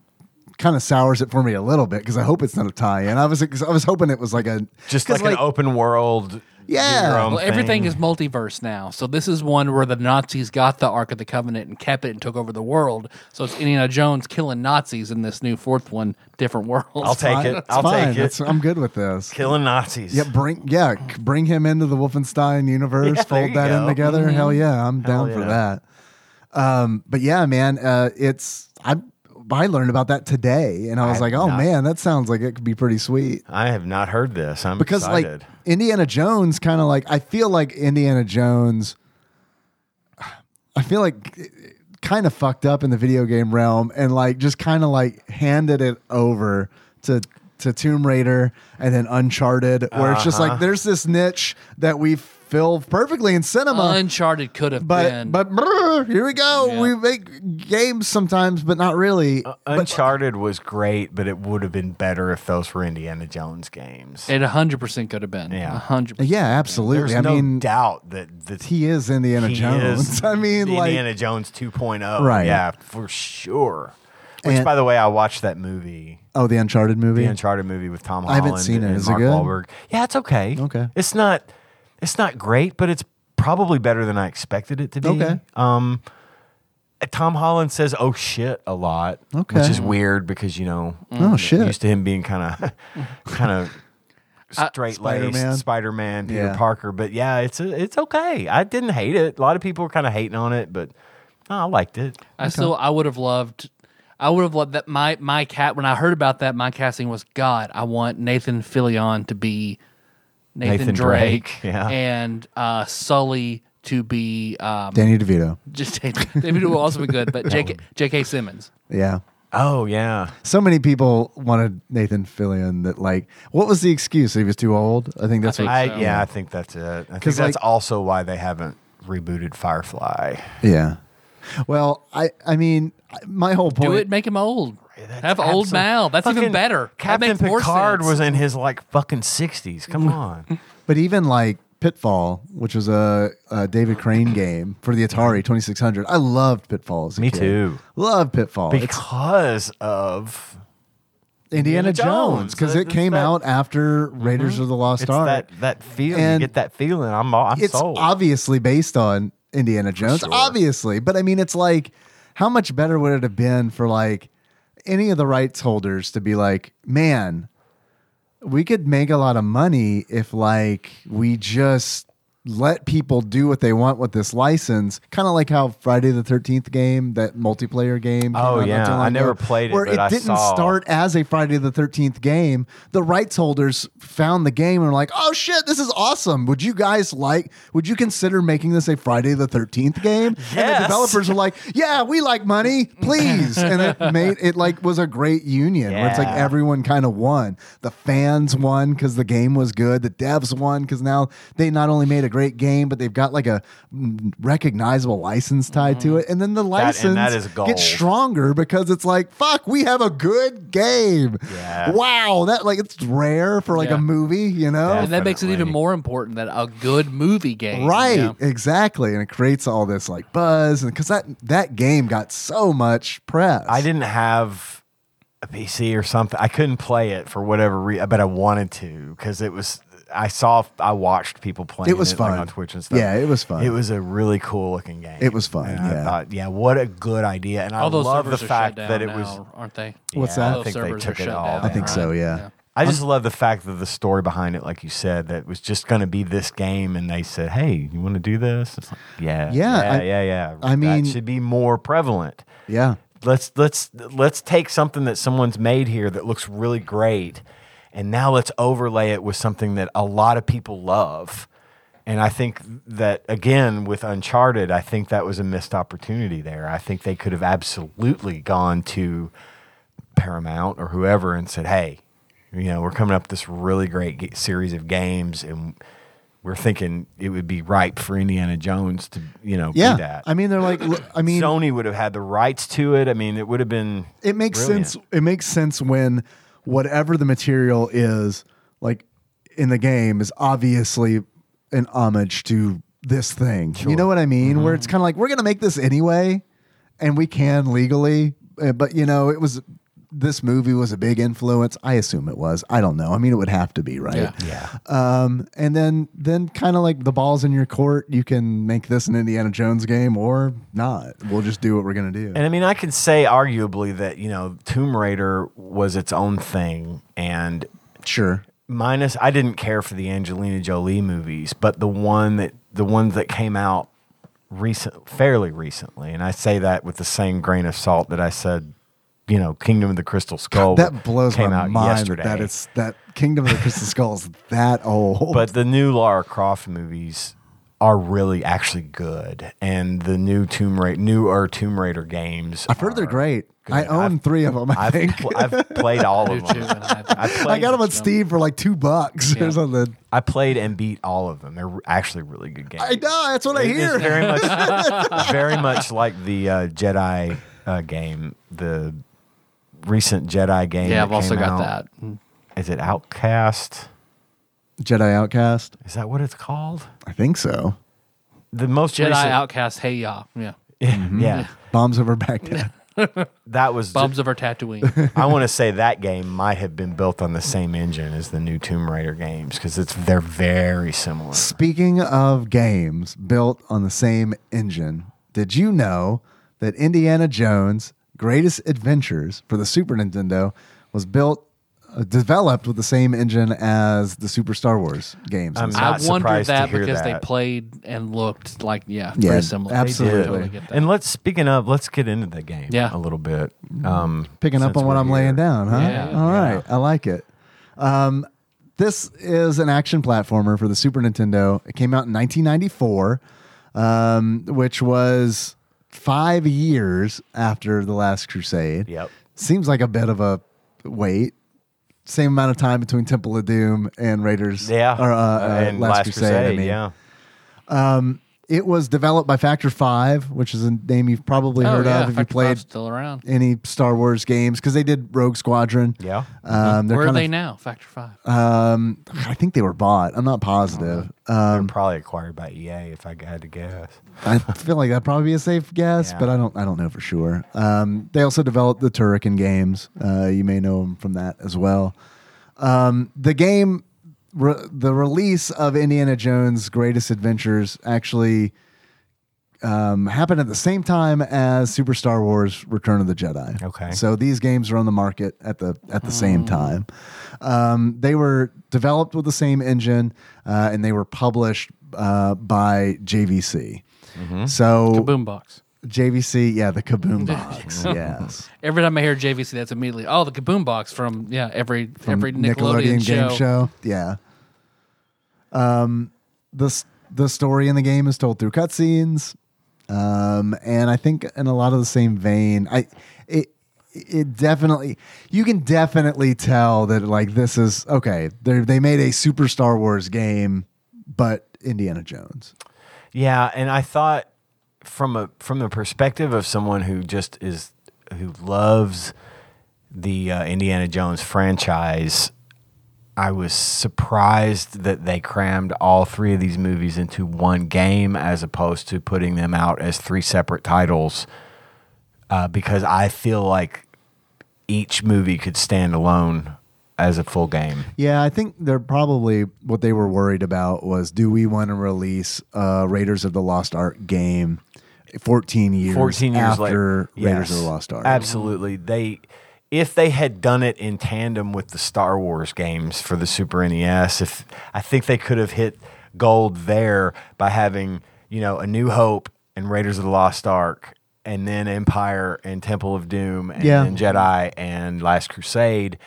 S2: kind of sours it for me a little bit because I hope it's not a tie-in. I was 'cause I was hoping it was like a
S3: Just
S2: 'cause,
S3: like, an open world. do
S2: Yeah.
S3: your own
S1: Well, everything
S3: thing.
S1: is multiverse now. So this is one where the Nazis got the Ark of the Covenant and kept it and took over the world. So it's Indiana Jones killing Nazis in this new fourth one, different world.
S3: I'll take
S2: fine.
S3: it.
S2: It's um,
S3: I'll
S2: fine.
S3: take it.
S2: That's- I'm good with this.
S3: Killing Nazis.
S2: Yeah, bring yeah, c- bring him into the Wolfenstein universe.
S3: Yeah, there
S2: fold
S3: you
S2: that in
S3: go. Mm-hmm.
S2: together. Hell yeah, I'm down for
S3: yeah.
S2: that. Um, but yeah, man, uh, it's I I learned about that today, and I was
S3: I
S2: like,
S3: did
S2: oh
S3: not.
S2: man, that sounds like it could be pretty sweet
S3: I have not heard this. I'm
S2: because
S3: excited.
S2: like Indiana Jones kind of like I feel like Indiana Jones I feel like kind of fucked up in the video game realm and like just kind of like handed it over to to Tomb Raider and then Uncharted where it's just
S3: Uh-huh.
S2: like there's this niche that we fill perfectly in cinema
S1: Uncharted could have
S2: but
S1: been.
S2: but brr, here we go
S1: Yeah.
S2: we make games sometimes but not really
S3: Uh, Uncharted was great, but it would have been better if those were Indiana Jones games.
S1: it 100% could have been.
S3: Yeah.
S1: 100%.
S2: yeah absolutely
S3: There's
S2: I
S3: no
S2: mean
S3: doubt that the
S2: he is Indiana Jones *laughs* I mean like
S3: Indiana Jones 2.0.
S2: Right.
S3: Yeah, for sure. Which,
S2: And-
S3: by the way, I watched that movie,
S2: oh the Uncharted movie
S3: the Uncharted movie with Tom
S2: I
S3: Holland
S2: haven't seen it.
S3: and
S2: Is it
S3: Mark
S2: good?
S3: Wahlberg. Yeah, it's okay.
S2: Okay.
S3: It's not. It's not great, but it's probably better than I expected it to be.
S2: Okay.
S3: Um, Tom Holland says "oh shit" a lot,
S2: Okay.
S3: which is weird because you know,
S2: Oh, shit.
S3: used to him being *laughs* kind of,
S2: *laughs*
S3: kind of straight
S2: Uh, Spider-Man.
S3: laced Spider Man, Peter
S2: Yeah.
S3: Parker. But yeah, it's it's okay. I didn't hate it. A lot of people were kind of hating on it, but no, I liked it.
S1: I still I would have loved I would have loved that my my cat when I heard about that my casting was God I want Nathan Fillion to be Nathan,
S3: Nathan
S1: Drake,
S3: Drake, yeah.
S1: and uh, Sully to be um,
S2: Danny DeVito.
S1: just maybe it will also be good
S3: *laughs*
S1: but J.K. J.K. Simmons
S2: Yeah.
S3: Oh yeah,
S2: So many people wanted Nathan Fillion that like what was the excuse? He was too old? I think that's
S1: I
S2: what
S3: I
S1: so.
S3: yeah, I think that's it. I think
S2: 'Cause,
S3: that's
S2: like-
S3: also why they haven't rebooted Firefly.
S2: Yeah. Well, I I mean my whole point
S1: do it make him old
S3: That's
S1: have old
S3: absolute-
S1: Mal that's even
S3: Fucking
S1: better That
S3: Captain
S1: makes more
S3: Picard
S1: sense.
S3: was in his like fucking sixties.
S2: Mm-hmm.
S3: Come on,
S2: but even like Pitfall, which was a, a David Crane game for the Atari 2600. I loved Pitfall as a
S3: Me
S2: kid.
S3: too.
S2: Loved Pitfall. it's
S3: because of
S2: Indiana
S3: Indiana
S2: Jones
S3: Jones.
S2: because it
S3: It's
S2: came
S3: that- Mm-hmm.
S2: out after Raiders of the Lost
S3: it's
S2: Ark.
S3: that that feeling.
S2: And
S3: you get that feeling. I'm I'm
S2: it's
S3: sold.
S2: obviously based on Indiana Jones,
S3: sure.
S2: obviously. But I mean, it's like, how much better would it have been for like any of the rights holders to be like, man, we could make a lot of money if like we just let people do what they want with this license kind of like how friday the 13th game that multiplayer game came out
S3: Oh,
S2: not
S3: yeah.
S2: too long
S3: I never
S2: ago,
S3: played it,
S2: where
S3: but
S2: it
S3: I
S2: didn't
S3: saw-
S2: start as a Friday the 13th game, the rights holders found the game and were like, oh shit, this is awesome. Would you guys like, would you consider making this a Friday the 13th game? And
S3: Yes.
S2: the developers were like, yeah, we like money, please.
S3: *laughs*
S2: and it made, it like was a great union where it's like
S3: Yeah.
S2: everyone kind of won. The fans won because the game was good. The devs won because now they not only made a great game, but they've got like a mm, recognizable license tied to it. And then the license
S3: and Mm-hmm. that is
S2: gets
S3: gold.
S2: stronger because it's like, fuck, we have a good game.
S3: Yeah.
S2: Wow. That like it's rare for like
S1: Yeah.
S2: a movie, you know?
S3: Yeah.
S1: and that makes it even
S3: Definitely.
S1: more important that a good movie game
S2: Right,
S1: yeah.
S2: exactly, and it creates all this like buzz, and because that that game got so much press.
S3: I didn't have a PC or something. I couldn't play it for whatever reason, but I wanted to because it was. I saw, I watched people playing.
S2: It was
S3: like,
S2: fun.
S3: on Twitch and stuff.
S2: Yeah, it was fun.
S3: It was a really cool looking game.
S2: It was fun,
S3: And
S2: yeah.
S3: I thought, yeah, what a good idea. And
S1: all
S3: I
S1: those
S3: love the
S1: servers are
S3: fact
S1: shut down
S3: that it
S1: now,
S3: was.
S1: aren't they
S2: What's
S3: Yeah,
S2: that?
S1: All those
S3: I think they
S1: servers are
S3: took it
S1: shut
S3: all.
S1: down,
S3: I
S2: think so,
S1: right?
S2: yeah.
S3: I just love the fact that the story behind it, like you said, that was just going to be this game, and they said, "Hey, you want to do this?" It's like, yeah,
S2: Yeah,
S3: yeah,
S2: I-
S3: yeah, yeah.
S2: I mean-
S3: that should be more prevalent.
S2: yeah,
S3: let's let's let's take something that someone's made here that looks really great and now let's overlay it with something that a lot of people love and i think that again with uncharted i think that was a missed opportunity there i think they could have absolutely gone to paramount or whoever and said hey you know we're coming up with this really great g- series of games and we're thinking it would be ripe for indiana jones to you know
S2: yeah.
S3: be that
S2: I mean, they're like,
S3: *laughs*
S2: I mean,
S3: Sony would have had the rights to it. I mean, it would have been.
S2: it makes
S3: brilliant.
S2: sense it makes sense when whatever the material is like in the game is obviously an homage to this thing you know what i mean where it's kind of like we're gonna make this anyway and we can legally uh, but you eh, know it was this movie was a big influence? I assume it was. I don't know. I mean, it would have to be, right?
S1: Yeah.
S3: Yeah.
S2: Um, and then then kind of like the balls in your court, you can make this an Indiana Jones game or not. We'll just do what we're gonna do.
S3: And I mean, I can say arguably that, you know, Tomb Raider was its own thing. And
S2: sure.
S3: minus, I didn't care for the Angelina Jolie movies, but the one that, the ones that came out recent, fairly recently. And I say that with the same grain of salt that I said, you know, Kingdom of the Crystal Skull
S2: That blows
S3: came
S2: my
S3: out
S2: mind
S3: yesterday.
S2: that it's that Kingdom of the Crystal Skull is that old.
S3: but the new Lara Croft movies are really actually good, and the new Tomb Raider, newer Tomb Raider games.
S2: I've heard they're great. I
S3: good.
S2: own
S3: I've-
S2: three of them. I
S3: I've,
S2: think
S3: pl- I've
S1: *laughs*
S3: played all
S1: do
S3: of
S1: too.
S3: them.
S1: and I-
S3: I played,
S2: I got them on Steam for like two bucks
S1: Yeah.
S2: or something.
S3: I played and beat all of them. They're actually really good games.
S2: I know that's what I
S3: It is
S2: hear. *laughs*
S3: very much, very much like the uh, Jedi uh, game, the recent Jedi game.
S1: yeah,
S3: that
S1: I've also
S3: came
S1: got
S3: out.
S1: that.
S3: Is it Outcast?
S2: Jedi Outcast.
S3: Is that what it's called?
S2: I think so.
S3: The most
S1: Jedi Mm-hmm.
S3: recent,
S1: Outcast, hey ya, yeah.
S3: *laughs* yeah, yeah,
S2: Bombs over Baghdad.
S3: that was
S1: Bums of our Tatooine.
S3: I want to say that game might have been built on the same engine as the new Tomb Raider games because it's they're very similar.
S2: Speaking of games built on the same engine, did you know that Indiana Jones' Greatest Adventures for the Super Nintendo was built, uh, developed with the same engine as the Super Star Wars games?
S3: *laughs* I'm
S1: I
S3: not
S1: wondered
S3: surprised to
S1: that
S3: hear
S1: because they
S3: that.
S1: played and looked like yeah,
S2: Yeah,
S1: very similar.
S2: absolutely.
S1: Totally get that.
S3: And let's speaking of, let's get into the game
S1: Yeah.
S3: a little bit. Um,
S2: Mm-hmm. picking up
S3: since
S2: on what
S3: we're
S2: I'm
S3: here.
S2: laying down, huh?
S1: Yeah.
S2: All right, I like it. Um, this is an action platformer for the Super Nintendo. It came out in 1994, um, which was five years after The Last Crusade.
S3: Yep.
S2: Seems like a bit of a wait. Same amount of time between Temple of Doom and Raiders.
S3: Yeah,
S2: Or, uh, uh,
S3: and
S2: Last, Crusade. I mean.
S3: yeah.
S2: It was developed by Factor 5, which is a name you've probably
S1: Oh,
S2: heard
S1: yeah,
S2: of if you
S1: Factor
S2: played
S1: Five's still around.
S2: any Star Wars games because they did Rogue Squadron.
S3: Yeah.
S2: Um, they're
S1: Where are
S2: kind
S1: they
S2: of,
S1: now? Factor Five.
S2: um, I think they were bought. I'm not positive. Uh,
S3: they're probably acquired by EA if I had to guess.
S2: I feel like that'd probably be a safe guess,
S3: Yeah.
S2: but I don't. I don't know for sure. Um, they also developed the Turrican games. Uh, you may know them from that as well. Um, the game, re- the release of Indiana Jones' Greatest Adventures, actually um, happened at the same time as Super Star Wars: Return of the Jedi.
S3: Okay. Hmm.
S2: so these games are on the market at the at the same time. Um, they were developed with the same engine, uh, and they were published uh, by JVC. So
S1: Kaboom box.
S2: JVC, yeah, the Kaboom Box, yes,
S1: Every time I hear JVC, that's immediately oh the Kaboom box from yeah every every
S2: From
S1: Nickelodeon, show.
S2: game show, yeah. Um, the s- the story in the game is told through cutscenes, um, and I think in a lot of the same vein, I it it definitely you can definitely tell that like this is okay. They they made a Super Star Wars game, but Indiana Jones.
S3: Yeah, and I thought from a from the perspective of someone who just is who loves the uh, Indiana Jones franchise, I was surprised that they crammed all three of these movies into one game as opposed to putting them out as three separate titles. Uh, because I feel like each movie could stand alone as a full game.
S2: Yeah, I think they're probably what they were worried about was do we want to release uh, Raiders of the Lost Ark game 14 years,
S3: 14 years
S2: after
S3: later
S2: Raiders
S3: Yes.
S2: of the Lost Ark?
S3: Absolutely. They if they had done it in tandem with the Star Wars games for the Super NES, if I think they could have hit gold there by having, you know, A New Hope and Raiders of the Lost Ark and then Empire and Temple of Doom and
S2: Yeah.
S3: then Jedi and Last Crusade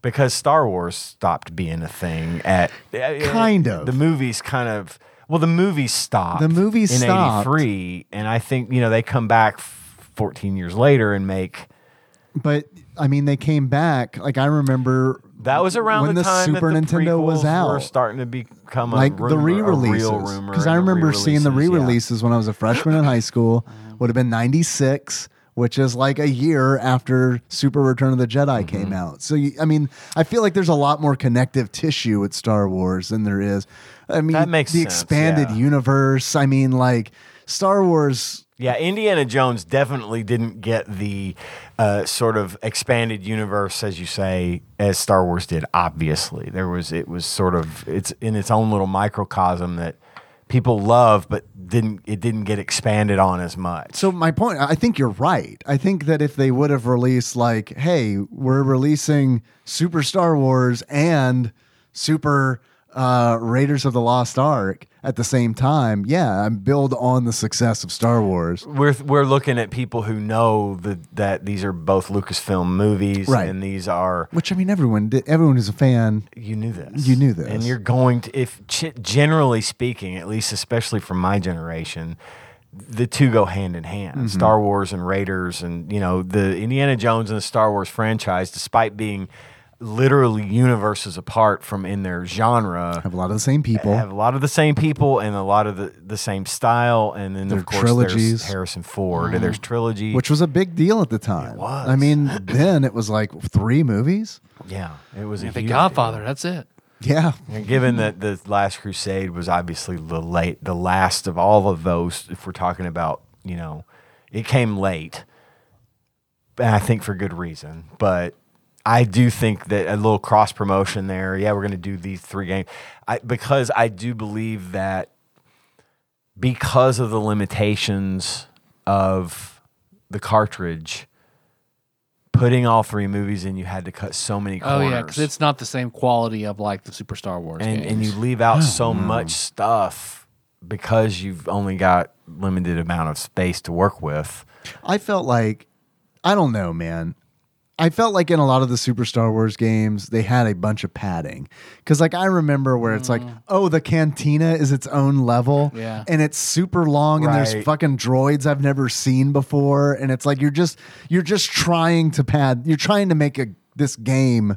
S3: because Star Wars stopped being a thing at uh,
S2: Kind of.
S3: the movies kind of well the movies stopped
S2: The movies
S3: in
S2: stopped.
S3: 83 and i think you know they come back f- 14 years later and make
S2: But I mean, they came back. Like I remember
S3: that was around
S2: when
S3: the,
S2: the,
S3: time that
S2: Super
S3: the
S2: Nintendo was
S3: prequels were
S2: out.
S3: starting to become a
S2: like the
S3: rumor- a
S2: re-releases
S3: real rumor
S2: because I
S3: and
S2: remember seeing the
S3: re-releases,
S2: re-releases when I was a freshman
S3: *laughs*
S2: in high school. Would have been '96, which is like a year after Super Return of the Jedi
S3: Mm-hmm.
S2: came out. So you, I mean, I feel like there's a lot more connective tissue with Star Wars than there is. I mean,
S3: That makes
S2: the
S3: sense,
S2: expanded
S3: yeah.
S2: universe. I mean, like Star Wars.
S3: Yeah, Indiana Jones definitely didn't get the uh, sort of expanded universe, as you say, as Star Wars did. Obviously, there was it was sort of it's in its own little microcosm that people love, but didn't it didn't get expanded on as much.
S2: So my point, I think you're right. I think that if they would have released like, hey, we're releasing Super Star Wars and Super uh, Raiders of the Lost Ark at the same time, yeah, and build on the success of Star Wars.
S3: we're we're looking at people who know the, that these are both Lucasfilm movies,
S2: Right.
S3: and these are
S2: Which I mean, everyone, did, everyone who's a fan,
S3: you knew this,
S2: You knew this.
S3: and you're going to if ch- generally speaking, at least especially from my generation, the two go hand in hand.
S2: Mm-hmm.
S3: Star Wars and Raiders, and you know the Indiana Jones and the Star Wars franchise, despite being literally universes apart from in their genre.
S2: have a lot of the same people.
S3: Have a lot of the same people and a lot of the, the same style, and then
S2: Their
S3: of course
S2: trilogies. Mm-hmm.
S3: there's Harrison Ford and there's trilogy,
S2: which was a big deal at the time.
S3: was.
S2: I mean, then it was like three movies.
S3: Yeah, it was a
S1: The
S3: huge
S1: Godfather. That's it.
S2: Yeah,
S3: deal. And given that the Last Crusade was obviously the late, the last of all of those, if we're talking about, you know, it came late, and I think for good reason. But I do think that a little cross promotion there. Yeah, we're going to do these three games I, because I do believe that because of the limitations of the cartridge. Putting all three movies in, you had to cut so many
S1: Oh
S3: corners.
S1: yeah, because it's not the same quality of like the Super Star Wars
S3: and,
S1: games.
S3: and you leave out so much stuff because you've only got limited amount of space to work with.
S2: I felt like I don't know, man. I felt like in a lot of the Super Star Wars games, they had a bunch of padding. Cause like I remember where it's like, oh, the cantina is its own level.
S1: Mm. Yeah.
S2: And it's super long and there's
S3: Right.
S2: fucking droids I've never seen before. And it's like you're just you're just trying to pad you're trying to make a this game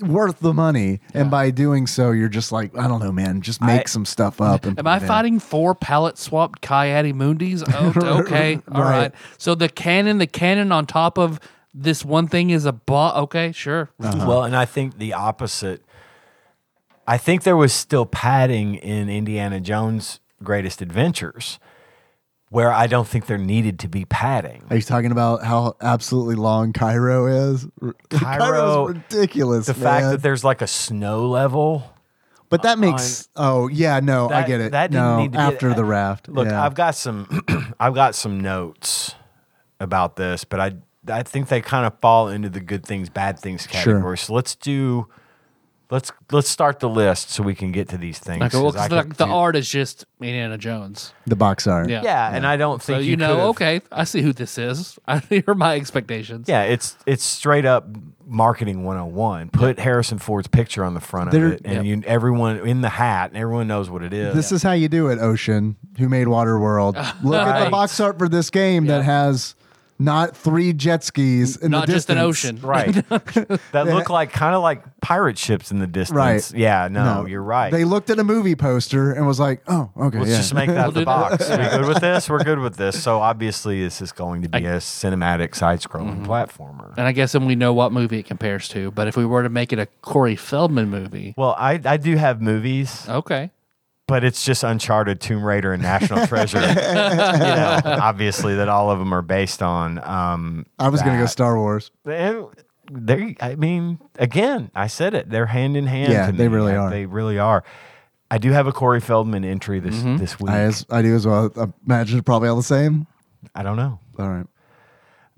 S2: worth the money. And by doing so, you're just like, I don't know, man, just make some stuff up and
S1: Am I
S2: put it in.
S1: fighting four pallet swapped Kayati Mundis? Oh, okay. All
S2: Right.
S1: right. So the cannon, the cannon on top of this one thing is a bot. Okay, sure.
S3: Well, and I think the opposite. I think there was still padding in Indiana Jones' Greatest Adventures, where I don't think there needed to be padding.
S2: Are you talking about how absolutely long Cairo is? *laughs* Cairo's ridiculous.
S3: The fact
S2: man.
S3: that there's like a snow level.
S2: but that makes oh yeah no I
S3: That-
S2: get it.
S3: that didn't
S2: no,
S3: need to be-
S2: after
S3: *laughs*
S2: the raft.
S3: Look,
S2: yeah.
S3: I've got some, *clears throat* I've got some notes about this, but I, I think they kind of fall into the good things, bad things category. So let's do, let's let's start the list so we can get to these things.
S1: Okay, well,
S3: 'cause I
S1: 'cause
S3: could
S1: the, the
S3: do-
S1: art is just Indiana Jones.
S2: the box art.
S1: Yeah.
S3: yeah, and I don't
S1: So
S3: think
S1: you, know,
S3: could've-
S1: okay, I see who this is. *laughs* I hear my expectations.
S3: Yeah, it's it's straight up marketing 101. Put Harrison Ford's picture on the front
S2: There-
S3: of it, and you, everyone in the hat, and everyone knows what it is.
S2: This is how you do it, Ocean. Who made
S3: *laughs*
S2: Waterworld? Look at the
S3: Right.
S2: box art for this game that has not three jet skis in
S1: Not
S2: the
S1: just an ocean.
S2: distance.
S3: right.
S2: *laughs*
S3: that look like kind of like pirate ships in the distance. Yeah, no, you're right.
S2: They looked at a movie poster and was like, "Oh, okay,
S3: Let's
S2: yeah.
S3: just make that
S1: We'll
S3: the
S1: do that.
S3: box. Are we
S1: *laughs*
S3: good with this? We're good with this. So obviously, this is going to be a cinematic side-scrolling
S1: Mm-hmm.
S3: platformer.
S1: *laughs* And I guess then we know what movie it compares to. But if we were to make it a Corey Feldman movie,
S3: Well, I, I do have movies,
S1: okay.
S3: but it's just Uncharted, Tomb Raider, and
S1: *laughs*
S3: National Treasure. you know, obviously, that all of them are based on. Um,
S2: I was gonna go
S3: that.
S2: Star Wars.
S3: And they, I mean, again, I said it. They're hand in hand.
S2: Yeah,
S3: to
S2: they
S3: me.
S2: really
S3: I-
S2: are.
S3: They really are. I do have a Corey Feldman entry this
S1: Mm-hmm.
S3: this week.
S2: I,
S3: I,
S2: as, I do as well. I imagine probably all the same.
S3: don't know.
S2: All right.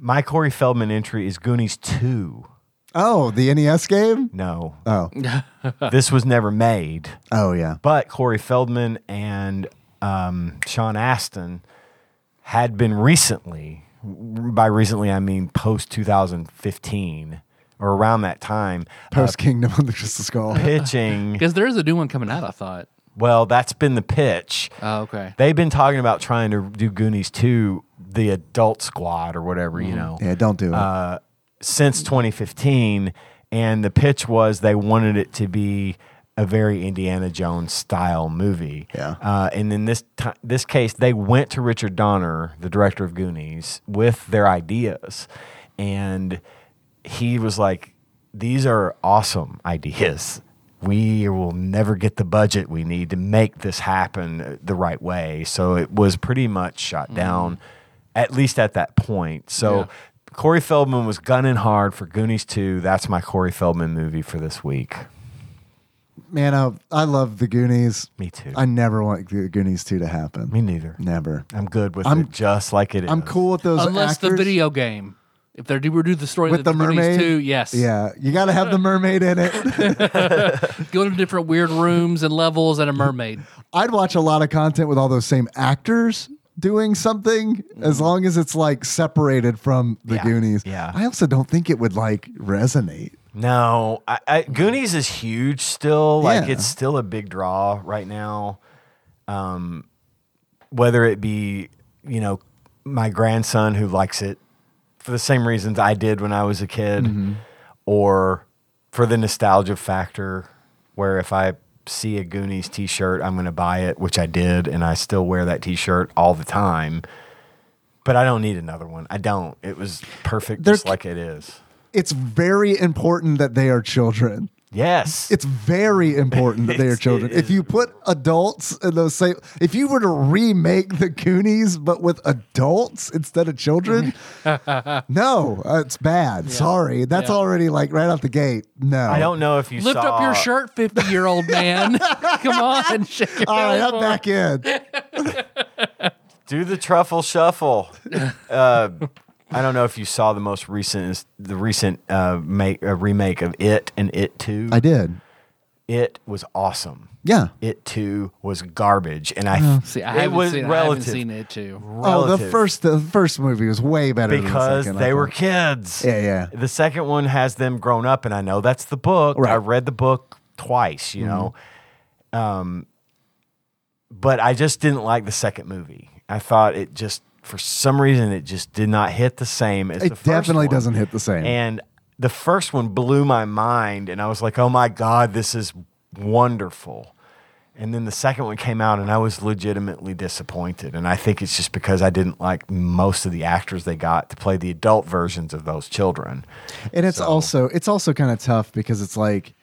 S3: My Corey Feldman entry is Goonies two.
S2: Oh, the NES game.
S3: No,
S2: Oh,
S3: this was never made.
S2: oh yeah.
S3: But Corey Feldman and um, Sean Astin had been recently, by recently I mean post 2015 or around that time,
S2: Post
S3: Uh,
S2: Kingdom of the Crystal
S3: *laughs*
S2: Skull.
S3: pitching.
S1: Because there is a new one coming out, I thought.
S3: Well, that's been the pitch.
S1: Oh, okay.
S3: They've been talking about trying to do Goonies 2, the adult squad or whatever, you know.
S2: Yeah, don't do it.
S3: uh, since 2015, and the pitch was they wanted it to be a very Indiana Jones style movie.
S2: Yeah.
S3: Uh, and in this ti this case, they went to Richard Donner, the director of Goonies, with their ideas, and he was like, "These are awesome ideas." we will never get the budget we need to make this happen the right way. So it was pretty much
S2: Mm-hmm.
S3: shot down, at least at that point. So
S1: Yeah.
S3: Corey Feldman was gunning hard for Goonies 2. That's my Corey Feldman movie for this week.
S2: Man, I, I love the Goonies.
S3: Me too.
S2: I never want the Goonies 2 to happen.
S3: Me neither.
S2: Never.
S3: I'm good with
S2: I'm-
S3: it just like it is.
S2: I'm cool with those
S1: Unless the
S2: actors.
S1: video game. If they do do the story
S2: with
S1: that
S2: the
S1: Goonies
S2: mermaid.
S1: do, yes.
S2: Yeah, you got
S1: *laughs*
S2: to have the mermaid in it. *laughs*
S1: Go to different weird rooms and levels and a
S3: *laughs*
S1: mermaid.
S2: I'd watch a lot of content with all those same actors doing something as long as it's like separated from the
S3: Mm-hmm. Yeah,
S2: Goonies.
S3: yeah.
S2: I also don't think it would like resonate.
S3: No, I, I, Goonies is huge still. Like
S2: Mm. Yeah.
S3: it's still a big draw right now. Um, whether it be you know my grandson who likes it for the same reasons I did when I was a kid,
S2: Mm-hmm.
S3: or for the nostalgia factor, where if I see a Goonies T-shirt, I'm going to buy it, which I did, and I still wear that T-shirt all the time. But I don't need another one. I don't. It was perfect,
S2: There
S3: just
S2: c-
S3: like it is.
S2: It's very important that they are children.
S3: Yes,
S2: It's very important that they are
S3: It's-
S2: children.
S3: it
S2: If
S3: is.
S2: you put adults in those same, if you were to remake the Goonies but with adults instead of children, no, uh, it's bad. Sorry, that's
S1: Yeah.
S2: already like right out the gate. No,
S3: I don't know if you
S1: Lift up your
S3: saw-
S1: shirt, 50 year old man.
S3: *laughs*
S1: Come on. Shake it
S2: All right,
S1: out
S2: I'm
S1: for
S2: back in.
S3: Do the truffle shuffle. uh, I don't know if you saw the most recent the recent uh, make, uh, remake of It and It Two.
S2: I did.
S3: It was awesome.
S2: Yeah.
S3: It Two was garbage, and I
S1: it. See, I haven't, seen, I haven't seen it too.
S2: Mm. Oh, the
S3: relative
S2: first the first movie was way better than the
S3: because
S2: second, I
S3: they were
S2: thought.
S3: kids.
S2: Yeah, yeah.
S3: The second one has them grown up, and I know that's the book. I
S2: Right. Mm-hmm.
S3: read the book twice, you know. Um, but I just didn't like the second movie. I thought it just, for some reason, it just did not hit the same as the
S2: It
S3: first
S2: definitely
S3: one.
S2: doesn't hit the same.
S3: And the first one blew my mind, and I was like, "Oh my god, this is wonderful." And then the second one came out, and I was legitimately disappointed. And I think it's just because I didn't like most of the actors they got to play the adult versions of those children.
S2: and it's also it's also kind of tough because it's like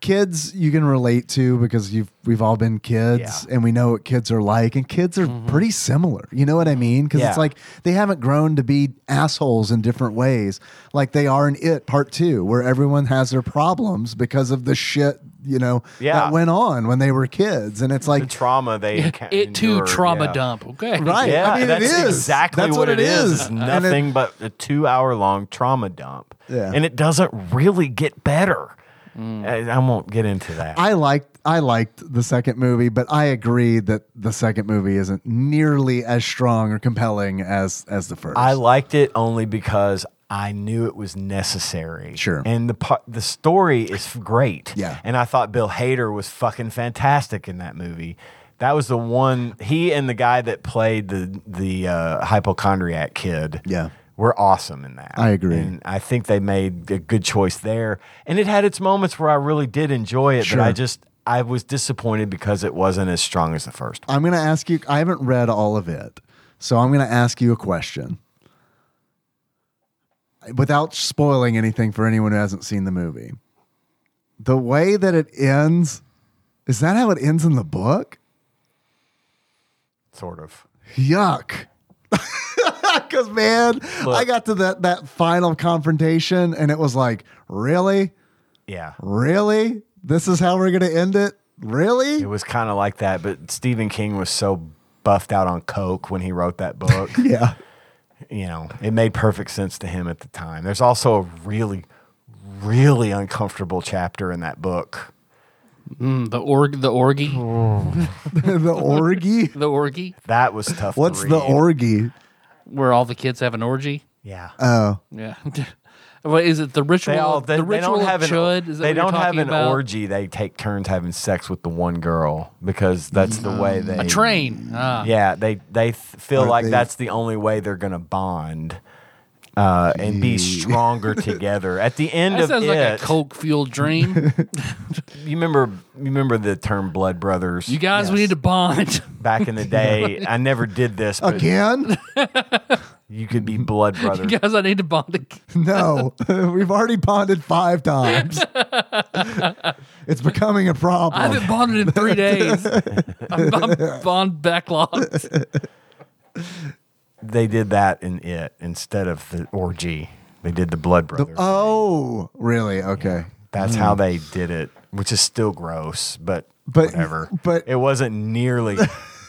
S2: kids you can relate to because you've we've all been kids
S3: Yeah. Mm-hmm.
S2: and we know what kids are like and kids are pretty similar you know what i mean because
S3: Yeah.
S2: it's like they haven't grown to be assholes in different ways like they are in it part two where everyone has their problems because of the shit you know
S3: Yeah.
S2: that went on when they were kids and it's
S3: The
S2: like
S3: trauma they encountered.
S1: It too, trauma dump. Okay.
S2: Right.
S3: Yeah,
S2: I mean, it
S3: that's
S2: is.
S3: exactly
S2: That's
S3: what, it is. It's
S2: And it-
S3: nothing but a two-hour-long trauma dump,
S2: Yeah.
S3: and it doesn't really get better. I, I won't get into that.
S2: I liked I liked the second movie, but I agree that the second movie isn't nearly as strong or compelling as as the first.
S3: I liked it only because I knew it was necessary.
S2: Sure.
S3: And the part, the story is great.
S2: Yeah.
S3: And I thought Bill Hader was fucking fantastic in that movie. That was the one he and the guy that played the the uh, hypochondriac kid.
S2: Yeah.
S3: Were awesome in that.
S2: I agree.
S3: And I think they made a good choice there. And it had its moments where I really did enjoy it,
S2: Sure.
S3: but I just I was disappointed because it wasn't as strong as the first one.
S2: I'm going to ask you I haven't read all of it. So I'm going to ask you a question. Without spoiling anything for anyone who hasn't seen the movie. The way that it ends is that how it ends in the book?
S3: Sort of.
S2: Yuck. *laughs* Cause man, I got to that that final confrontation and it was like, really?
S3: Yeah.
S2: Really? This is how we're going to end it? Really?
S3: It was kind of like that, but Stephen King was so buffed out on coke when he wrote
S1: *laughs*
S3: that book.
S2: Yeah. *laughs*
S3: you know, it made perfect sense to him at the time. There's also a really, really uncomfortable chapter in that book.
S1: Mm, the org, the orgy,
S2: the orgy?
S1: the orgy,
S3: That was tough. to
S2: What's the
S3: read.
S2: orgy?
S1: where all the kids have an orgy.
S3: Yeah.
S2: Oh,
S1: Yeah. *laughs* what is it? The ritual.
S3: They all they,
S1: uh, the
S3: they
S1: ritual
S3: don't have
S1: of
S3: an
S1: chud. Is that
S3: they
S1: what you're
S3: don't have
S1: talking
S3: an
S1: about?
S3: orgy. They take turns having sex with the one girl because that's the way they
S1: Mm-hmm. A train. Ah.
S3: Yeah, they they th- feel
S2: Or
S3: like
S2: they-
S3: that's the only way they're gonna bond uh, and be stronger together. At the end
S1: That
S3: of
S1: sounds
S3: it,
S1: like a coke fueled
S3: *laughs*
S1: dream.
S3: you remember you remember the term blood brothers
S1: You guys, we need to bond. *laughs*
S3: *laughs* back in the day. I never did this, but
S2: again?
S3: You could
S1: *laughs*
S3: be blood brother.
S1: Guys, I need to bond again.
S2: No, *laughs* we've already bonded five
S3: *laughs*
S2: times. it's becoming a
S1: I
S2: problem.
S1: haven't bonded in three
S3: *laughs*
S1: days. I'm, I'm bond backlogged.
S3: They did that in it instead of the orgy. They did the blood brother.
S2: Oh, really? Okay.
S3: That's how they did it, which is still gross, but,
S2: Mm. But-
S3: whatever.
S2: but-
S3: it wasn't nearly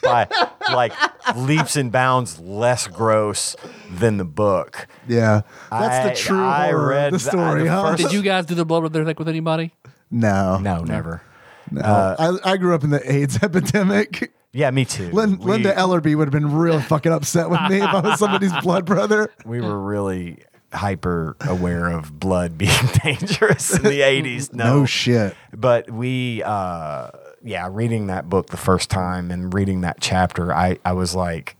S3: by like leaps and bounds less gross than the book.
S2: Yeah. That's
S3: I-
S2: the true
S3: I
S2: horror of
S3: read
S2: the
S3: the-
S2: story,
S3: the
S2: huh?
S3: first-
S1: Did you guys do the blood brother thing with anybody?
S2: No.
S3: No, never.
S2: no. I, I grew up in the AIDS *laughs* epidemic.
S3: Yeah, me too.
S2: Lin,
S3: We-
S2: Linda Ellerby would have been real fucking upset with me if I was somebody's blood brother.
S3: we were
S2: Mm.
S3: really hyper aware of blood *laughs* being dangerous in
S2: *laughs*
S3: the 80s. *laughs* No,
S2: No shit.
S3: but we uh yeah reading that book the first time and reading that chapter i i was like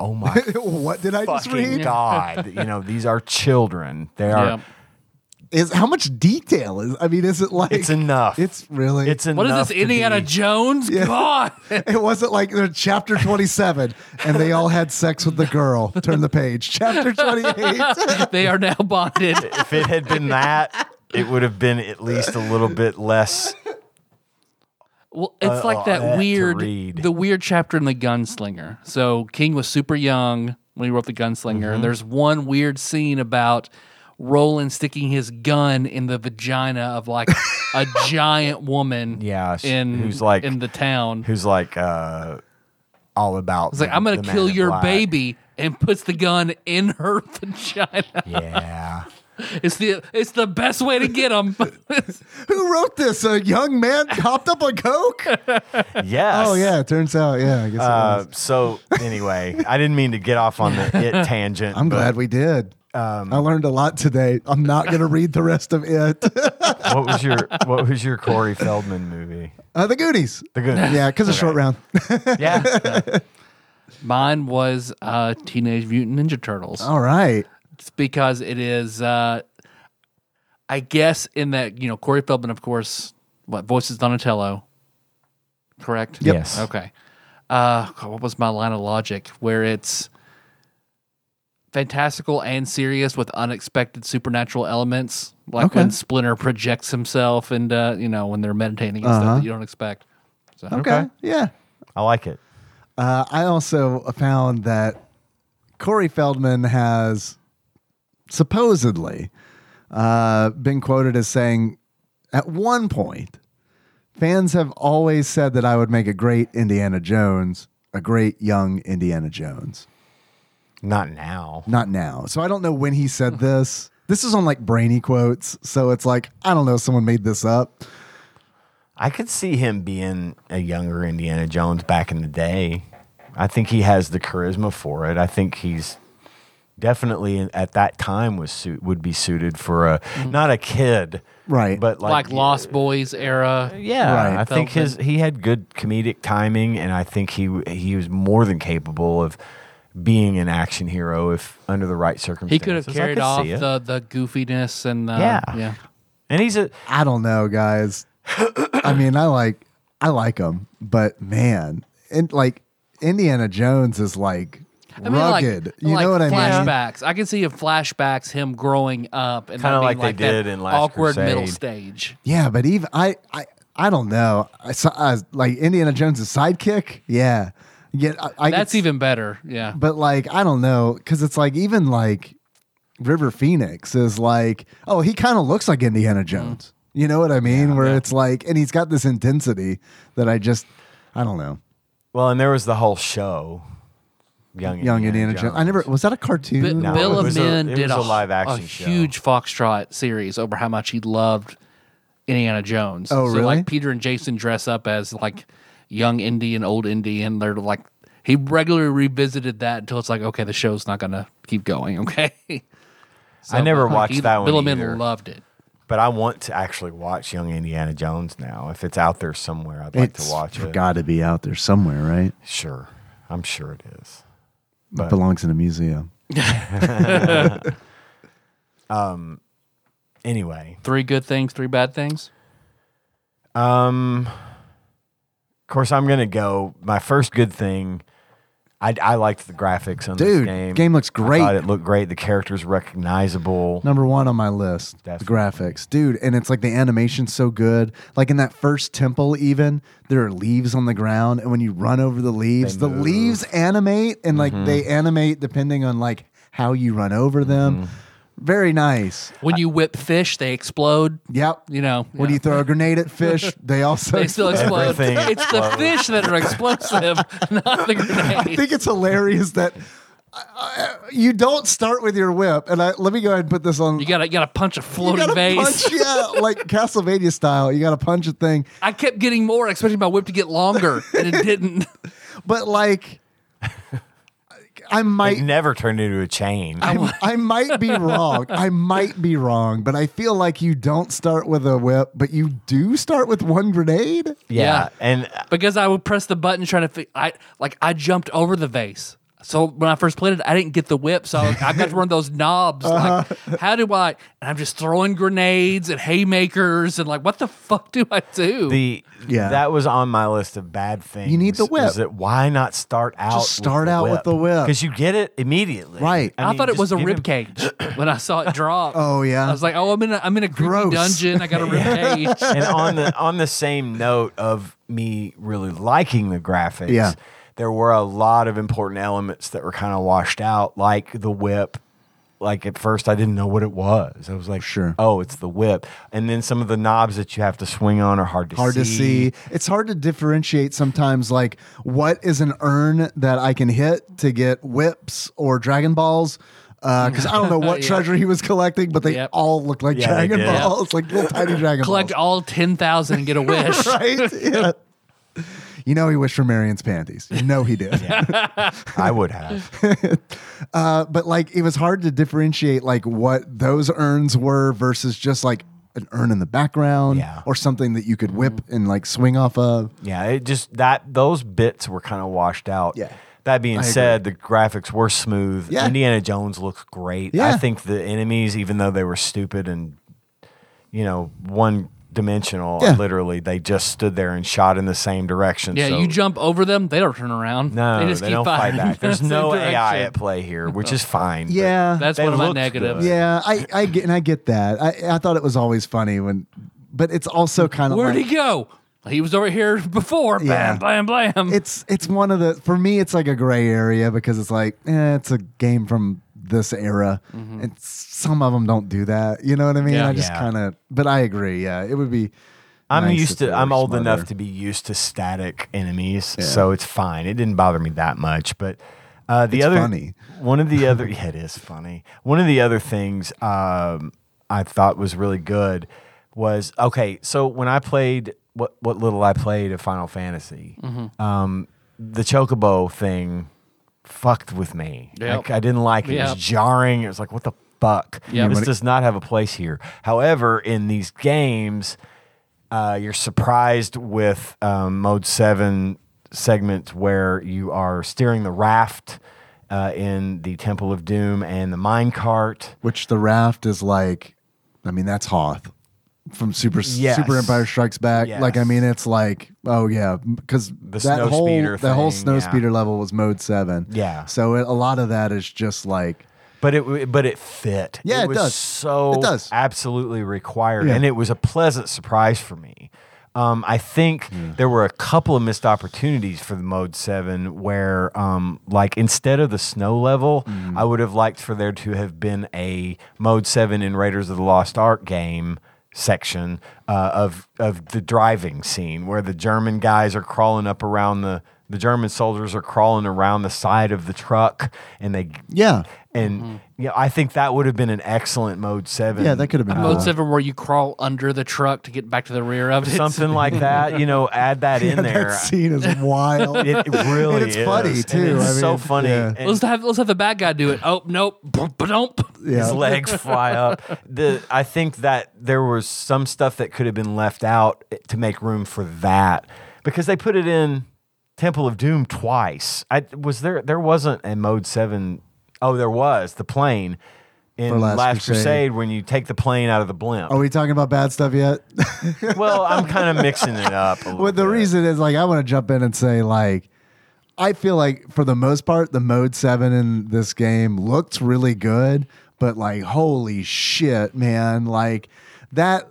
S3: oh
S2: *laughs*
S3: my
S2: what did I just
S3: fucking
S2: read?
S3: god you know these are children they are
S1: Yeah.
S2: Is how much detail is? I mean, is it like
S3: it's enough
S2: It's really.
S3: it's enough
S1: What is this,
S3: to
S1: Indiana
S3: be-
S1: Jones? God. *laughs*
S2: It wasn't like they're chapter 27 and they all had sex with the girl. Turn the page. Chapter
S3: *laughs*
S2: 28.
S1: they are now bonded.
S3: if it
S1: *laughs*
S3: had been that it would have been at least a little bit less
S1: Well, it's
S3: Uh,
S1: like
S3: oh,
S1: that,
S3: that to
S1: weird,
S3: read.
S1: the weird chapter in The Gunslinger. So King was super young when he wrote The Gunslinger,
S3: Mm-hmm.
S1: and there's one weird scene about Roland sticking his gun in the vagina of like
S3: *laughs*
S1: a giant woman.
S3: Yeah, sh-
S1: in
S3: who's like-
S1: in the town. Who's
S3: who's like uh all about
S1: like, I'm gonna kill your baby, and puts the gun in her *laughs* vagina.
S3: yeah
S1: It's the it's the best way to get him.
S2: Who wrote this? A young man hopped up on coke?
S3: yes
S2: Oh, yeah. It turns out. Yeah. I guess it
S3: uh,
S2: was.
S3: so anyway i didn't mean to get off on the
S1: *laughs*
S3: it tangent
S2: I'm
S3: but- um,
S2: glad we did. I learned a lot today. I'm not going to read the rest of
S3: *laughs*
S2: it.
S3: what was your what was your Corey Feldman movie?
S2: Uh, the Goonies.
S3: The good
S2: *laughs* Yeah, because of short round.
S3: yeah.
S1: Mine was uh, Teenage Mutant Ninja Turtles.
S2: All right.
S1: It's because it is, uh, I guess, in that you know Corey Feldman, of course, what voices Donatello, correct?
S3: Yep. Yes.
S1: Okay. Uh, God, what was my line of logic? Where it's fantastical and serious with unexpected supernatural elements, like
S2: Okay.
S1: when Splinter projects himself, and uh, you know when they're meditating and
S3: Uh-huh.
S1: stuff that you don't expect. So,
S2: Okay. Yeah.
S3: I like it.
S2: Uh, I also found that Corey Feldman has supposedly uh, been quoted as saying, at one point, fans have always said that I would make a great Indiana Jones, a great young Indiana Jones.
S3: Not now.
S2: Not now. So I don't know when he said this. This is on like brainy quotes. So it's like, I don't know, someone made this up.
S3: I could see him being a younger Indiana Jones back in the day. I think he has the charisma for it. I think he's definitely at that time was suit would be suited for a not a kid,
S2: Mm-hmm. Right.
S3: But like,
S1: like Lost Boys era.
S3: Yeah,
S2: Right.
S3: I think
S1: Feldman.
S3: his he had good comedic timing, and I think he he was more than capable of being an action hero if under the right
S1: He
S3: circumstances.
S1: could have
S3: I
S1: carried
S3: could
S1: off
S3: see it.
S1: the, the goofiness and the,
S3: yeah,
S1: yeah.
S3: And he's a
S2: I don't know, guys. I mean, I like I like him, but man, and like Indiana Jones is like
S1: I mean, like-
S2: rugged. you
S1: like
S2: know what I mean?
S1: Flashbacks. I can see in flashbacks him growing up and
S3: Kinda
S1: that
S3: like
S1: being
S3: they
S1: that
S3: did in Last
S1: awkward middle
S3: Crusade.
S1: stage.
S2: Yeah, but even I I I don't know. I saw I, like Indiana Jones' sidekick. Yeah, yeah. I, I
S1: That's
S2: could-
S1: even better. Yeah,
S2: But like, I don't know, because it's like even like River Phoenix is like, oh, he kind of looks like
S1: Hmm.
S2: Indiana Jones. You know what I mean? Where it's like, and he's got this intensity that I just, I don't know.
S3: well, and there was the whole show, young
S2: Young Indiana, Jones. I never was that a
S1: Bi-
S2: cartoon?
S3: No,
S1: Bill
S3: it
S1: of
S3: was a-
S1: Men
S3: it
S1: did
S3: was
S1: a,
S3: a live action show.
S1: huge Foxtrot series over how much he loved Indiana Jones.
S2: Oh,
S1: so
S2: really?
S1: Like Peter and Jason dress up as like young Indy and old Indy, and they're like he regularly revisited that until it's like okay, the show's not gonna keep going. *laughs* Okay, So,
S3: I never
S1: like,
S3: watched
S1: he-
S3: that one
S1: Bill of Men
S3: either.
S1: loved it.
S3: But I want to actually watch Young Indiana Jones now. If it's out there somewhere, I'd like to watch it.
S2: Got to be out there somewhere, right?
S3: Sure, I'm sure it is.
S2: It belongs in a museum.
S3: Anyway,
S1: Three good things, three bad things.
S3: Um, of course, I'm going to go. My first good thing, I, I liked the graphics on this
S2: Dude,
S3: game.
S2: game looks
S3: I thought
S2: great.
S3: it looked great. The characters recognizable.
S2: Number one on my list.
S3: Definitely.
S2: The graphics. Dude, and it's like the animation's so good. Like in that first temple, even, there are leaves on the ground. And when you run over the leaves, the
S3: move. Mm-hmm.
S2: leaves animate and like they animate depending on like how you run over them.
S3: Mm-hmm.
S2: Very nice.
S1: When you whip fish, they explode.
S2: Yep.
S1: You know,
S2: When
S1: yeah.
S2: you throw a grenade at
S1: *laughs*
S2: fish, they also
S1: They still explode.
S3: Everything
S1: *laughs* It's the
S3: explodes.
S1: fish that are explosive, *laughs* not the
S2: *laughs* I
S1: grenade.
S2: think it's hilarious that I- I- you don't start with your whip. And I, let me go ahead and put this on.
S1: You gotta, you gotta punch a
S2: You
S1: floating vase.
S2: punch,
S1: *laughs*
S2: yeah, like Castlevania style. You got to punch a thing,
S1: I kept getting more, expecting my whip to get longer, and
S2: *laughs*
S1: it didn't.
S2: but like, I
S3: It
S2: might,
S3: never turned into a chain.
S2: I, I might
S1: *laughs*
S2: be wrong. I might be wrong, but I feel like you don't start with a whip, but you do start with one grenade.
S1: Yeah.
S3: yeah. And
S1: because I would press the button trying to fi- I like I jumped over the vase. So when I first played it, I didn't get the whip, so I've got to run those knobs.
S2: Uh-huh.
S1: Like, how do I? And I'm just throwing grenades and haymakers and like, what the fuck do I do?
S3: the
S2: Yeah.
S3: that was on my list of bad things.
S2: You need the whip.
S3: Is that why not start out?
S2: start out with the whip.
S3: because you get it immediately.
S2: Right.
S1: I,
S3: mean,
S1: thought it
S3: just
S1: was a
S3: give
S1: rib
S3: him- *clears throat*
S1: cage when I saw it drop.
S2: Oh, yeah.
S1: I was like, oh, I'm in a I'm in a creepy
S2: Gross.
S1: dungeon. I
S3: *laughs*
S1: got a rib cage.
S3: *laughs* and on the on the same note of me really liking the graphics,
S2: Yeah.
S3: there were a lot of important elements that were kind of washed out, like the whip. Like at first, I didn't know what it was. I was like,
S2: Sure.
S3: oh, it's the whip." And then some of the knobs that you have to swing on are hard to
S2: hard to see. It's hard to differentiate sometimes, like what is an urn that I can hit to get whips or Dragon Balls. Because I don't know what
S1: Yeah.
S2: treasure he was collecting, but they
S1: Yep.
S2: all look like
S3: Yeah, they
S2: Dragon
S3: did. Yep.
S2: Balls, like little tiny Dragon
S1: Collect
S2: Balls.
S1: all ten thousand and get
S3: *laughs*
S1: a wish.
S2: right? Yeah. You know he wished for Marion's panties. You know he did.
S3: I would have.
S2: Uh, but like it was hard to differentiate like what those urns were versus just like an urn in the background
S3: Yeah.
S2: or something that you could whip and like swing off of.
S3: Yeah, it just that those bits were kind of washed out.
S2: Yeah.
S3: That being
S2: I
S3: said, the graphics were smooth.
S2: Yeah.
S3: Indiana Jones looks great.
S2: Yeah.
S3: I think the enemies, even though they were stupid and you know one dimensional,
S2: Yeah.
S3: literally they just stood there and shot in the same direction.
S1: Yeah,
S3: so-
S1: you jump over them, they don't turn around.
S3: No,
S1: they just keep
S3: don't
S1: fighting.
S3: fight back.
S1: *laughs*
S3: There's
S1: Same
S3: no AI
S1: direction. Oh.
S3: at play here, which is fine. but
S2: Yeah.
S1: That's
S3: They
S1: one of my
S3: looked
S1: negatives.
S3: good.
S2: Yeah, I, I get and I get that. I, I thought it was always funny when, but it's also kind of
S1: Where'd
S2: like,
S1: he go? He was over here before.
S2: Yeah.
S1: Bam, bam, bam.
S2: it's it's one of the for me it's like a gray area because it's like eh, it's a game from this era, and some of them don't do that. You know what I mean?
S1: Yeah.
S2: I just
S3: Yeah.
S2: kind of, but I agree. Yeah, it would be.
S3: I'm
S2: nice if
S3: used
S2: they
S3: to.
S2: were
S3: I'm old
S2: smarter.
S3: enough to be used to static enemies, so it's fine. It didn't bother me that much. But uh, the
S2: It's
S3: other
S2: funny.
S3: one of
S2: *laughs*
S3: the other yeah, it is funny. One of the other things um, I thought was really good was okay. So when I played what what little I played of Final Fantasy,
S1: Mm-hmm.
S3: um, the chocobo thing fucked with me.
S1: Yep.
S3: Like, I didn't like it. It
S1: Yep.
S3: was jarring. It was like what the fuck.
S1: Yeah.
S3: This does not have a place here. However, in these games uh, you're surprised with um, mode seven segments where you are steering the raft uh, in the Temple of Doom and the minecart.
S2: Which the raft is like, I mean that's Hoth from Super
S3: Yes.
S2: Super Empire Strikes Back. Like I
S3: Yes.
S2: mean it's like oh yeah because that
S3: snow
S2: whole
S3: speeder
S2: that whole
S3: thing,
S2: snow
S3: yeah.
S2: speeder level was mode seven.
S3: Yeah.
S2: so it, a lot of that is just like
S3: But it w- but it fit.
S2: Yeah, it
S3: was
S2: does.
S3: So
S2: It does.
S3: absolutely required,
S2: Yeah.
S3: and it was a pleasant surprise for me. Um, I think
S2: Hmm.
S3: there were a couple of missed opportunities for the mode seven where, um, like, instead of the snow level,
S2: Hmm.
S3: I would have liked for there to have been a mode seven in Raiders of the Lost Ark game section uh, of of the driving scene where the German guys are crawling up around the the German soldiers are crawling around the side of the truck and they
S2: yeah
S3: and yeah, I think that would have been an excellent mode seven.
S2: yeah that could have been
S1: Mode
S2: cool.
S1: seven where you crawl under the truck to get back to the rear of it.
S2: *laughs*
S3: something like that. You know, add that in there.
S2: That *laughs* scene is wild.
S3: *laughs* It really
S2: And it's
S3: is.
S2: funny,
S3: And
S2: too.
S3: it's
S2: I
S3: so
S2: mean,
S3: funny.
S2: yeah.
S1: *laughs*
S3: And
S1: Let's have let's have the bad guy do it. Oh nope, don't.
S2: yeah.
S3: His legs fly up. The I think that there was some stuff that could have been left out to make room for that because they put it in Temple of Doom twice. I was there. There wasn't a mode seven oh there was the plane. In
S2: For
S3: Last,
S2: Last
S3: Crusade.
S2: Crusade.
S3: when you take the plane out of the blimp.
S2: Are we talking about bad stuff yet? *laughs*
S3: well, I'm kind of mixing it up. A little
S2: well, the
S3: bit.
S2: reason is like I want to jump in and say like I feel like for the most part, the mode seven in this game looked really good, but like, holy shit, man! Like that,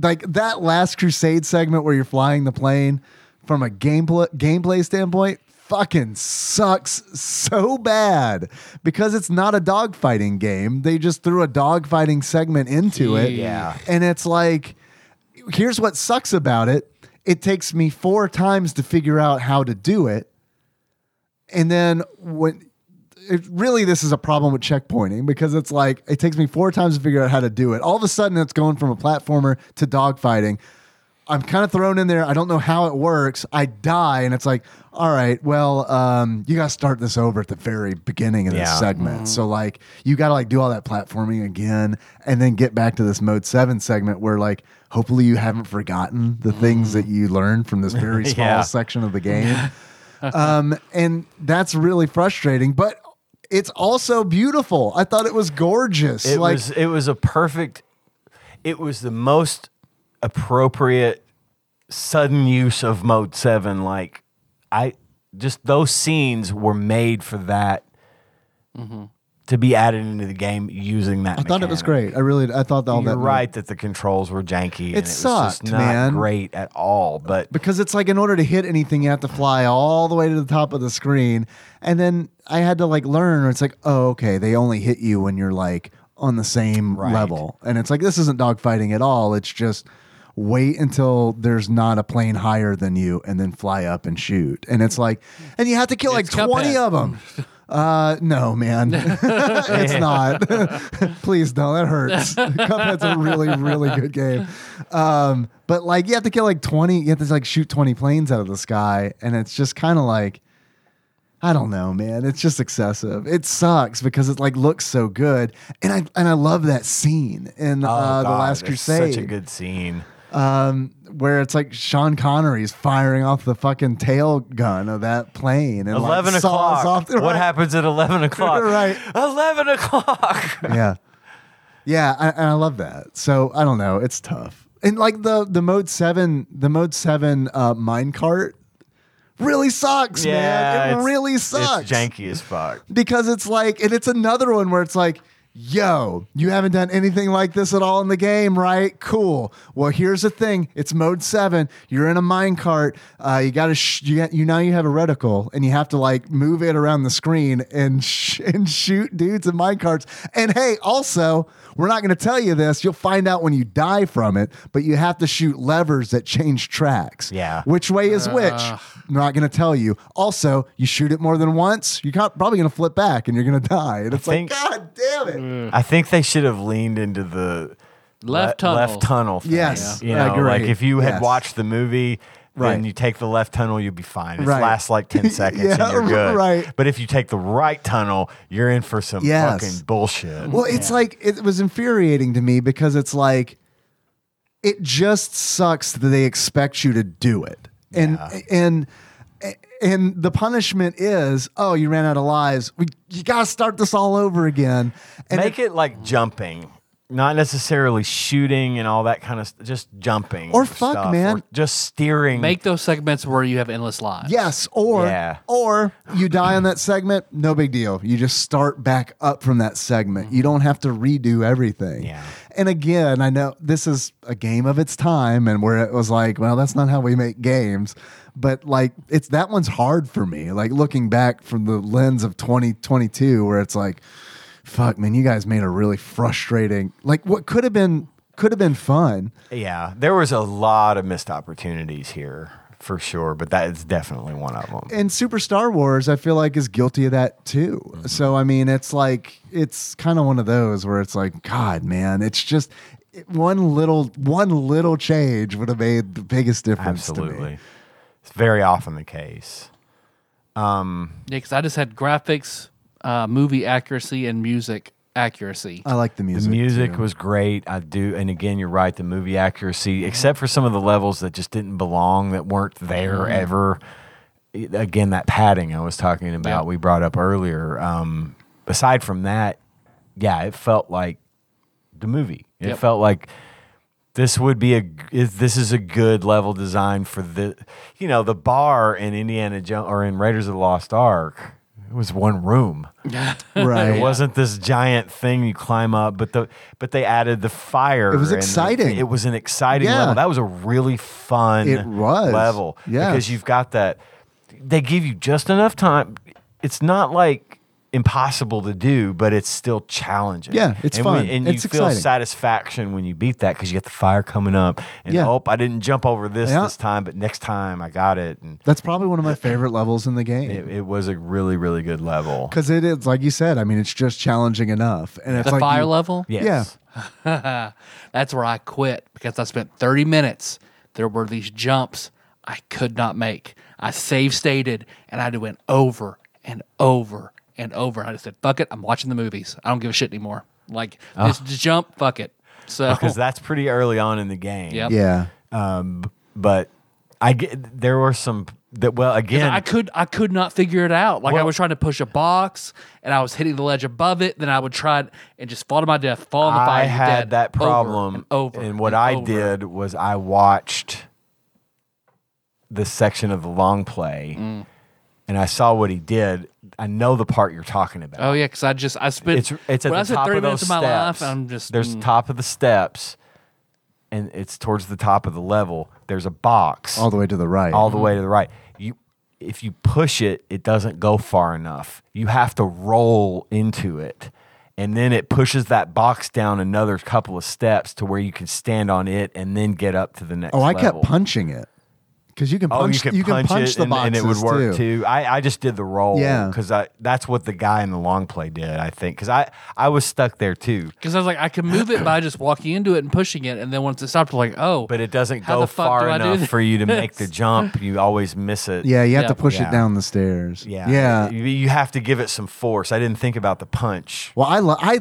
S2: like that last crusade segment where you're flying the plane from a gameplay gameplay standpoint fucking sucks so bad because it's not a dogfighting game. They just threw a dogfighting segment into it.
S3: Yeah.
S2: And it's like, here's what sucks about it it takes me four times to figure out how to do it. And then when it really this is a problem with checkpointing because it's like it takes me four times to figure out how to do it. All of a sudden it's going from a platformer to dogfighting. I'm kind of thrown in there. I don't know how it works. I die, and it's like, all right, well, um, you got to start this over at the very beginning of
S3: Yeah.
S2: this segment. So like, you got to like do all that platforming again, and then get back to this mode seven segment where like, hopefully you haven't forgotten the things that you learned from this
S3: *laughs*
S2: very small
S3: Mm. Yeah.
S2: section of the game. um, and that's really frustrating, but it's also beautiful. I thought it was gorgeous.
S3: It
S2: like,
S3: was it was a perfect. It was the most appropriate sudden use of mode seven. Like I just those scenes were made for that to be added into the game using that.
S2: I thought it was
S3: mechanic.
S2: great. I really, I thought all
S3: You're
S2: that.
S3: right that the controls were janky. and it was
S2: sucked,
S3: just not
S2: man.
S3: Great at all, but
S2: because it's like in order to hit anything you have to fly all the way to the top of the screen and then i had to like learn it's like oh okay they only hit you when you're like on the same
S3: Right.
S2: level and it's like this isn't dogfighting at all it's just wait until there's not a plane higher than you and then fly up and shoot and it's like and you have to kill like
S1: It's
S2: 20
S1: Cuphead.
S2: of them uh no
S1: *laughs*
S2: man it's not *laughs* please don't that hurts cuphead's a really really good game um but like you have to kill like 20 you have to like shoot 20 planes out of the sky and it's just kind of like I don't know, man. It's just excessive. It sucks because it like looks so good, and I and I love that scene in
S3: Oh,
S2: uh, the
S3: God,
S2: Last
S3: it's
S2: Crusade,
S3: Such a good scene.
S2: where it's like Sean Connery's firing off the fucking tail gun of that plane, and
S3: Eleven
S2: like, saws Off, *laughs*
S3: o'clock. What
S2: right.
S3: happens at
S2: *laughs*
S3: eleven o'clock?
S2: Right.
S3: Eleven
S2: *laughs*
S3: o'clock.
S2: yeah, yeah, I, and I love that. So I don't know. It's tough, and like the the mode seven, the mode seven uh, mine cart really sucks, man. It
S3: it's-
S2: really
S3: it's
S2: sucks.
S3: janky as fuck.
S2: because it's like, and it's another one where it's like, yo, you haven't done anything like this at all in the game, right? Cool. Well, here's the thing: it's mode seven. You're in a minecart. Uh, you got to, sh- you, got- you now you have a reticle, and you have to like move it around the screen and sh- *laughs* and shoot dudes in minecarts. And hey, also, we're not going to tell you this. You'll find out when you die from it, but you have to shoot levers that change tracks.
S3: Yeah.
S2: Which way is which? I'm not going to tell you. Also, you shoot it more than once, you're not- probably going to flip back and you're going to *laughs* die. And it's
S3: think-
S2: like,
S3: Mm.
S2: God damn it.
S3: I think they should have leaned into the
S1: Mm. Left
S3: le-
S1: tunnel.
S3: Left tunnel. Thing.
S2: Yes,
S3: You
S2: I
S3: know,
S2: agree.
S3: like if you had
S2: Yes.
S3: watched the movie.
S2: Right.
S3: Then you take the left tunnel, you'll be fine. It
S2: Right.
S3: lasts like ten
S2: *laughs*
S3: seconds,
S2: Yeah,
S3: and you're good.
S2: right.
S3: But if you take the right tunnel, you're in for some
S2: Yes.
S3: fucking bullshit.
S2: Well, it's like, it was infuriating to me because it's like, it just sucks that they expect you to do it. And, and, and the punishment is, oh, you ran out of lives. We, you got to start this all over again. And
S3: Make it, like jumping, not necessarily shooting and all that kind of st- just jumping
S2: Or fuck,
S3: stuff,
S2: man.
S3: or just steering.
S1: Make those segments where you have endless lives.
S2: Yes, or
S3: Yeah.
S2: or you die on that segment, no big deal. You just start back up from that segment. You don't have to redo everything.
S3: Yeah.
S2: And again, I know this is a game of its time and where it was like, well, that's not how we make games. But like it's that one's hard for me. Like looking back from the lens of 2022 where it's like fuck man, you guys made a really frustrating like what could have been could have been fun.
S3: yeah, there was a lot of missed opportunities here for sure, but that is definitely one of them.
S2: and Super Star Wars, I feel like is guilty of that too.
S3: Mm-hmm.
S2: So I mean, it's like it's kind of one of those where it's like, God, man, it's just it- one little one little change would have made the biggest difference. to me.
S3: Absolutely, it's very often the case.
S1: because I just had graphics, uh, movie accuracy, and music accuracy.
S2: I like the music.
S3: The music
S2: too.
S3: *laughs* was great. I do, and again, you're right. The movie accuracy, except for some of the levels that just didn't belong, that weren't there
S2: Mm-hmm.
S3: ever. It- Again, that padding I was talking about,
S1: Yeah.
S3: we brought up earlier. Um, aside from that, yeah, it felt like the movie. It
S1: Yep.
S3: felt like this would be a is- this is a good level design for the you know the bar in Indiana Jones or in Raiders of the Lost Ark it was one room
S2: right.
S3: it wasn't this giant thing you climb up but the but they added the fire
S2: It was
S3: and the-
S2: exciting.
S3: it was an exciting
S2: Yeah.
S3: level that was a really fun
S2: It was.
S3: level
S2: Yes.
S3: because you've got that they give you just enough time it's not like impossible to do but it's still challenging
S2: Yeah, it's
S3: and
S2: fun.
S3: and
S2: It's
S3: you feel
S2: exciting.
S3: satisfaction when you beat that because you get the fire coming up and
S2: Yeah.
S3: oh i didn't jump over this
S2: Yeah.
S3: this time but next time i got it and
S2: That's probably one of my favorite levels in the game.
S3: it, it was a really really good level
S2: Because it is, like you said, I mean, it's just challenging enough, and it's
S1: The
S2: like
S1: fire
S2: you-
S1: level?
S3: yes
S1: That's where I quit because I spent 30 minutes. There were these jumps I could not make. I save stated and I went over and over and over. And I just said, fuck it. I'm watching the movies. I don't give a shit anymore. Like, this jump, fuck it.
S2: *laughs*
S1: So,
S3: because that's pretty early on in the game.
S1: Yep.
S2: Yeah,
S3: But I get there were some that well again
S1: I could I could not figure it out. Like I
S3: Well-
S1: was trying to push a box and I was hitting the ledge above it, then I would try it and just fall to my death, fall in the fire.
S3: I
S1: you're
S3: had
S1: dead,
S3: that
S1: over
S3: problem
S1: and over.
S3: and what
S1: and
S3: I
S1: over.
S3: did was I watched the section of the long play
S1: Mm.
S3: and I saw what he did. I know the part you're talking about.
S1: Oh yeah, because I just I spent
S3: It's it's at
S1: when I
S3: the
S1: spent
S3: top
S1: 30
S3: of those
S1: minutes of my
S3: steps.
S1: life, I'm just
S3: there's
S1: mm.
S3: top of the steps, and it's towards the top of the level. There's a box.
S2: all the way to the right.
S3: all the way to the right. You, if you push it, it doesn't go far enough. You have to roll into it, and then it pushes that box down another couple of steps to where you can stand on it and then get up to the next.
S2: oh, I
S3: level.
S2: kept punching it because you can
S3: Oh,
S2: punch.
S3: you can
S2: can
S3: punch,
S2: punch
S3: it
S2: the
S3: and,
S2: boxes
S3: and it would work
S2: too.
S3: too. I, I just did the roll,
S2: Yeah.
S3: because I that's what the guy in the long play did. I think because I I was stuck there too,
S1: Because I was like, I can move it by just walking into it and pushing it, and then once it stopped, I'm like, oh,
S3: but it doesn't
S1: How
S3: go
S1: the fuck do
S3: far
S1: I do
S3: enough for you to make the
S1: this? *laughs*
S3: jump. You always miss it.
S2: Yeah, you have
S1: Yeah.
S2: to push
S3: Yeah.
S2: it down the stairs.
S3: yeah,
S2: yeah.
S3: You, you have to give it some force. I didn't think about the punch.
S2: *laughs* Well, I lo- I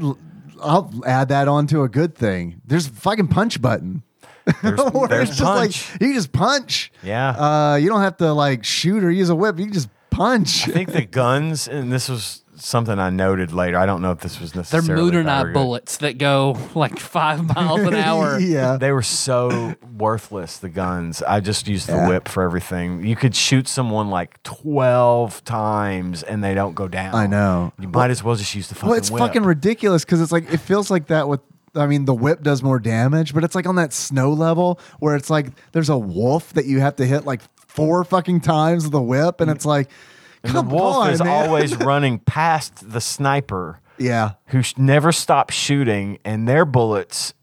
S2: I'll add that on to a good thing. There's a fucking punch button. *laughs*
S3: There's,
S2: Where
S3: there's
S2: it's
S3: punch.
S2: just like you can just punch.
S3: Yeah.
S2: Uh, you don't have to like shoot or use a whip. You can just punch.
S3: I think the guns, and this was something I noted later. I don't know if this was
S1: they're
S3: necessarily.
S1: moon and
S3: bad or
S1: eye
S3: good.
S1: bullets that go like five miles an
S3: *laughs*
S1: hour.
S2: *laughs* yeah.
S3: They were so worthless. The guns. I just used the
S2: Yeah.
S3: whip for everything. You could shoot someone like twelve times and they don't go down.
S2: I know.
S3: You might as well just use the fucking.
S2: Well, it's
S3: whip.
S2: fucking ridiculous because it's like it feels like that with. I mean, the whip does more damage, but it's like on that snow level where it's like there's a wolf that you have to hit like four fucking times with the whip, and it's like,
S3: And
S2: come
S3: the wolf
S2: on,
S3: is
S2: man.
S3: always running past the sniper,
S2: *laughs* yeah,
S3: who sh- never stops shooting, and their bullets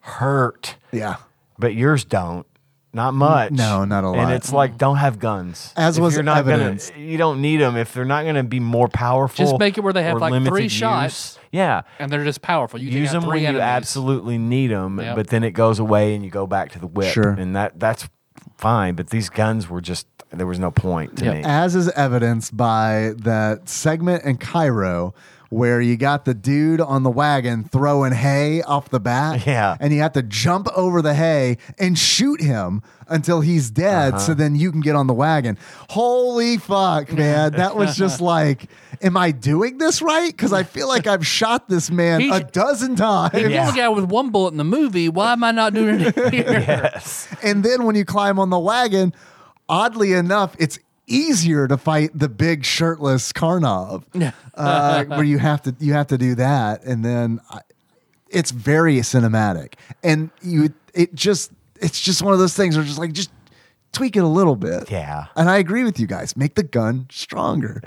S3: hurt.
S2: yeah.
S3: but yours don't. Not much.
S2: no, not a lot.
S3: And it's like don't have guns.
S2: As
S3: If
S2: was
S3: you're not
S2: evidenced.
S3: Gonna, you don't need them if they're not going to be more powerful.
S1: Just make it where they have,
S3: or
S1: like, three
S3: limited
S1: shots.
S3: use. Yeah.
S1: and they're just powerful. You take
S3: Use
S1: out
S3: them
S1: three
S3: when you
S1: enemies.
S3: absolutely need them,
S1: Yep.
S3: but then it goes away and you go back to the whip.
S2: Sure.
S3: And that that's fine, but these guns were just there was no point to
S1: Yep.
S3: me.
S2: As is evidenced by that segment in Cairo where you got the dude on the wagon throwing hay off the bat.
S3: Yeah.
S2: And you have to jump over the hay and shoot him until he's dead
S3: Uh-huh.
S2: so then you can get on the wagon. Holy
S3: *laughs*
S2: fuck, man. That was just like, am I doing this right? Because I feel like I've shot this man
S1: He-
S2: a dozen times.
S1: If
S3: Yeah.
S1: you're the guy with one bullet in the movie, why am I not doing
S3: *laughs*
S1: it here?
S3: Yes.
S2: And then when you climb on the wagon, oddly enough, it's easier to fight the big shirtless Karnov,
S3: *laughs*
S2: uh, where you have to you have to do that, and then I, it's very cinematic, and you it just it's just one of those things where just like just tweak it a little bit.
S3: Yeah.
S2: and I agree with you guys. Make the gun stronger.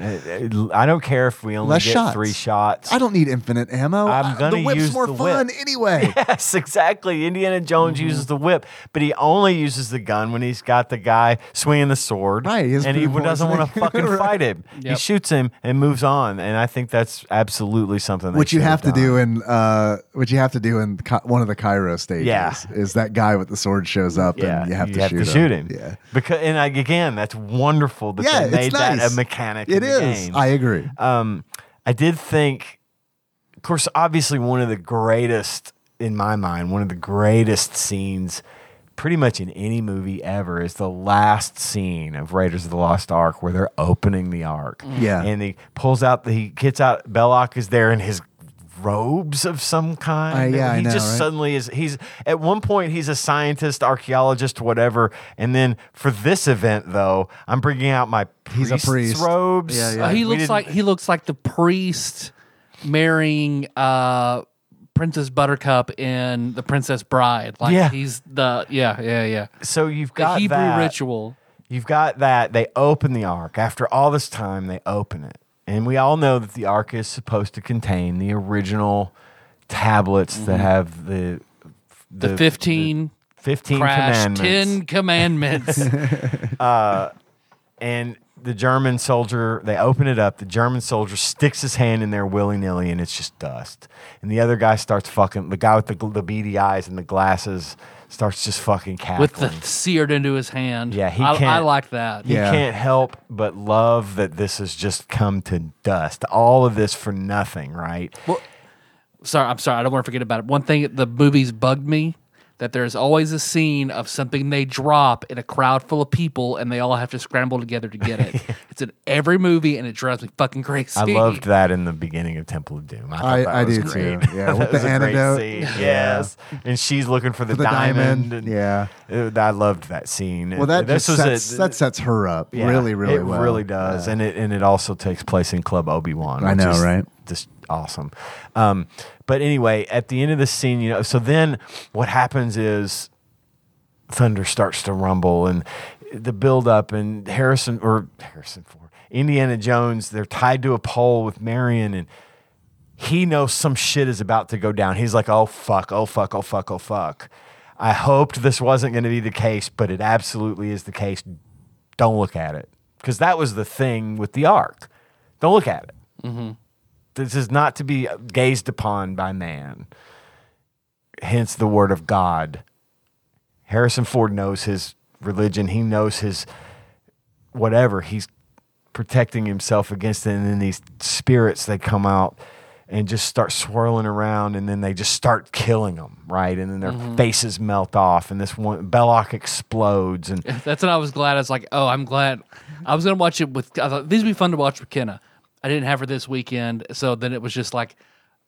S3: I don't care if we only
S2: Less
S3: get
S2: shots.
S3: three shots.
S2: I don't need infinite ammo.
S3: I'm
S2: I-
S3: gonna
S2: the whip's
S3: use
S2: more
S3: the whip.
S2: fun
S3: *laughs*
S2: anyway.
S3: Yes, exactly. Indiana Jones
S2: Mm-hmm.
S3: uses the whip, but he only uses the gun when he's got the guy swinging the sword.
S2: Right, he has
S3: and he
S2: food
S3: doesn't want to
S2: poisoning. *laughs*
S3: fucking
S2: Right.
S3: fight him. He
S1: Yep.
S3: shoots him and moves on. And I think that's absolutely something. they
S2: What you
S3: should
S2: have to
S3: done.
S2: do in uh, what you have to do in Ki- one of the Cairo stages
S3: Yeah.
S2: is that guy with the sword shows up
S3: Yeah,
S2: and you have, to, shoot
S3: him.
S2: Yeah,
S3: because and like, again, that's wonderful that
S2: yeah,
S3: they made
S2: it's nice.
S3: that a mechanic.
S2: It
S3: in the
S2: is.
S3: game.
S2: I agree.
S3: um, I did think, of course, obviously one of the greatest in my mind, one of the greatest scenes, pretty much in any movie ever, is the last scene of Raiders of the Lost Ark where they're opening the Ark.
S2: Mm. Yeah.
S3: and he pulls out the he gets out. Belloc is there in his robes of some kind.
S2: Uh, yeah, I
S3: he
S2: know,
S3: just
S2: right?
S3: suddenly is. He's at one point he's a scientist, archaeologist, whatever, and then for this event though, I'm bringing out my
S2: He's a
S3: priest's
S2: priest.
S3: robes.
S2: Yeah, yeah.
S1: Uh, he
S3: We
S1: looks
S3: didn't-
S1: like he looks like the priest marrying uh, Princess Buttercup in The Princess Bride. Like
S3: Yeah.
S1: he's the yeah yeah yeah
S3: so. You've
S1: the
S3: got
S1: Hebrew
S3: that.
S1: ritual.
S3: You've got that. They open the ark. After all this time, they open it. And we all know that the ark is supposed to contain the original tablets that have the
S1: Mm-hmm. The, fifteen
S3: 15
S1: crash
S3: commandments.
S1: ten commandments.
S3: *laughs* And the German soldier, they open it up. The German soldier sticks his hand in there willy nilly, and it's just dust. And the other guy starts fucking, the guy with the, gl- the beady eyes and the glasses starts just fucking cackling.
S1: with the th- seared into his hand.
S3: Yeah, he
S1: I, I
S3: can't-
S1: like that.
S3: You
S2: Yeah.
S3: can't help but love that this has just come to dust. All of this for nothing, right?
S1: Sorry, I'm sorry. I don't want to forget about it. One thing the movies bugged me that there's always a scene of something they drop in a crowd full of people and they all have to scramble together to get
S3: *laughs*
S1: it. It's in every movie and it drives me fucking crazy.
S3: I loved that in the beginning of Temple of Doom. I, thought
S2: I-
S3: that
S2: I
S3: was *laughs*
S2: do too.
S3: great.
S2: Yeah,
S3: That
S2: with the
S3: was a great
S2: antidote.
S3: scene.
S2: Yeah.
S3: Yes, and she's looking for the,
S2: the
S3: diamond.
S2: diamond,
S3: and-
S2: yeah.
S3: It- I loved that scene.
S2: Well, that
S3: This
S2: just
S3: was a-
S2: sets, that sets her up
S3: yeah,
S2: really, really
S3: it
S2: well.
S3: really does, and it and it also takes place in Club Obi Wan.
S2: I know, right?
S3: Just awesome. Um, but anyway, at the end of the scene, you know, so then what happens is thunder starts to rumble and the buildup and Harrison or Harrison Ford, Indiana Jones, they're tied to a pole with Marion and he knows some shit is about to go down. He's like, oh fuck, oh fuck, oh fuck, oh fuck. I hoped this wasn't going to be the case, but it absolutely is the case. Don't look at it. Because that was the thing with the ark. Don't look at it. This is not to be gazed upon by man. Hence the word of God. Harrison Ford knows his religion. He knows his whatever. He's protecting himself against it. And then these spirits, they come out and just start swirling around and then they just start killing them, right? And then their
S1: Mm-hmm.
S3: faces melt off and this one, Belloc
S1: *laughs*
S3: explodes.
S1: *laughs*
S3: And
S1: That's what I was glad. I was like, oh, I'm glad. I was gonna watch it with. I thought these would be fun to watch with Kenna. I didn't have her this weekend, so then it was just like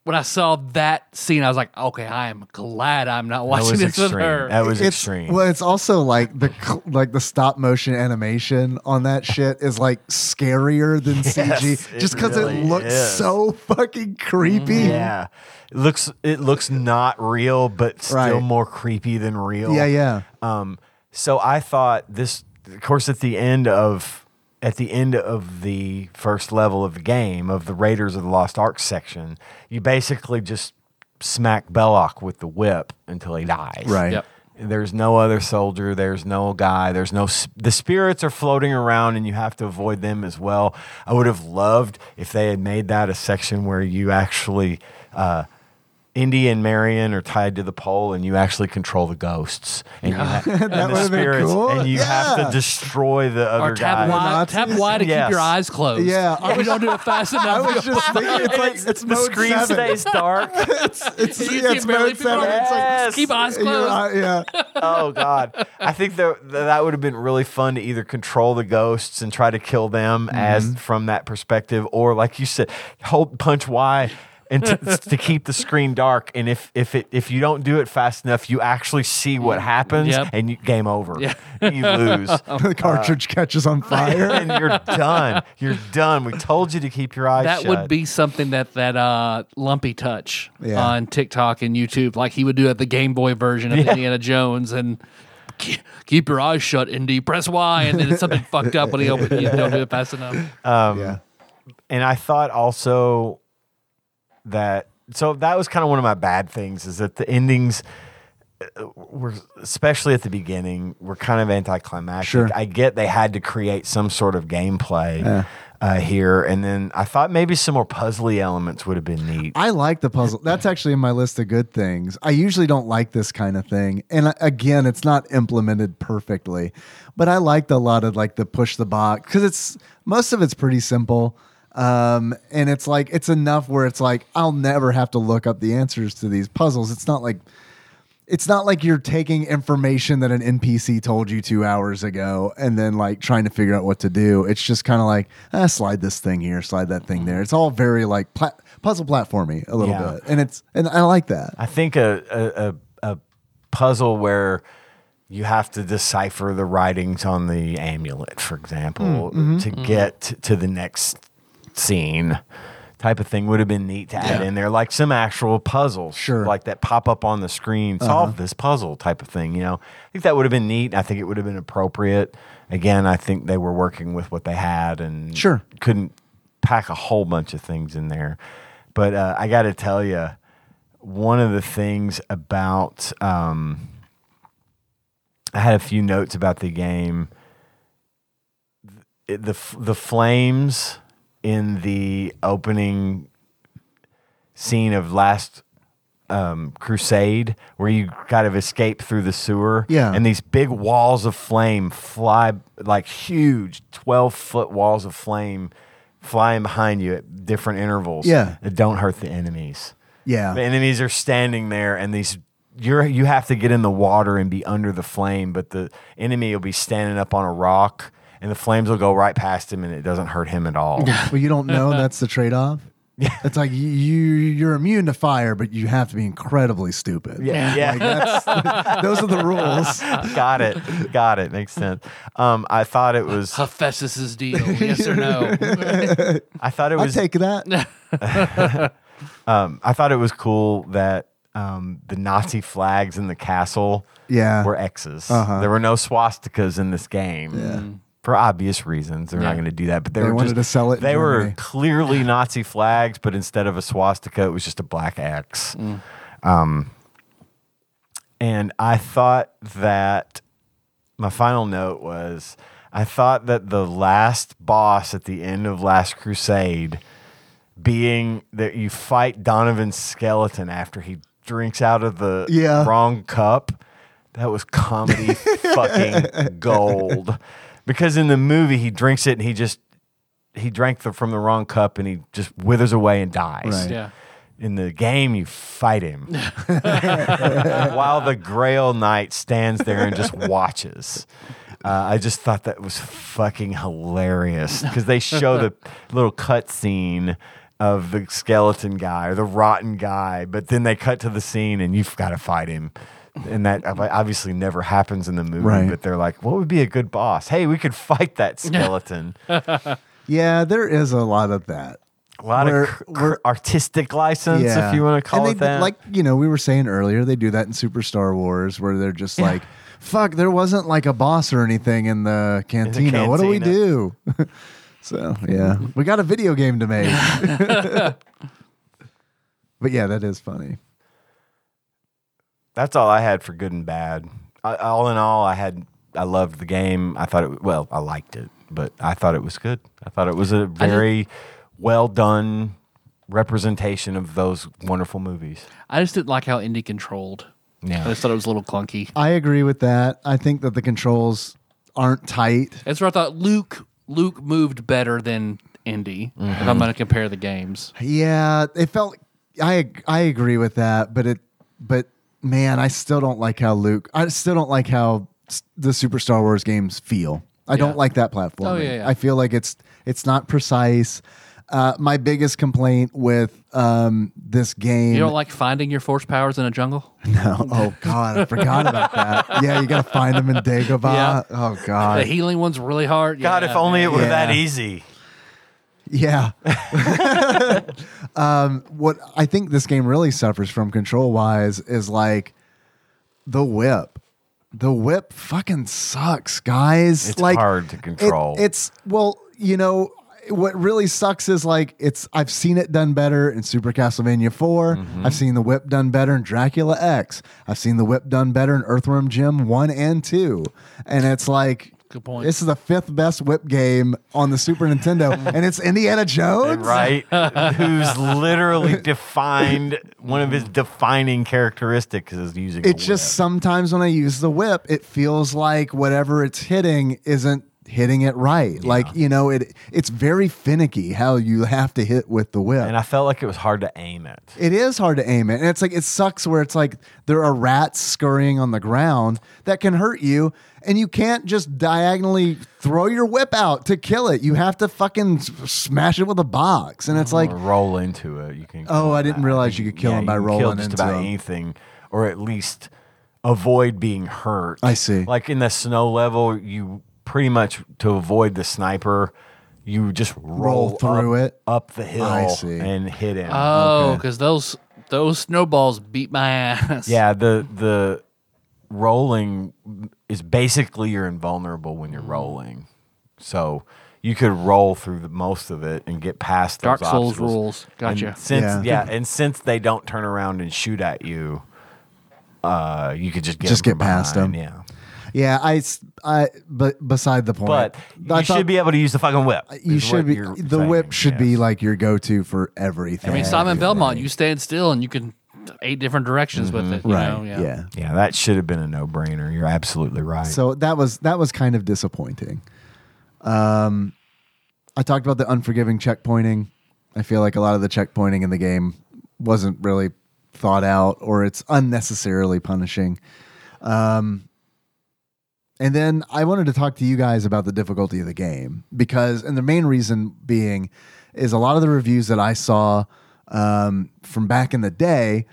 S1: when I saw that scene, I was like, okay, I am glad I'm not
S3: that
S1: watching
S3: was
S1: this with
S3: extreme.
S1: her.
S3: That was
S2: it's,
S3: extreme.
S2: Well, it's also like the cl- like the stop motion animation on that shit is like scarier
S3: *laughs*
S2: than CG,
S3: it
S2: just because
S3: really
S2: it looks
S3: is. Mm,
S2: so fucking creepy.
S3: Yeah. It looks it looks not real, but still
S2: Right.
S3: more creepy than real.
S2: Yeah, yeah.
S3: Um, so I thought this, of course, at the end of at the end of the first level of the game of the Raiders of the Lost Ark section, you basically just smack Belloc with the whip until he dies.
S2: Right.
S1: Yep.
S3: There's no other soldier. There's no guy. There's no. s- The spirits are floating around, and you have to avoid them as well. I would have loved if they had made that a section where you actually, uh, Indy and Marion are tied to the pole, and you actually control the ghosts and, you ha-
S2: *laughs*
S3: and
S2: would
S3: the
S2: have been
S3: spirits,
S2: cool.
S3: and you have
S2: Yeah.
S3: to destroy the
S1: Or
S3: other
S1: tap
S3: guy.
S1: Y,
S2: Nazis?
S1: tap Y to
S3: Yes.
S1: keep your eyes closed.
S2: Yeah, I
S1: if you don't do it fast enough.
S2: *laughs* I
S1: *laughs*
S2: was just thinking, *laughs* it's like it's,
S3: The
S2: mode
S3: screen
S2: seven.
S3: stays dark.
S2: *laughs* It's,
S1: You
S2: yeah,
S1: see
S2: it's
S1: it barely
S2: mode seven.
S1: people-
S2: It's like
S3: Yes.
S1: keep eyes
S2: you're-
S1: closed.
S2: uh, yeah.
S1: *laughs*
S2: *laughs*
S3: oh god i think that that would have been really fun to either control the ghosts and try to kill them
S1: Mm-hmm.
S3: as from that perspective or like you said hold punch y and to,
S1: *laughs*
S3: to keep the screen dark and if if it if you don't do it fast enough you actually see what happens
S1: Mm, Yep. Oh,
S3: and you game over you
S1: *laughs*
S3: lose
S2: the cartridge catches on fire.
S3: and you're done you're done we told you to keep your eyes
S1: that
S3: shut
S1: would be something that that uh, lumpy touch
S2: Yeah.
S1: on TikTok and YouTube, like he would do at the Game Boy version of Indiana Jones, and "Ke- keep your eyes shut, Indy. Press Y, and then it's
S2: *laughs*
S1: something fucked up when he open, you don't do it fast enough.
S2: yeah.
S3: and I thought also that so that was kind of one of my bad things is that the endings uh, were especially at the beginning were kind of anticlimactic.
S2: Sure.
S3: I get they had to create some sort of gameplay uh, here, and then I thought maybe some more puzzly elements would have been neat.
S2: I like the puzzle. That's actually in my list of good things. I usually don't like this kind of thing. And uh, again, it's not implemented perfectly, but I liked a lot of like the push the box because it's most of it's pretty simple. Um, and it's like, it's enough where it's like, I'll never have to look up the answers to these puzzles. It's not like, it's not like you're taking information that an NPC told you two hours ago and then like trying to figure out what to do. It's just kind of like ah, slide this thing here, slide that thing there. It's all very like pla- puzzle platformy a little
S3: Yeah.
S2: bit, and it's and I like that.
S3: I think a, a, a, a puzzle where you have to decipher the writings on the amulet, for example, to get to the next scene type of thing would have been neat to add in there. Like some actual puzzles.
S2: Sure.
S3: Like that pop up on the screen, solve this puzzle type of thing, you know. I think that would have been neat. I think it would have been appropriate. Again, I think they were working with what they had and
S2: Sure.
S3: couldn't pack a whole bunch of things in there. But uh, I got to tell you, one of the things about um, I had a few notes about the game. It- the f- the flames in the opening scene of last um, crusade where you kind of escape through the sewer
S2: Yeah.
S3: and these big walls of flame fly like huge 12 foot walls of flame flying behind you at different intervals
S2: Yeah.
S3: that don't hurt the enemies
S2: Yeah,
S3: the enemies are standing there and these you're you have to get in the water and be under the flame but the enemy will be standing up on a rock and the flames will go right past him and it doesn't hurt him at all
S2: well, you don't know that's the trade
S3: *laughs*
S2: off. Yeah. It's like you you're immune to fire, but you have to be incredibly stupid.
S3: yeah, yeah.
S2: Like that's,
S3: *laughs*
S2: those are the rules.
S3: *laughs* got it got it makes sense um i thought it was
S1: Hephaestus's deal, yes or
S2: *laughs*
S1: no?
S3: i thought it
S2: I
S3: was
S2: take
S3: *laughs*
S2: that.
S3: um, i thought it was cool that um the nazi flags in the castle
S2: Yeah.
S3: were X's.
S2: Uh-huh.
S3: There were no swastikas in this game. For obvious reasons, they're not
S1: Yeah.
S3: going to do that. But they,
S2: They
S3: were
S2: wanted
S3: just-
S2: to sell it in
S3: They were
S2: Germany.
S3: clearly Nazi flags, but instead of a swastika, it was just a black X. Um, and I thought that my final note was I thought that the last boss at the end of Last Crusade, being that you fight Donovan's skeleton after he drinks out of the
S2: Yeah.
S3: wrong cup, that
S2: *laughs*
S3: was comedy fucking gold. Because in the movie, he drinks it and he just. He drank the, from the wrong cup and he just withers away and dies
S2: Right.
S1: Yeah.
S3: in the game you
S2: *laughs*
S3: fight him while the grail knight stands there and just watches uh, i just thought that was fucking hilarious because they show the little cut scene of the skeleton guy or the rotten guy but then they cut to the scene and you've got to fight him and that ob- obviously never happens in the movie
S2: Right.
S3: but they're like what would be a good boss hey we could
S2: *laughs*
S3: fight that skeleton a
S2: Yeah, there is a lot of that.
S3: lot
S2: We're-
S3: of cr- cr- artistic license if you want to call
S2: And
S3: it
S2: they-
S3: that
S2: Like you know, we were saying earlier, they do that in Super Star Wars, where they're just like, "Fuck, there wasn't like a boss or anything in the cantina. What do we
S3: cantina.
S2: do?" *laughs* so yeah, we got a video game to
S3: *laughs*
S2: make. but yeah, that is funny.
S3: that's all I had for good and bad. I, all in all, I had I loved the game. I thought it well, I liked it, but I thought it was good. I thought it was a very well done representation of those wonderful movies.
S1: I just didn't like how indie controlled.
S3: Yeah.
S1: I just thought it was a little clunky.
S2: I agree with that. I think that the controls aren't tight.
S1: That's where I thought Luke Luke moved better than Indy. If
S3: Mm-hmm.
S1: I'm going to compare the games,
S2: Yeah, it felt. I I agree with that, but it but man, I still don't like how Luke. I still don't like how s- the Super Star Wars games feel. I
S1: Yeah.
S2: don't like that platform.
S1: Oh, yeah, yeah.
S2: I feel like it's it's not precise. Uh, my biggest complaint with um, this game.
S1: you don't like finding your force powers in a jungle.
S2: *laughs* no, oh God, I forgot about that. Yeah, you gotta find them in
S1: *laughs*
S2: Dagobah.
S1: Yeah.
S2: Oh
S1: The *laughs*
S2: God,
S1: healing one's really hard.
S3: God,
S1: Yeah,
S3: if only
S1: man.
S3: it were that
S2: Yeah.
S3: easy. *laughs*
S2: Yeah. *laughs* um, what I think this game really suffers from control wise is like the whip. The whip fucking sucks, guys.
S3: It's
S2: like
S3: hard to
S2: it-
S3: control.
S2: it's well, you know, what really sucks is like it's I've seen it done better in Super Castlevania 4.
S3: Mm-hmm.
S2: I've seen the whip done better in Dracula X. I've seen the whip done better in Earthworm Jim 1 and 2. And it's like
S1: Good point.
S2: This is the fifth best whip game on the Super
S3: *laughs*
S2: Nintendo, and it's Indiana Jones.
S3: Right, who's literally defined one of his defining characteristics is using a
S2: It just
S3: whip.
S2: sometimes when I use the whip, it feels like whatever it's hitting isn't hitting it right. Like, you know, it it's very finicky how you have to hit with the whip.
S3: And I felt like it was hard to aim at.
S2: it is hard to aim it. And it's like it sucks where it's like there are rats scurrying on the ground that can hurt you and you can't just diagonally throw your whip out to kill it. You have to fucking s- smash it with a box. And it's like
S3: or roll into it. You can.
S2: Oh,
S3: kill
S2: I
S3: them.
S2: didn't realize you could kill them by
S3: Uh, can
S2: rolling
S3: just
S2: into
S3: about
S2: them.
S3: anything, or at least avoid being hurt.
S2: I see.
S3: Like in the snow level, you pretty much to avoid the sniper, you just roll,
S2: through
S3: up-
S2: it?
S3: up the hill
S2: I see.
S3: and hit him.
S1: Oh, because those those snowballs beat my ass.
S3: yeah, the the rolling is basically you're invulnerable when you're
S1: Mm.
S3: rolling, so. You could roll through the, most of it and get past
S1: *laughs* Dark
S3: those
S1: Souls
S3: obstacles.
S1: rules. Gotcha.
S3: And since
S2: Yeah.
S3: yeah. and since they don't turn around and shoot at you, uh, you could just get
S2: Just
S3: 'em from
S2: get past
S3: behind,
S2: 'em.
S3: Yeah,
S2: yeah, I s- I but beside the point.
S3: but
S2: I
S3: you should
S2: thought
S3: be able to use the fucking whip.
S2: you
S3: is
S2: should
S3: what
S2: be
S3: you're
S2: the
S3: saying,
S2: whip should be
S3: yes.
S2: like your go-to for everything.
S1: I mean, Simon Belmont, you stand still and you can eight different directions with it. You
S2: right.
S1: Know?
S2: yeah.
S1: Yeah.
S3: Mm-hmm. yeah, that should have been a no brainer. You're absolutely right.
S2: So that was that was kind of disappointing. Um I talked about the unforgiving checkpointing. I feel like a lot of the checkpointing in the game wasn't really thought out or it's unnecessarily punishing. Um and then I wanted to talk to you guys about the difficulty of the game because and the main reason being is a lot of the reviews that I saw um, from back in the day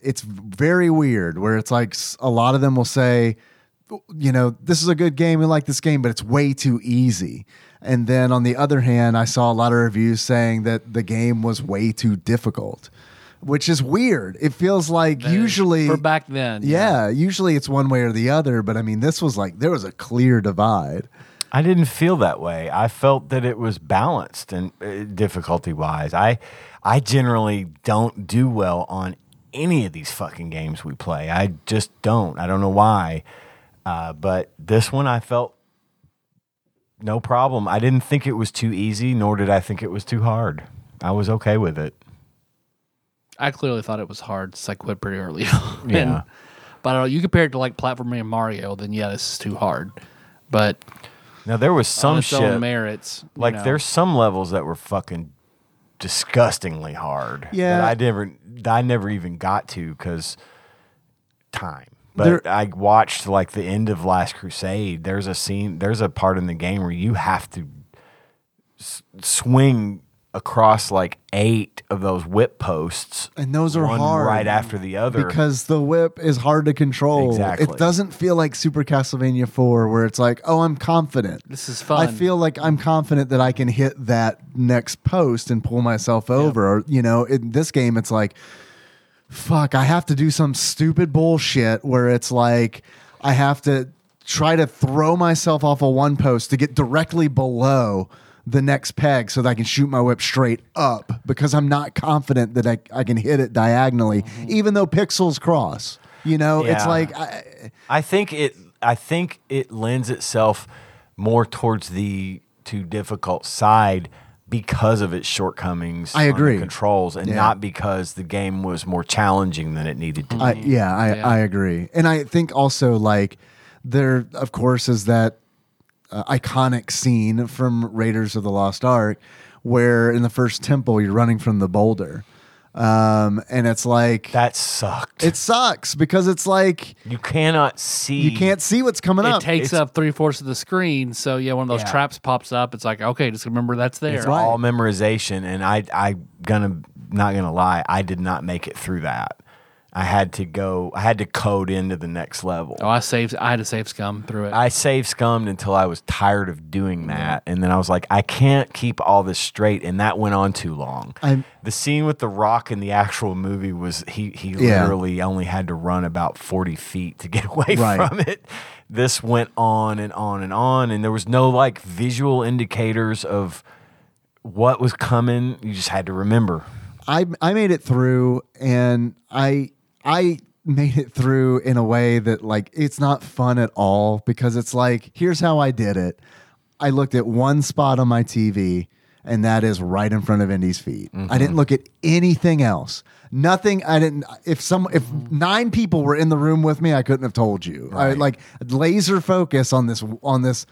S2: it's very weird where it's like s- a lot of them will say you know this is a good game we like this game but it's way too easy and then on the other hand i saw a lot of reviews saying that the game was way too difficult which is weird it feels like usually
S1: For back then.
S2: yeah usually it's one way or the other but i mean this was like there was a clear divide
S3: I didn't feel that way. I felt that it was balanced and uh, difficulty wise. I I generally don't do well on any of these fucking games we play. I just don't. I don't know why. Uh, but this one I felt no problem. I didn't think it was too easy, nor did I think it was too hard. I was okay with it.
S1: I clearly thought it was hard since I quit pretty early. *laughs* on.
S3: Yeah.
S1: but I don't know, you compare it to like platforming and Mario, then yeah, this is too hard. But
S3: Now there was
S1: on
S3: some
S1: its own
S3: shit.
S1: merits, you
S3: like
S1: know.
S3: there's some levels that were fucking disgustingly hard.
S2: Yeah.
S3: that I never that I never even got to because time. But
S2: There-
S3: I watched like the end of Last Crusade. There's a scene. There's a part in the game where you have to s- swing across like eight of those whip posts,
S2: And those are
S3: one
S2: hard.
S3: right after the other.
S2: because the whip is hard to control. It
S3: Exactly.
S2: doesn't feel like Super Castlevania 4 where it's like, "Oh, I'm confident.
S1: This is
S2: I
S1: fun.
S2: feel like I'm confident that I can hit that next post and pull myself over." Or, you know, in this game it's like, "Fuck, I have to do some stupid bullshit where it's like I have to try to throw myself off a one post to get directly below the next peg so that I can shoot my whip straight up because I'm not confident that I, I can hit it diagonally, even though pixels cross. You know, it's
S3: Yeah.
S2: like I,
S3: I think it. I think it lends itself more towards the too difficult side because of its shortcomings.
S2: I
S3: on the
S2: agree.
S3: controls, and
S2: Yeah.
S3: not because the game was more challenging than it needed to. be.
S2: I, yeah, I, I agree. And I think also like there, of course, is that uh, iconic scene from Raiders of the Lost Ark where in the first temple you're running from the boulder. Um, and it's like,
S3: that sucked.
S2: it sucks because it's like,
S3: you cannot see.
S2: you can't see what's coming
S1: it
S2: up.
S1: takes up three fourths of the screen. So yeah, one of those
S3: Yeah.
S1: traps pops up. It's like okay, just remember that's there.
S3: It's
S2: right.
S3: all memorization, and I I gonna not gonna lie, I did not make it through that. I had to go. I had to code into the next level.
S1: Oh, I saved. I had to save scum through it.
S3: I save scummed until I was tired of doing that, and then I was like, I can't keep all this straight, and that went on too long.
S2: I'm-
S3: the scene with the Rock in the actual movie was he he
S2: Yeah.
S3: literally only had to run about forty feet to get *laughs* away
S2: Right.
S3: from it. This went on and on and on, and there was no like visual indicators of what was coming. You just had to remember.
S2: I I made it through and I I made it through in a way that like it's not fun at all because it's like here's how I did it. I looked at one spot on my TV and that is right in front of Indy's feet. I didn't look at anything else. Nothing I didn't if some if nine people were in the room with me I couldn't have told you. I like laser focus on this on this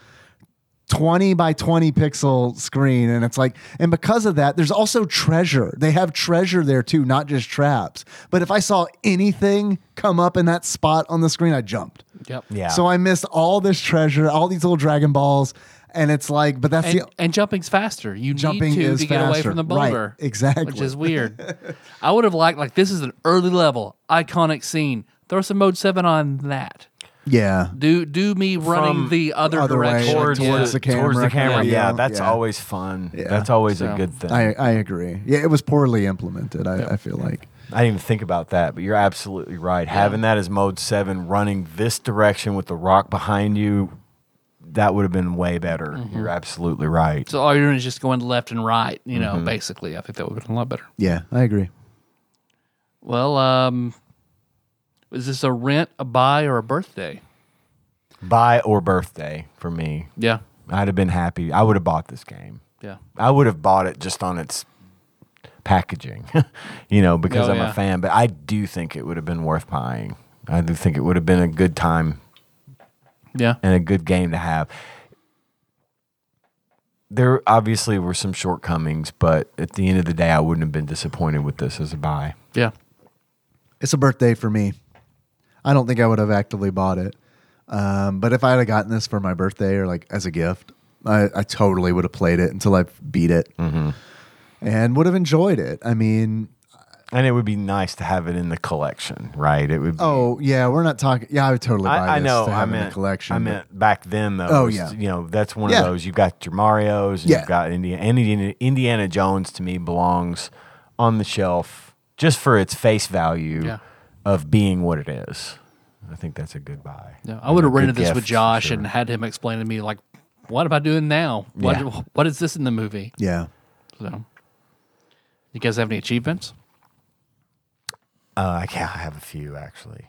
S2: 20 by 20 pixel screen and it's like and because of that there's also treasure they have treasure there too not just traps but if i saw anything come up in that spot on the screen i jumped
S1: Yep.
S3: Yeah.
S2: so i missed all this treasure all these little dragon balls and it's like but that's
S1: And,
S2: the
S1: and jumping's faster. You
S2: Jumping
S1: need to,
S2: is
S1: to get away
S2: faster.
S1: from the
S2: Right,
S1: boulder. Which
S2: exactly.
S1: is
S3: *laughs*
S1: weird. I would have liked like this is an early level iconic scene. Throw some mode seven on that.
S2: yeah
S1: Do do me running
S3: From
S1: the other,
S2: other way,
S1: direction.
S2: like,
S3: towards,
S1: Yeah.
S2: towards the
S3: the, towards
S2: camera
S3: the camera.
S2: kind of
S3: Yeah,
S2: deal.
S3: that's
S2: Yeah.
S3: always fun.
S2: Yeah.
S3: That's always
S1: So-
S3: a good thing.
S2: I,
S3: I,
S2: I agree yeah it was poorly implemented i, I feel like
S3: didn't even think about that, but you're absolutely right. Having that as mode seven, running this direction with the rock behind you, that would have been way better.
S1: Mm-hmm.
S3: You're absolutely right.
S1: So all you're doing is just going left and right, you
S3: Mm-hmm.
S1: know, basically. I think that would have been a lot better.
S2: yeah i agree
S1: Well, um is this a rent, a buy, or a birthday?
S3: Buy or birthday for me.
S1: Yeah.
S3: I'd have been happy. I would have bought this game.
S1: Yeah.
S3: I would have bought it just on its packaging, *laughs* you know, because
S1: Oh,
S3: I'm
S1: yeah.
S3: a fan. But I do think it would have been worth buying. I do think it would have been a good time
S1: Yeah.
S3: and a good game to have. There obviously were some shortcomings, but at the end of the day, I wouldn't have been disappointed with this as a buy.
S1: Yeah.
S2: it's a birthday for me. I don't think I would have actively bought it. Um, but if I had gotten this for my birthday or like as a gift, I, I totally would have played it until I beat it and would have enjoyed it. I mean,
S3: And it would be nice to have it in the collection, right? It would. Be,
S2: oh, yeah, we're not talking. Yeah, I would totally buy
S3: I, I
S2: this
S3: know.
S2: to
S3: I
S2: have
S3: meant
S2: in the collection.
S3: I
S2: but-
S3: meant back then, though.
S2: Oh,
S3: was,
S2: yeah.
S3: You know, that's one
S2: Yeah.
S3: of those. You've got your Mario's. And
S2: Yeah.
S3: You've got Indiana, and Indiana. Indiana Jones to me belongs on the shelf just for its face value
S1: Yeah.
S3: of being what it is. I think that's a good buy.
S1: Yeah, I would have
S3: And a
S1: rented
S3: good
S1: this
S3: gift
S1: with
S3: for
S1: Josh
S3: sure.
S1: and had him explain to me like, "What am I doing now? What
S3: Yeah.
S1: what is this in the movie?"
S2: yeah.
S1: So, you guys have any achievements?
S3: Uh, I can I have a few actually.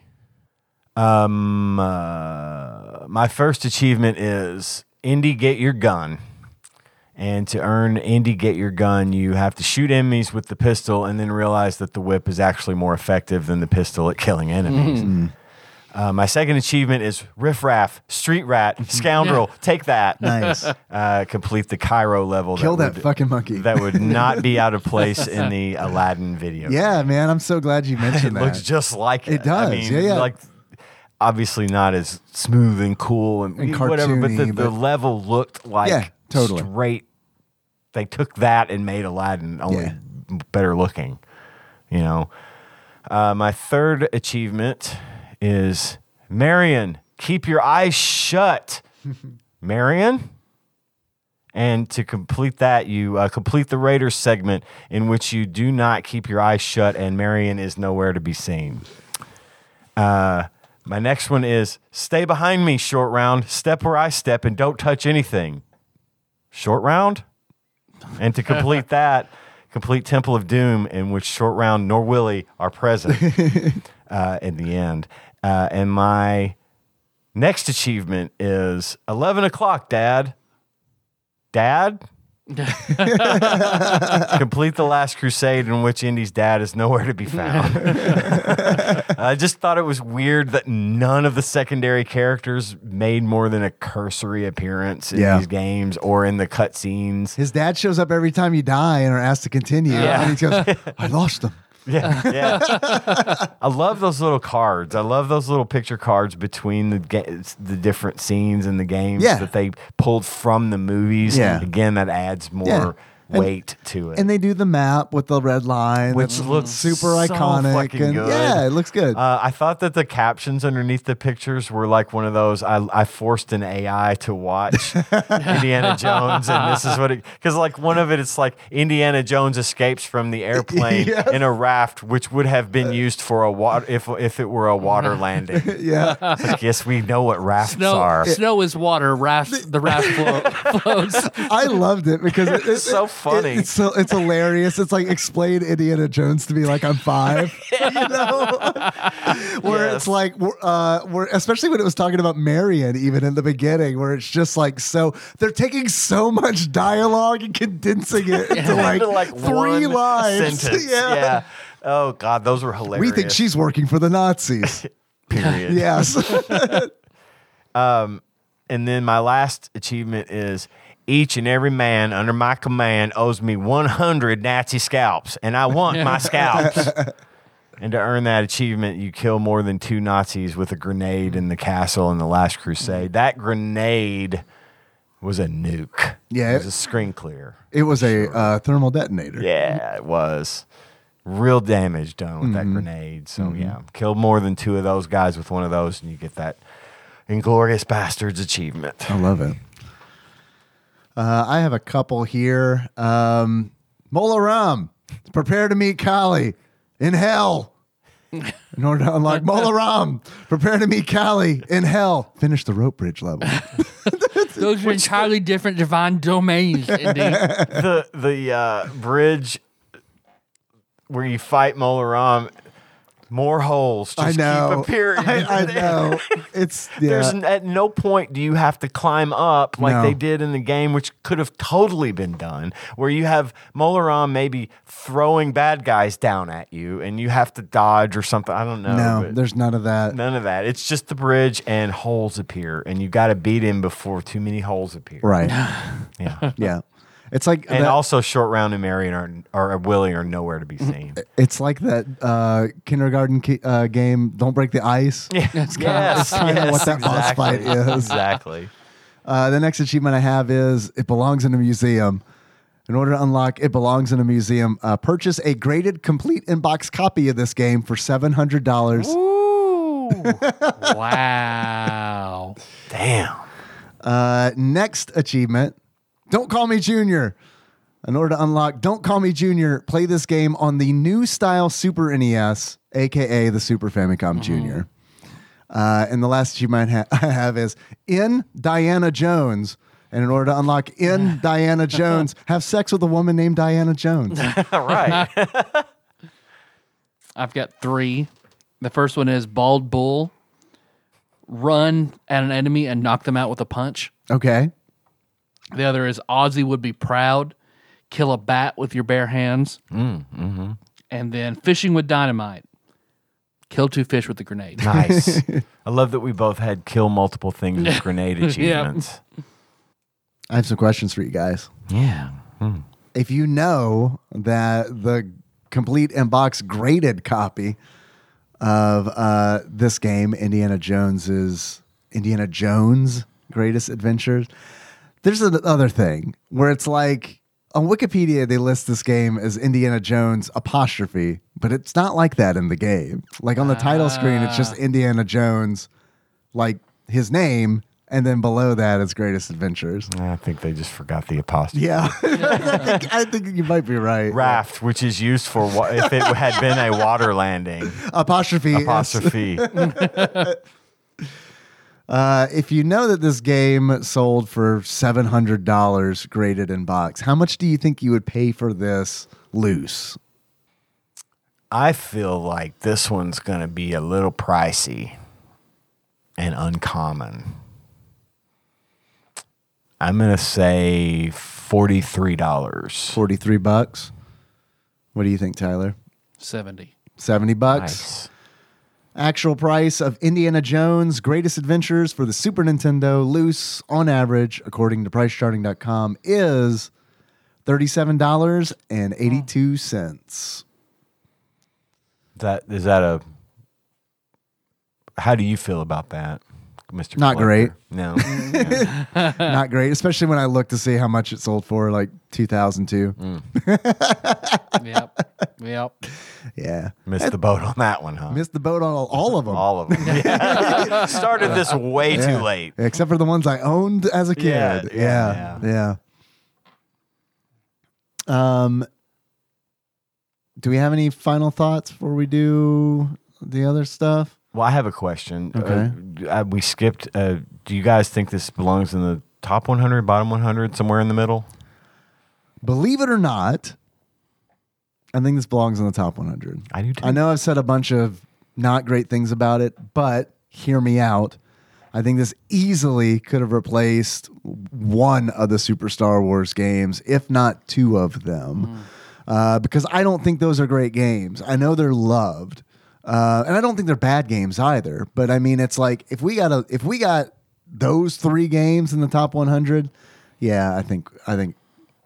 S3: Um, uh, my first achievement is Indy Get Your Gun. And to earn Indy Get Your Gun, you have to shoot enemies with the pistol and then realize that the whip is actually more effective than the pistol at killing enemies.
S2: Hmm.
S3: Uh, my second achievement is Riff Raff,
S2: *laughs*
S3: Street Rat, Scoundrel, Take *laughs* That.
S2: Nice.
S3: Uh, complete the Cairo level.
S2: Kill that,
S3: would-
S2: fucking monkey.
S3: That
S2: *laughs*
S3: would not be out of place in the Aladdin video.
S2: yeah, man. I'm so glad you mentioned
S3: *laughs* It
S2: that.
S3: looks just like it.
S2: It does,
S3: I mean,
S2: yeah, yeah.
S3: Like obviously not as smooth and cool and,
S2: And
S3: whatever, but the,
S2: cartoony,
S3: the
S2: but-
S3: level looked like
S2: Yeah, totally.
S3: straight. They took that and made Aladdin only
S2: Yeah.
S3: better looking. You know, uh, my third achievement is Marion. Keep your eyes shut, *laughs* Marion. And to complete that, you uh, complete the Raiders segment in which you do not keep your eyes shut, and Marion is nowhere to be seen. Uh, my next one is stay behind me, short round. Step where I step and don't touch anything. Short round. And to complete that, complete Temple of Doom, in which short round nor Willie are present uh, in the end. Uh, and my next achievement is eleven o'clock, Dad. Dad. complete the last crusade in which Indy's dad is nowhere to be found. *laughs* I just thought it was weird that none of the secondary characters made more than a cursory appearance in
S2: Yeah.
S3: these games or in the cutscenes. *laughs*
S2: His dad shows up every time you die and are asked to continue.
S3: Yeah.
S2: And he goes,
S3: *laughs*
S2: I lost him.
S3: Yeah, yeah. I love those little cards. I love those little picture cards between the ga- the different scenes in the games
S2: Yeah.
S3: that they pulled from the movies.
S2: Yeah.
S3: Again, that adds more
S2: And-
S3: weight to it.
S2: And they do the map with the red line,
S3: which
S2: that's
S3: looks
S2: super
S3: so
S2: iconic.
S3: fucking
S2: and
S3: good.
S2: yeah, it looks good.
S3: Uh, I thought that the captions underneath the pictures were like one of those. I, I forced an AI
S2: *laughs*
S3: to watch Indiana Jones, and this is what it because like one of it, it's like Indiana Jones escapes from the
S2: *laughs*
S3: airplane
S2: Yes. Uh,
S3: in a raft, which would have been used for a water if if it were
S2: *laughs*
S3: a water landing.
S2: yeah.
S3: *laughs* It's like, yes, we know what rafts
S1: Snow,
S3: are.
S1: snow is water. Raft, the raft flo- floats.
S2: I loved it because it,
S3: It's
S2: it-
S3: so
S2: it-
S3: funny.
S2: it's so it's hilarious. It's like explain Indiana Jones to me like I'm five,
S3: *laughs*
S2: you know, where
S3: Yes.
S2: it's
S3: *laughs*
S2: like, where, uh, where especially when it was talking about Marion even in the beginning, where it's just like so they're taking so much dialogue and condensing
S3: *laughs*
S2: it into like,
S3: Into, like,
S2: three
S3: one
S2: lines. *laughs*
S3: sentence. Yeah. Oh God, those were hilarious.
S2: we think she's *laughs*
S3: *laughs*
S2: working for the Nazis.
S3: period.
S2: yes,
S3: And then my last achievement is each and every man under my command owes me 100 Nazi scalps, and I want my scalps. And to earn that achievement, you kill more than two Nazis with a grenade in the castle in the Last Crusade. That grenade was a nuke.
S2: Yeah.
S3: It was a screen clear.
S2: It was a uh, thermal detonator.
S3: Yeah, it was. Real damage done with that grenade. So yeah, killed more than two of those guys with one of those, and you get that inglorious bastards achievement.
S2: I love it. Uh, I have a couple here. Um, Mola Rum, prepare to meet Kali in hell. In order to
S3: *laughs*
S2: unlock Mola Rum, prepare to meet Kali in hell. Finish the rope bridge
S3: *laughs*
S2: level.
S1: Those are entirely different divine domains. Indeed.
S3: the the uh, bridge where you fight Molaram, more holes. Just
S2: I know.
S3: keep appearing.
S2: I,
S3: *laughs*
S2: I know. It's yeah.
S3: There's n- at no point do you have to climb up like
S2: No.
S3: they did in the game, which could have totally been done, where you have Molaram maybe throwing bad guys down at you and you have to dodge or something. I don't know.
S2: no,
S3: but
S2: there's none of that.
S3: none of that. It's just the bridge and holes appear, and you got to beat him before too many holes appear.
S2: Right. *laughs*
S3: Yeah.
S2: Yeah. It's like
S3: And
S2: that-
S3: also, Short Round and Marion are, are Willie are nowhere to be *laughs* seen.
S2: it's like that uh, kindergarten ki- uh, game. Don't break the ice.
S3: Yes, yes,
S2: kinda what that boss
S3: exactly,
S2: fight is.
S3: *laughs* Exactly.
S2: Uh, the next achievement I have is it belongs in a museum. In order to unlock it belongs in a museum, uh, purchase a graded complete inbox copy of this game for seven hundred dollars.
S1: Ooh. wow.
S3: *laughs* Damn.
S2: Uh, next achievement, don't call me Junior. In order to unlock Don't Call Me Junior, play this game on the new style Super E NES, aka the Super Famicom Junior. Uh, and the last achievement ha- *laughs* I have is in Diana Jones. And in order to unlock in Diana Jones, have sex with a woman named Diana Jones.
S3: All right.
S1: I've got three. The first one is Bald Bull. Run at an enemy and knock them out with a punch.
S2: Okay.
S1: The other is Ozzy would be proud. Kill a bat with your bare hands. And then fishing with dynamite. Kill two fish with a grenade.
S3: nice. I love that we both had kill multiple things
S2: *laughs*
S3: with grenade achievements.
S2: I have some questions for you guys.
S3: Yeah.
S2: If you know that the complete and box graded copy of uh, this game, Indiana Jones is Indiana Jones Greatest Adventures, there's another thing where it's like on Wikipedia they list this game as Indiana Jones apostrophe, but it's not like that in the game. Like on the title screen, it's just Indiana Jones, like his name, and then below that is Greatest Adventures.
S3: I think they just forgot the apostrophe.
S2: Yeah, *laughs* I, think, I think you might be right.
S3: Raft, which is used for wa- if it had been a
S2: *laughs*
S3: water landing.
S2: Apostrophe. is-
S3: Apostrophe.
S2: uh, if you know that this game sold for seven hundred dollars graded in box, how much do you think you would pay for this loose?
S3: I feel like this one's going to be a little pricey and uncommon. I'm going to say $43.
S2: Forty three bucks. What do you think, Tyler?
S1: 70.
S2: Seventy bucks.
S3: Nice.
S2: Actual price of Indiana Jones Greatest Adventures for the Super Nintendo loose on average, according to PriceCharting.com, is thirty seven dollars and eighty two cents.
S3: That is that a How do you feel about that, Mr.
S2: Not great. *laughs*
S3: No.
S2: not great, especially when I look to see how much it sold for, like 2002.
S3: Mm.
S1: Yep. yep.
S2: Yeah.
S3: Missed the boat on that one,
S2: *laughs*
S3: huh?
S2: Missed the boat on all, all of them.
S3: All of them. Yeah. *laughs* Started this way
S2: Yeah.
S3: too late.
S2: Except for the ones I owned as a kid.
S3: Yeah,
S2: Yeah.
S3: yeah,
S2: Yeah. Um, do we have any final thoughts before we do the other stuff?
S3: Well, I have a question.
S2: Okay.
S3: Uh, uh, we skipped. Uh, do you guys think this belongs in the top 100, bottom 100, somewhere in the middle?
S2: Believe it or not, I think this belongs in the top 100.
S3: I do too.
S2: I know I've said a bunch of not great things about it, but hear me out. I think this easily could have replaced one of the Super Star Wars games, if not two of them,
S3: Mm.
S2: uh, because I don't think those are great games. I know they're loved, uh, and I don't think they're bad games either. But I mean, it's like if we got a if we got those three games in the top 100, yeah, I think I think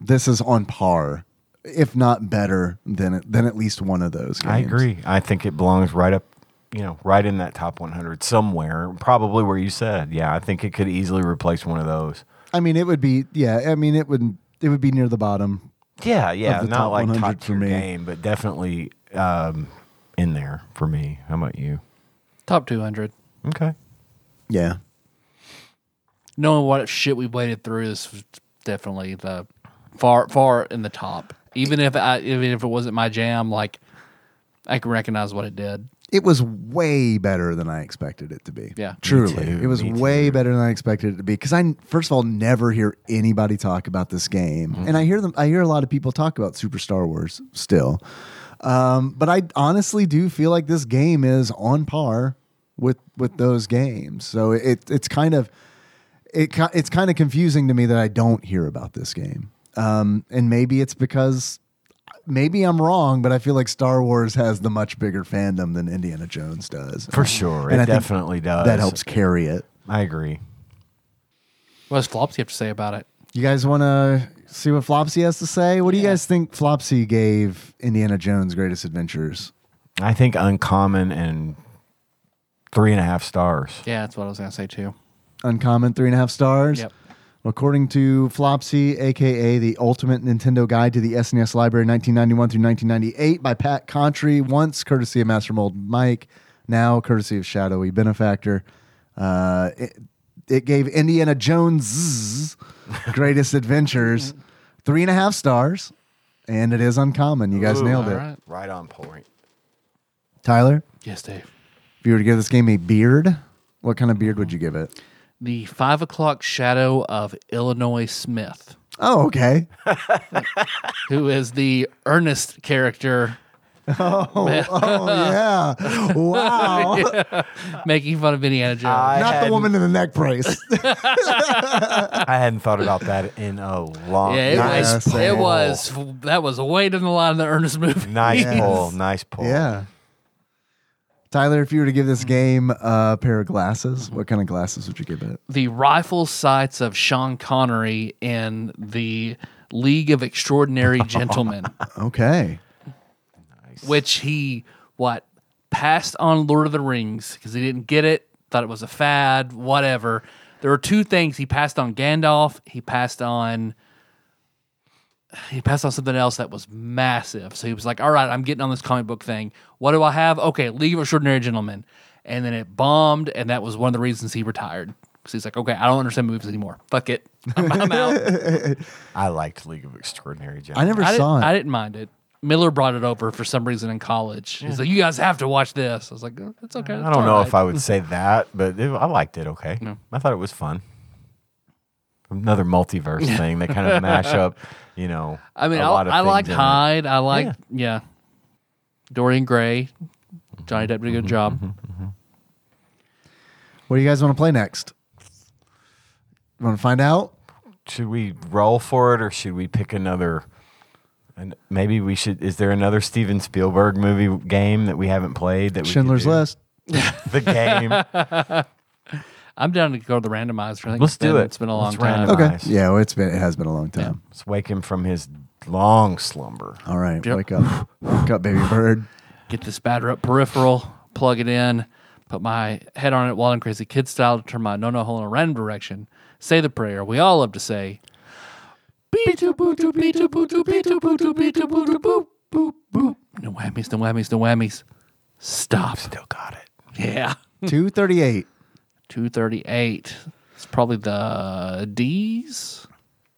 S2: this is on par, if not better than than at least one of those. Games.
S3: I agree. I think it belongs right up, you know, right in that top 100 somewhere, probably where you said. Yeah, I think it could easily replace one of those.
S2: I mean, it would be yeah. I mean, it would it would be near the bottom.
S3: Yeah, yeah,
S2: Of the
S3: not
S2: top
S3: like
S2: 100
S3: top
S2: for
S3: tier
S2: me.
S3: game, but definitely um, in there for me. How about you?
S1: Top 200.
S3: Okay.
S2: Yeah,
S1: Knowing what shit we waded through, this was definitely the far, far in the top. Even if I, even if it wasn't my jam, like I can recognize what it did.
S2: it was way better than I expected it to be.
S1: Yeah. Me
S2: truly,
S3: too,
S2: it was
S3: me
S2: way better than I expected it to be. Because I, first of all, never hear anybody talk about this game,
S3: Mm-hmm.
S2: and I hear them. I hear a lot of people talk about Super Star Wars still, um, but I honestly do feel like this game is on par with with those games. So it it's kind of it ki- it's kind of confusing to me that I don't hear about this game. Um, and maybe it's because maybe I'm wrong, but I feel like Star Wars has the much bigger fandom than Indiana Jones does.
S3: For sure.
S2: And
S3: it
S2: I think
S3: definitely does.
S2: that helps carry it.
S3: I agree.
S1: What does Flopsy have to say about it?
S2: You guys want to see what Flopsy has to say? What do you guys think Flopsy gave Indiana Jones' Greatest Adventures?
S3: I think uncommon and three and a half stars.
S1: Yeah, that's what I was gonna say too.
S2: Uncommon three and a half stars.
S1: Yep.
S2: According to Flopsy, aka the Ultimate Nintendo Guide to the SNES Library, 1991 through 1998, by Pat Contry, once courtesy of Master Mold Mike, now courtesy of Shadowy Benefactor. Uh, it, it gave Indiana Jones'
S1: *laughs*
S2: Greatest Adventures three and a half stars, and it is uncommon. You guys nailed
S1: All
S2: it.
S1: right.
S3: Right on point.
S2: Tyler,
S1: Yes, Dave.
S2: if you were to give this game a beard, what kind of beard would you give it?
S1: The five o'clock shadow of Illinois Smith,
S2: Oh, okay.
S1: who is the earnest character
S2: Oh, *laughs* yeah. Wow.
S1: making fun of Indiana Jones.
S2: Not the woman in the neck brace.
S3: I hadn't thought about that in a long
S1: yeah, it
S2: nice
S1: was.
S2: pull.
S1: It was. That was way down the line of the Ernest movie.
S3: Nice
S2: Yes.
S3: pull. Nice
S2: *laughs*
S3: pull.
S2: yeah. Tyler, if you were to give this game a pair of glasses, what kind of glasses would you give it?
S1: *laughs* the rifle sights of Sean Connery in the League of Extraordinary Gentlemen,
S2: Okay.
S1: which he what passed on Lord of the Rings because he didn't get it, thought it was a fad, whatever. There were two things he passed on Gandalf. He passed on. He passed on something else that was massive. So he was like, "All right, I'm getting on this comic book thing. What do I have? Okay, League of Extraordinary Gentlemen." And then it bombed, and that was one of the reasons he retired. Because he's like, "Okay, I don't understand movies anymore. Fuck it, I'm, I'm out."
S3: I liked League of Extraordinary
S2: I
S3: Gentlemen.
S2: never
S1: I
S2: saw
S1: didn't,
S2: it.
S1: I didn't mind it. Miller brought it over for some reason in college. He's like, "You guys have to watch this." I was like, "Oh, "It's okay."
S3: I don't know if I would say that, but it, I liked it okay. I thought it was fun. Another multiverse thing.
S1: *laughs*
S3: They kind of mash up, you know.
S1: I mean,
S3: a
S1: I,
S3: lot of
S1: I
S3: things
S1: liked
S3: in it.
S1: Hyde. I liked yeah. Dorian Gray, Johnny Depp did a good
S3: Mm-hmm,
S1: job.
S2: What do you guys want to play next? Want to find out?
S3: Should we roll for it or should we pick another? And maybe we should. Is there another Steven Spielberg movie game that we haven't played? That we could
S2: Schindler's
S3: do?
S2: List.
S3: The
S1: *laughs*
S3: game.
S1: I'm down to go to the randomizer. I think
S3: Let's
S1: it's been,
S3: do it.
S1: It's been a long
S3: Let's
S1: time.
S3: randomize.
S2: Okay.
S3: Nice.
S2: Yeah, well, it's been it has been a long time.
S3: Let's wake him from his long slumber.
S2: All right,
S1: Yep.
S2: wake up, wake up, baby *laughs* bird.
S1: Get this batter up peripheral, plug it in, put my head on it while I'm crazy kid style to turn my no no hole in a random direction. Say the prayer we all love to say. Beetu bootu beetu bootu beetu bootu beetu bootu boop boop boop. No whammies, no whammies, no whammies. Stop.
S3: Still got it.
S1: Yeah.
S2: Two thirty eight.
S1: 238. It's probably the D's?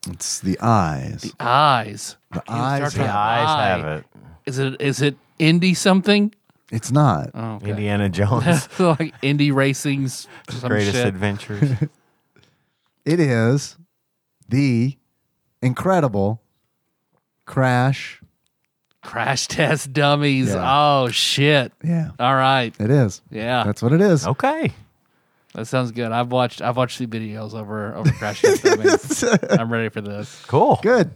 S2: It's the eyes.
S1: Eyes. The
S2: eyes
S3: The eyes have it.
S1: Is it is it indie something?
S2: it's not.
S1: Oh, okay.
S3: Indiana Jones.
S1: like indie racing's some
S3: Greatest
S1: shit.
S3: Adventures.
S2: It is the incredible crash.
S1: Crash test dummies.
S2: Yeah.
S1: Oh shit.
S2: Yeah,
S1: All right.
S2: it is.
S1: Yeah.
S2: That's what it is.
S3: okay.
S1: that sounds good. I've watched I've watched the videos over over crash
S2: *laughs*
S1: test dummies. I'm ready for this.
S3: Cool.
S2: Good.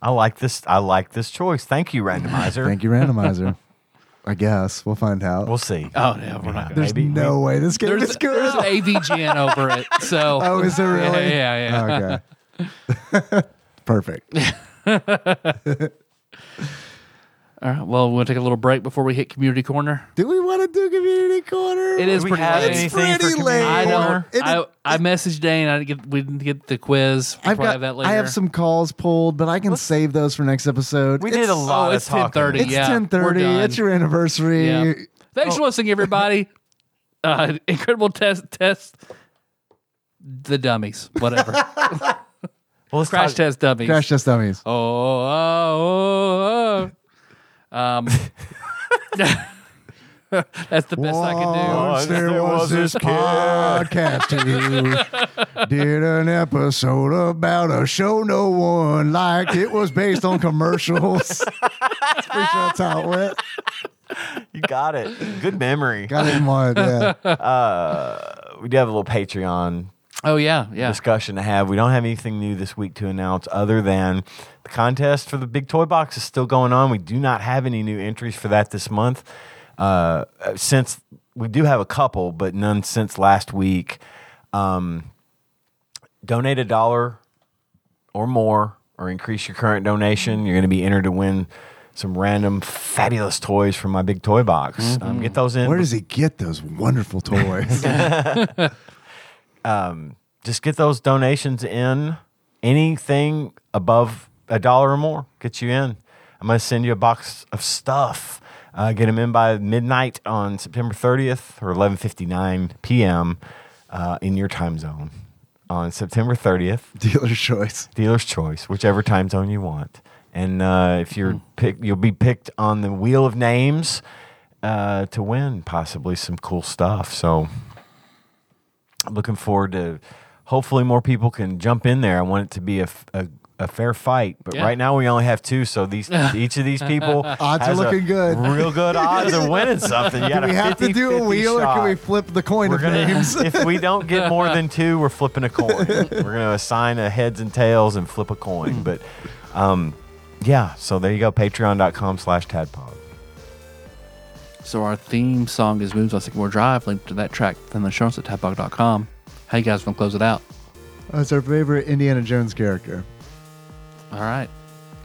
S3: I like this. I like this choice. Thank you, randomizer.
S2: Thank you, randomizer. I guess we'll find out.
S3: We'll see.
S1: Oh no, we're not. Gonna.
S2: there's no way this game
S1: There's
S2: is good.
S1: there's AVGN over it. So
S2: *laughs* oh, is there
S1: yeah,
S2: really?
S1: yeah, yeah.
S2: Okay. *laughs*
S1: *laughs*
S2: Perfect.
S1: All right. Well, we'll take a little break before we hit community corner.
S2: Do we want to do community corner?
S1: It is
S3: we
S1: pretty
S3: have
S1: late.
S3: any-
S2: It's
S3: Anything for
S2: pretty
S3: community
S2: late.
S1: I don't.
S3: corner?
S2: It-
S1: I, I messaged Dane. I didn't get. We didn't get the quiz. We'll
S2: I've
S1: probably
S2: got-
S1: have that later.
S2: I have some calls pulled, but I can save those for next episode.
S3: We did a
S2: It's-
S3: lot
S1: Oh,
S3: of
S1: it's
S3: talking.
S1: ten thirty.
S2: It's
S1: Yeah, we're
S2: ten thirty.
S1: done.
S2: It's your oh. anniversary.
S1: Yeah. Thanks for listening,
S2: *laughs*
S1: everybody. Uh, incredible test, test the dummies, whatever.
S3: Well, let's
S1: Crash
S3: talk-
S1: test dummies.
S2: Crash test dummies.
S1: Oh, oh, oh, oh. Um, *laughs* that's the best I can
S2: Once there
S1: *laughs*
S2: was this podcast who did an episode about a show no one liked. It was based on commercials. *laughs* Pretty sure that's how it went.
S3: You got it. Good memory.
S2: Got it in mind. Yeah.
S3: We do have a little Patreon
S1: do. Oh yeah, yeah.
S3: discussion to have. We don't have anything new this week to announce other than the contest for the big toy box is still going on. We do not have any new entries for that this month. Uh, since we do have a couple, but none since last week. Um, donate a dollar or more, or increase your current donation. You're going to be entered to win some random fabulous toys from my big toy box. Um, get those in.
S2: Mm-hmm. Where does he get those wonderful
S3: *laughs*
S2: toys?
S3: just get those donations in. Anything above a dollar or more gets you in. I'm going to send you a box of stuff. Uh, get them in by midnight on September 30th or 11:59 p.m. Uh, in your time zone on September 30th.
S2: Dealer's choice.
S3: Dealer's choice, whichever time zone you want. And uh, if
S2: Hmm.
S3: you're picked, you'll be picked on the wheel of names uh, to win possibly some cool stuff. So I'm looking forward to hopefully more people can jump in there. I want it to be a, f- a- a fair fight, but
S1: Yeah.
S3: right now we only have two. So
S2: *laughs*
S3: these each of these people
S2: Odds are
S3: has a
S2: looking good.
S3: real good
S2: *laughs*
S3: odds of winning something. You got
S2: Do we
S3: a
S2: have to do a
S3: 50-50
S2: wheel or
S3: shot.
S2: can we flip the coin
S3: We're
S2: of
S3: gonna,
S2: names?
S3: *laughs* if we don't get more than two, we're flipping
S2: *laughs*
S3: a coin. We're gonna assign a heads and tails and flip a
S2: Hmm.
S3: coin. But um, yeah, so there you go. Patreon.com slash tadpog.
S1: So our theme song is "Moves on Sycamore Drive." Link to that track from the show notes at tapbog.com. How you guys gonna close it out?
S2: That's our favorite Indiana Jones character.
S1: All right.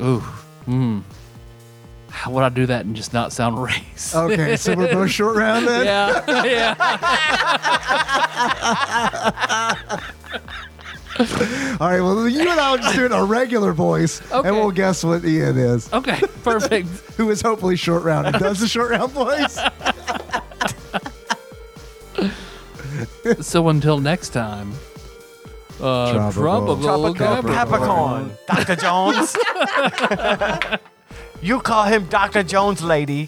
S1: Ooh. Hmm. How would I do that and just not sound *laughs* racist?
S2: Okay, so we're both short rounded.
S1: *laughs* yeah. Yeah.
S2: All right, well, you and I will just do it in a regular voice,
S1: Okay.
S2: and we'll guess what Ian is,
S1: Okay, perfect.
S2: who is hopefully short rounded. Does the short round voice?
S1: so until next time, uh,
S2: Tropical.
S1: tropical,
S3: Capricorn. Dr. Jones. *laughs* you call him Dr.
S2: *laughs*
S3: Jones, lady.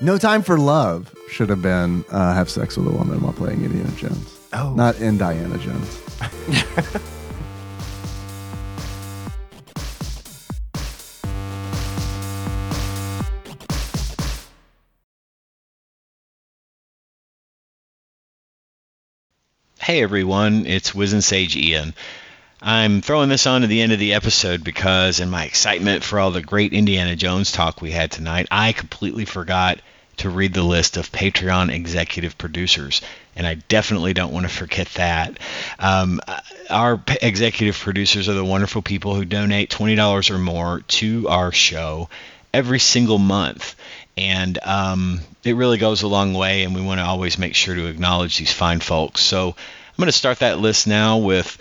S2: No Time for Love should have been uh, have sex with a woman while playing Indiana Jones.
S3: Oh.
S2: Not in Diana Jones.
S4: Hey everyone, it's Wizen Sage Ian. I'm throwing this on to the end of the episode because, in my excitement for all the great Indiana Jones talk we had tonight, I completely forgot to read the list of Patreon executive producers, and I definitely don't want to forget that. Um, uh, our p- executive producers are the wonderful people who donate $20 or more to our show every single month. And um, it really goes a long way, and we want to always make sure to acknowledge these fine folks. So I'm going to start that list now with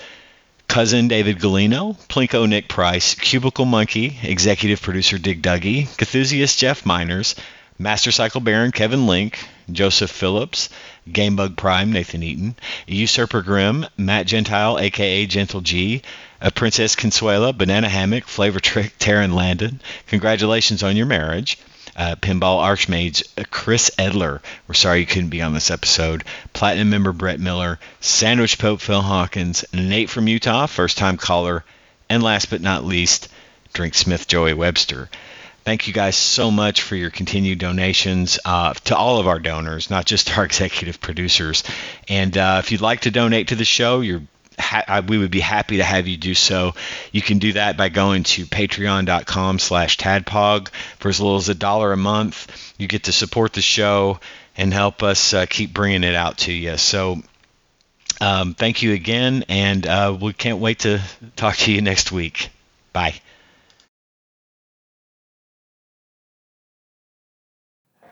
S4: cousin David Galino, Plinko Nick Price, Cubicle Monkey, executive producer Dig Duggy, Cthusiast Jeff Miners, Master Cycle Baron Kevin Link, Joseph Phillips, Gamebug Prime Nathan Eaton, Usurper Grimm, Matt Gentile, aka Gentle G, a Princess Consuela, Banana Hammock, Flavor Trick, Taryn Landon. Congratulations on your marriage. Uh, Pinball Archmage uh, Chris Edler. We're sorry you couldn't be on this episode. Platinum member Brett Miller, Sandwich Pope Phil Hawkins, Nate from Utah, first time caller, and last but not least, Drink Smith Joey Webster. Thank you guys so much for your continued donations uh, to all of our *laughs* donors, not just our executive producers. And uh, if you'd like to donate to the show, you're ha- I, we would be happy to have you do so. You can do that by going to patreon.com slash tadpog. For as little as a dollar a month, you get to support the show and help us uh, keep bringing it out to you. So um, thank you again, and uh, we can't wait to talk to you next week. Bye.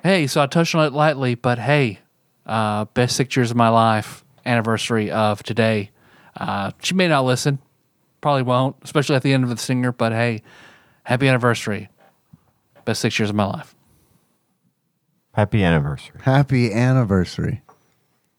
S1: Hey, so I touched on it lightly, but hey, uh, best six years of my life anniversary of today. Uh, she may not listen, probably won't, especially at the end of the singer. But hey, happy anniversary, best six years of my life.
S3: Happy anniversary.
S2: Happy anniversary.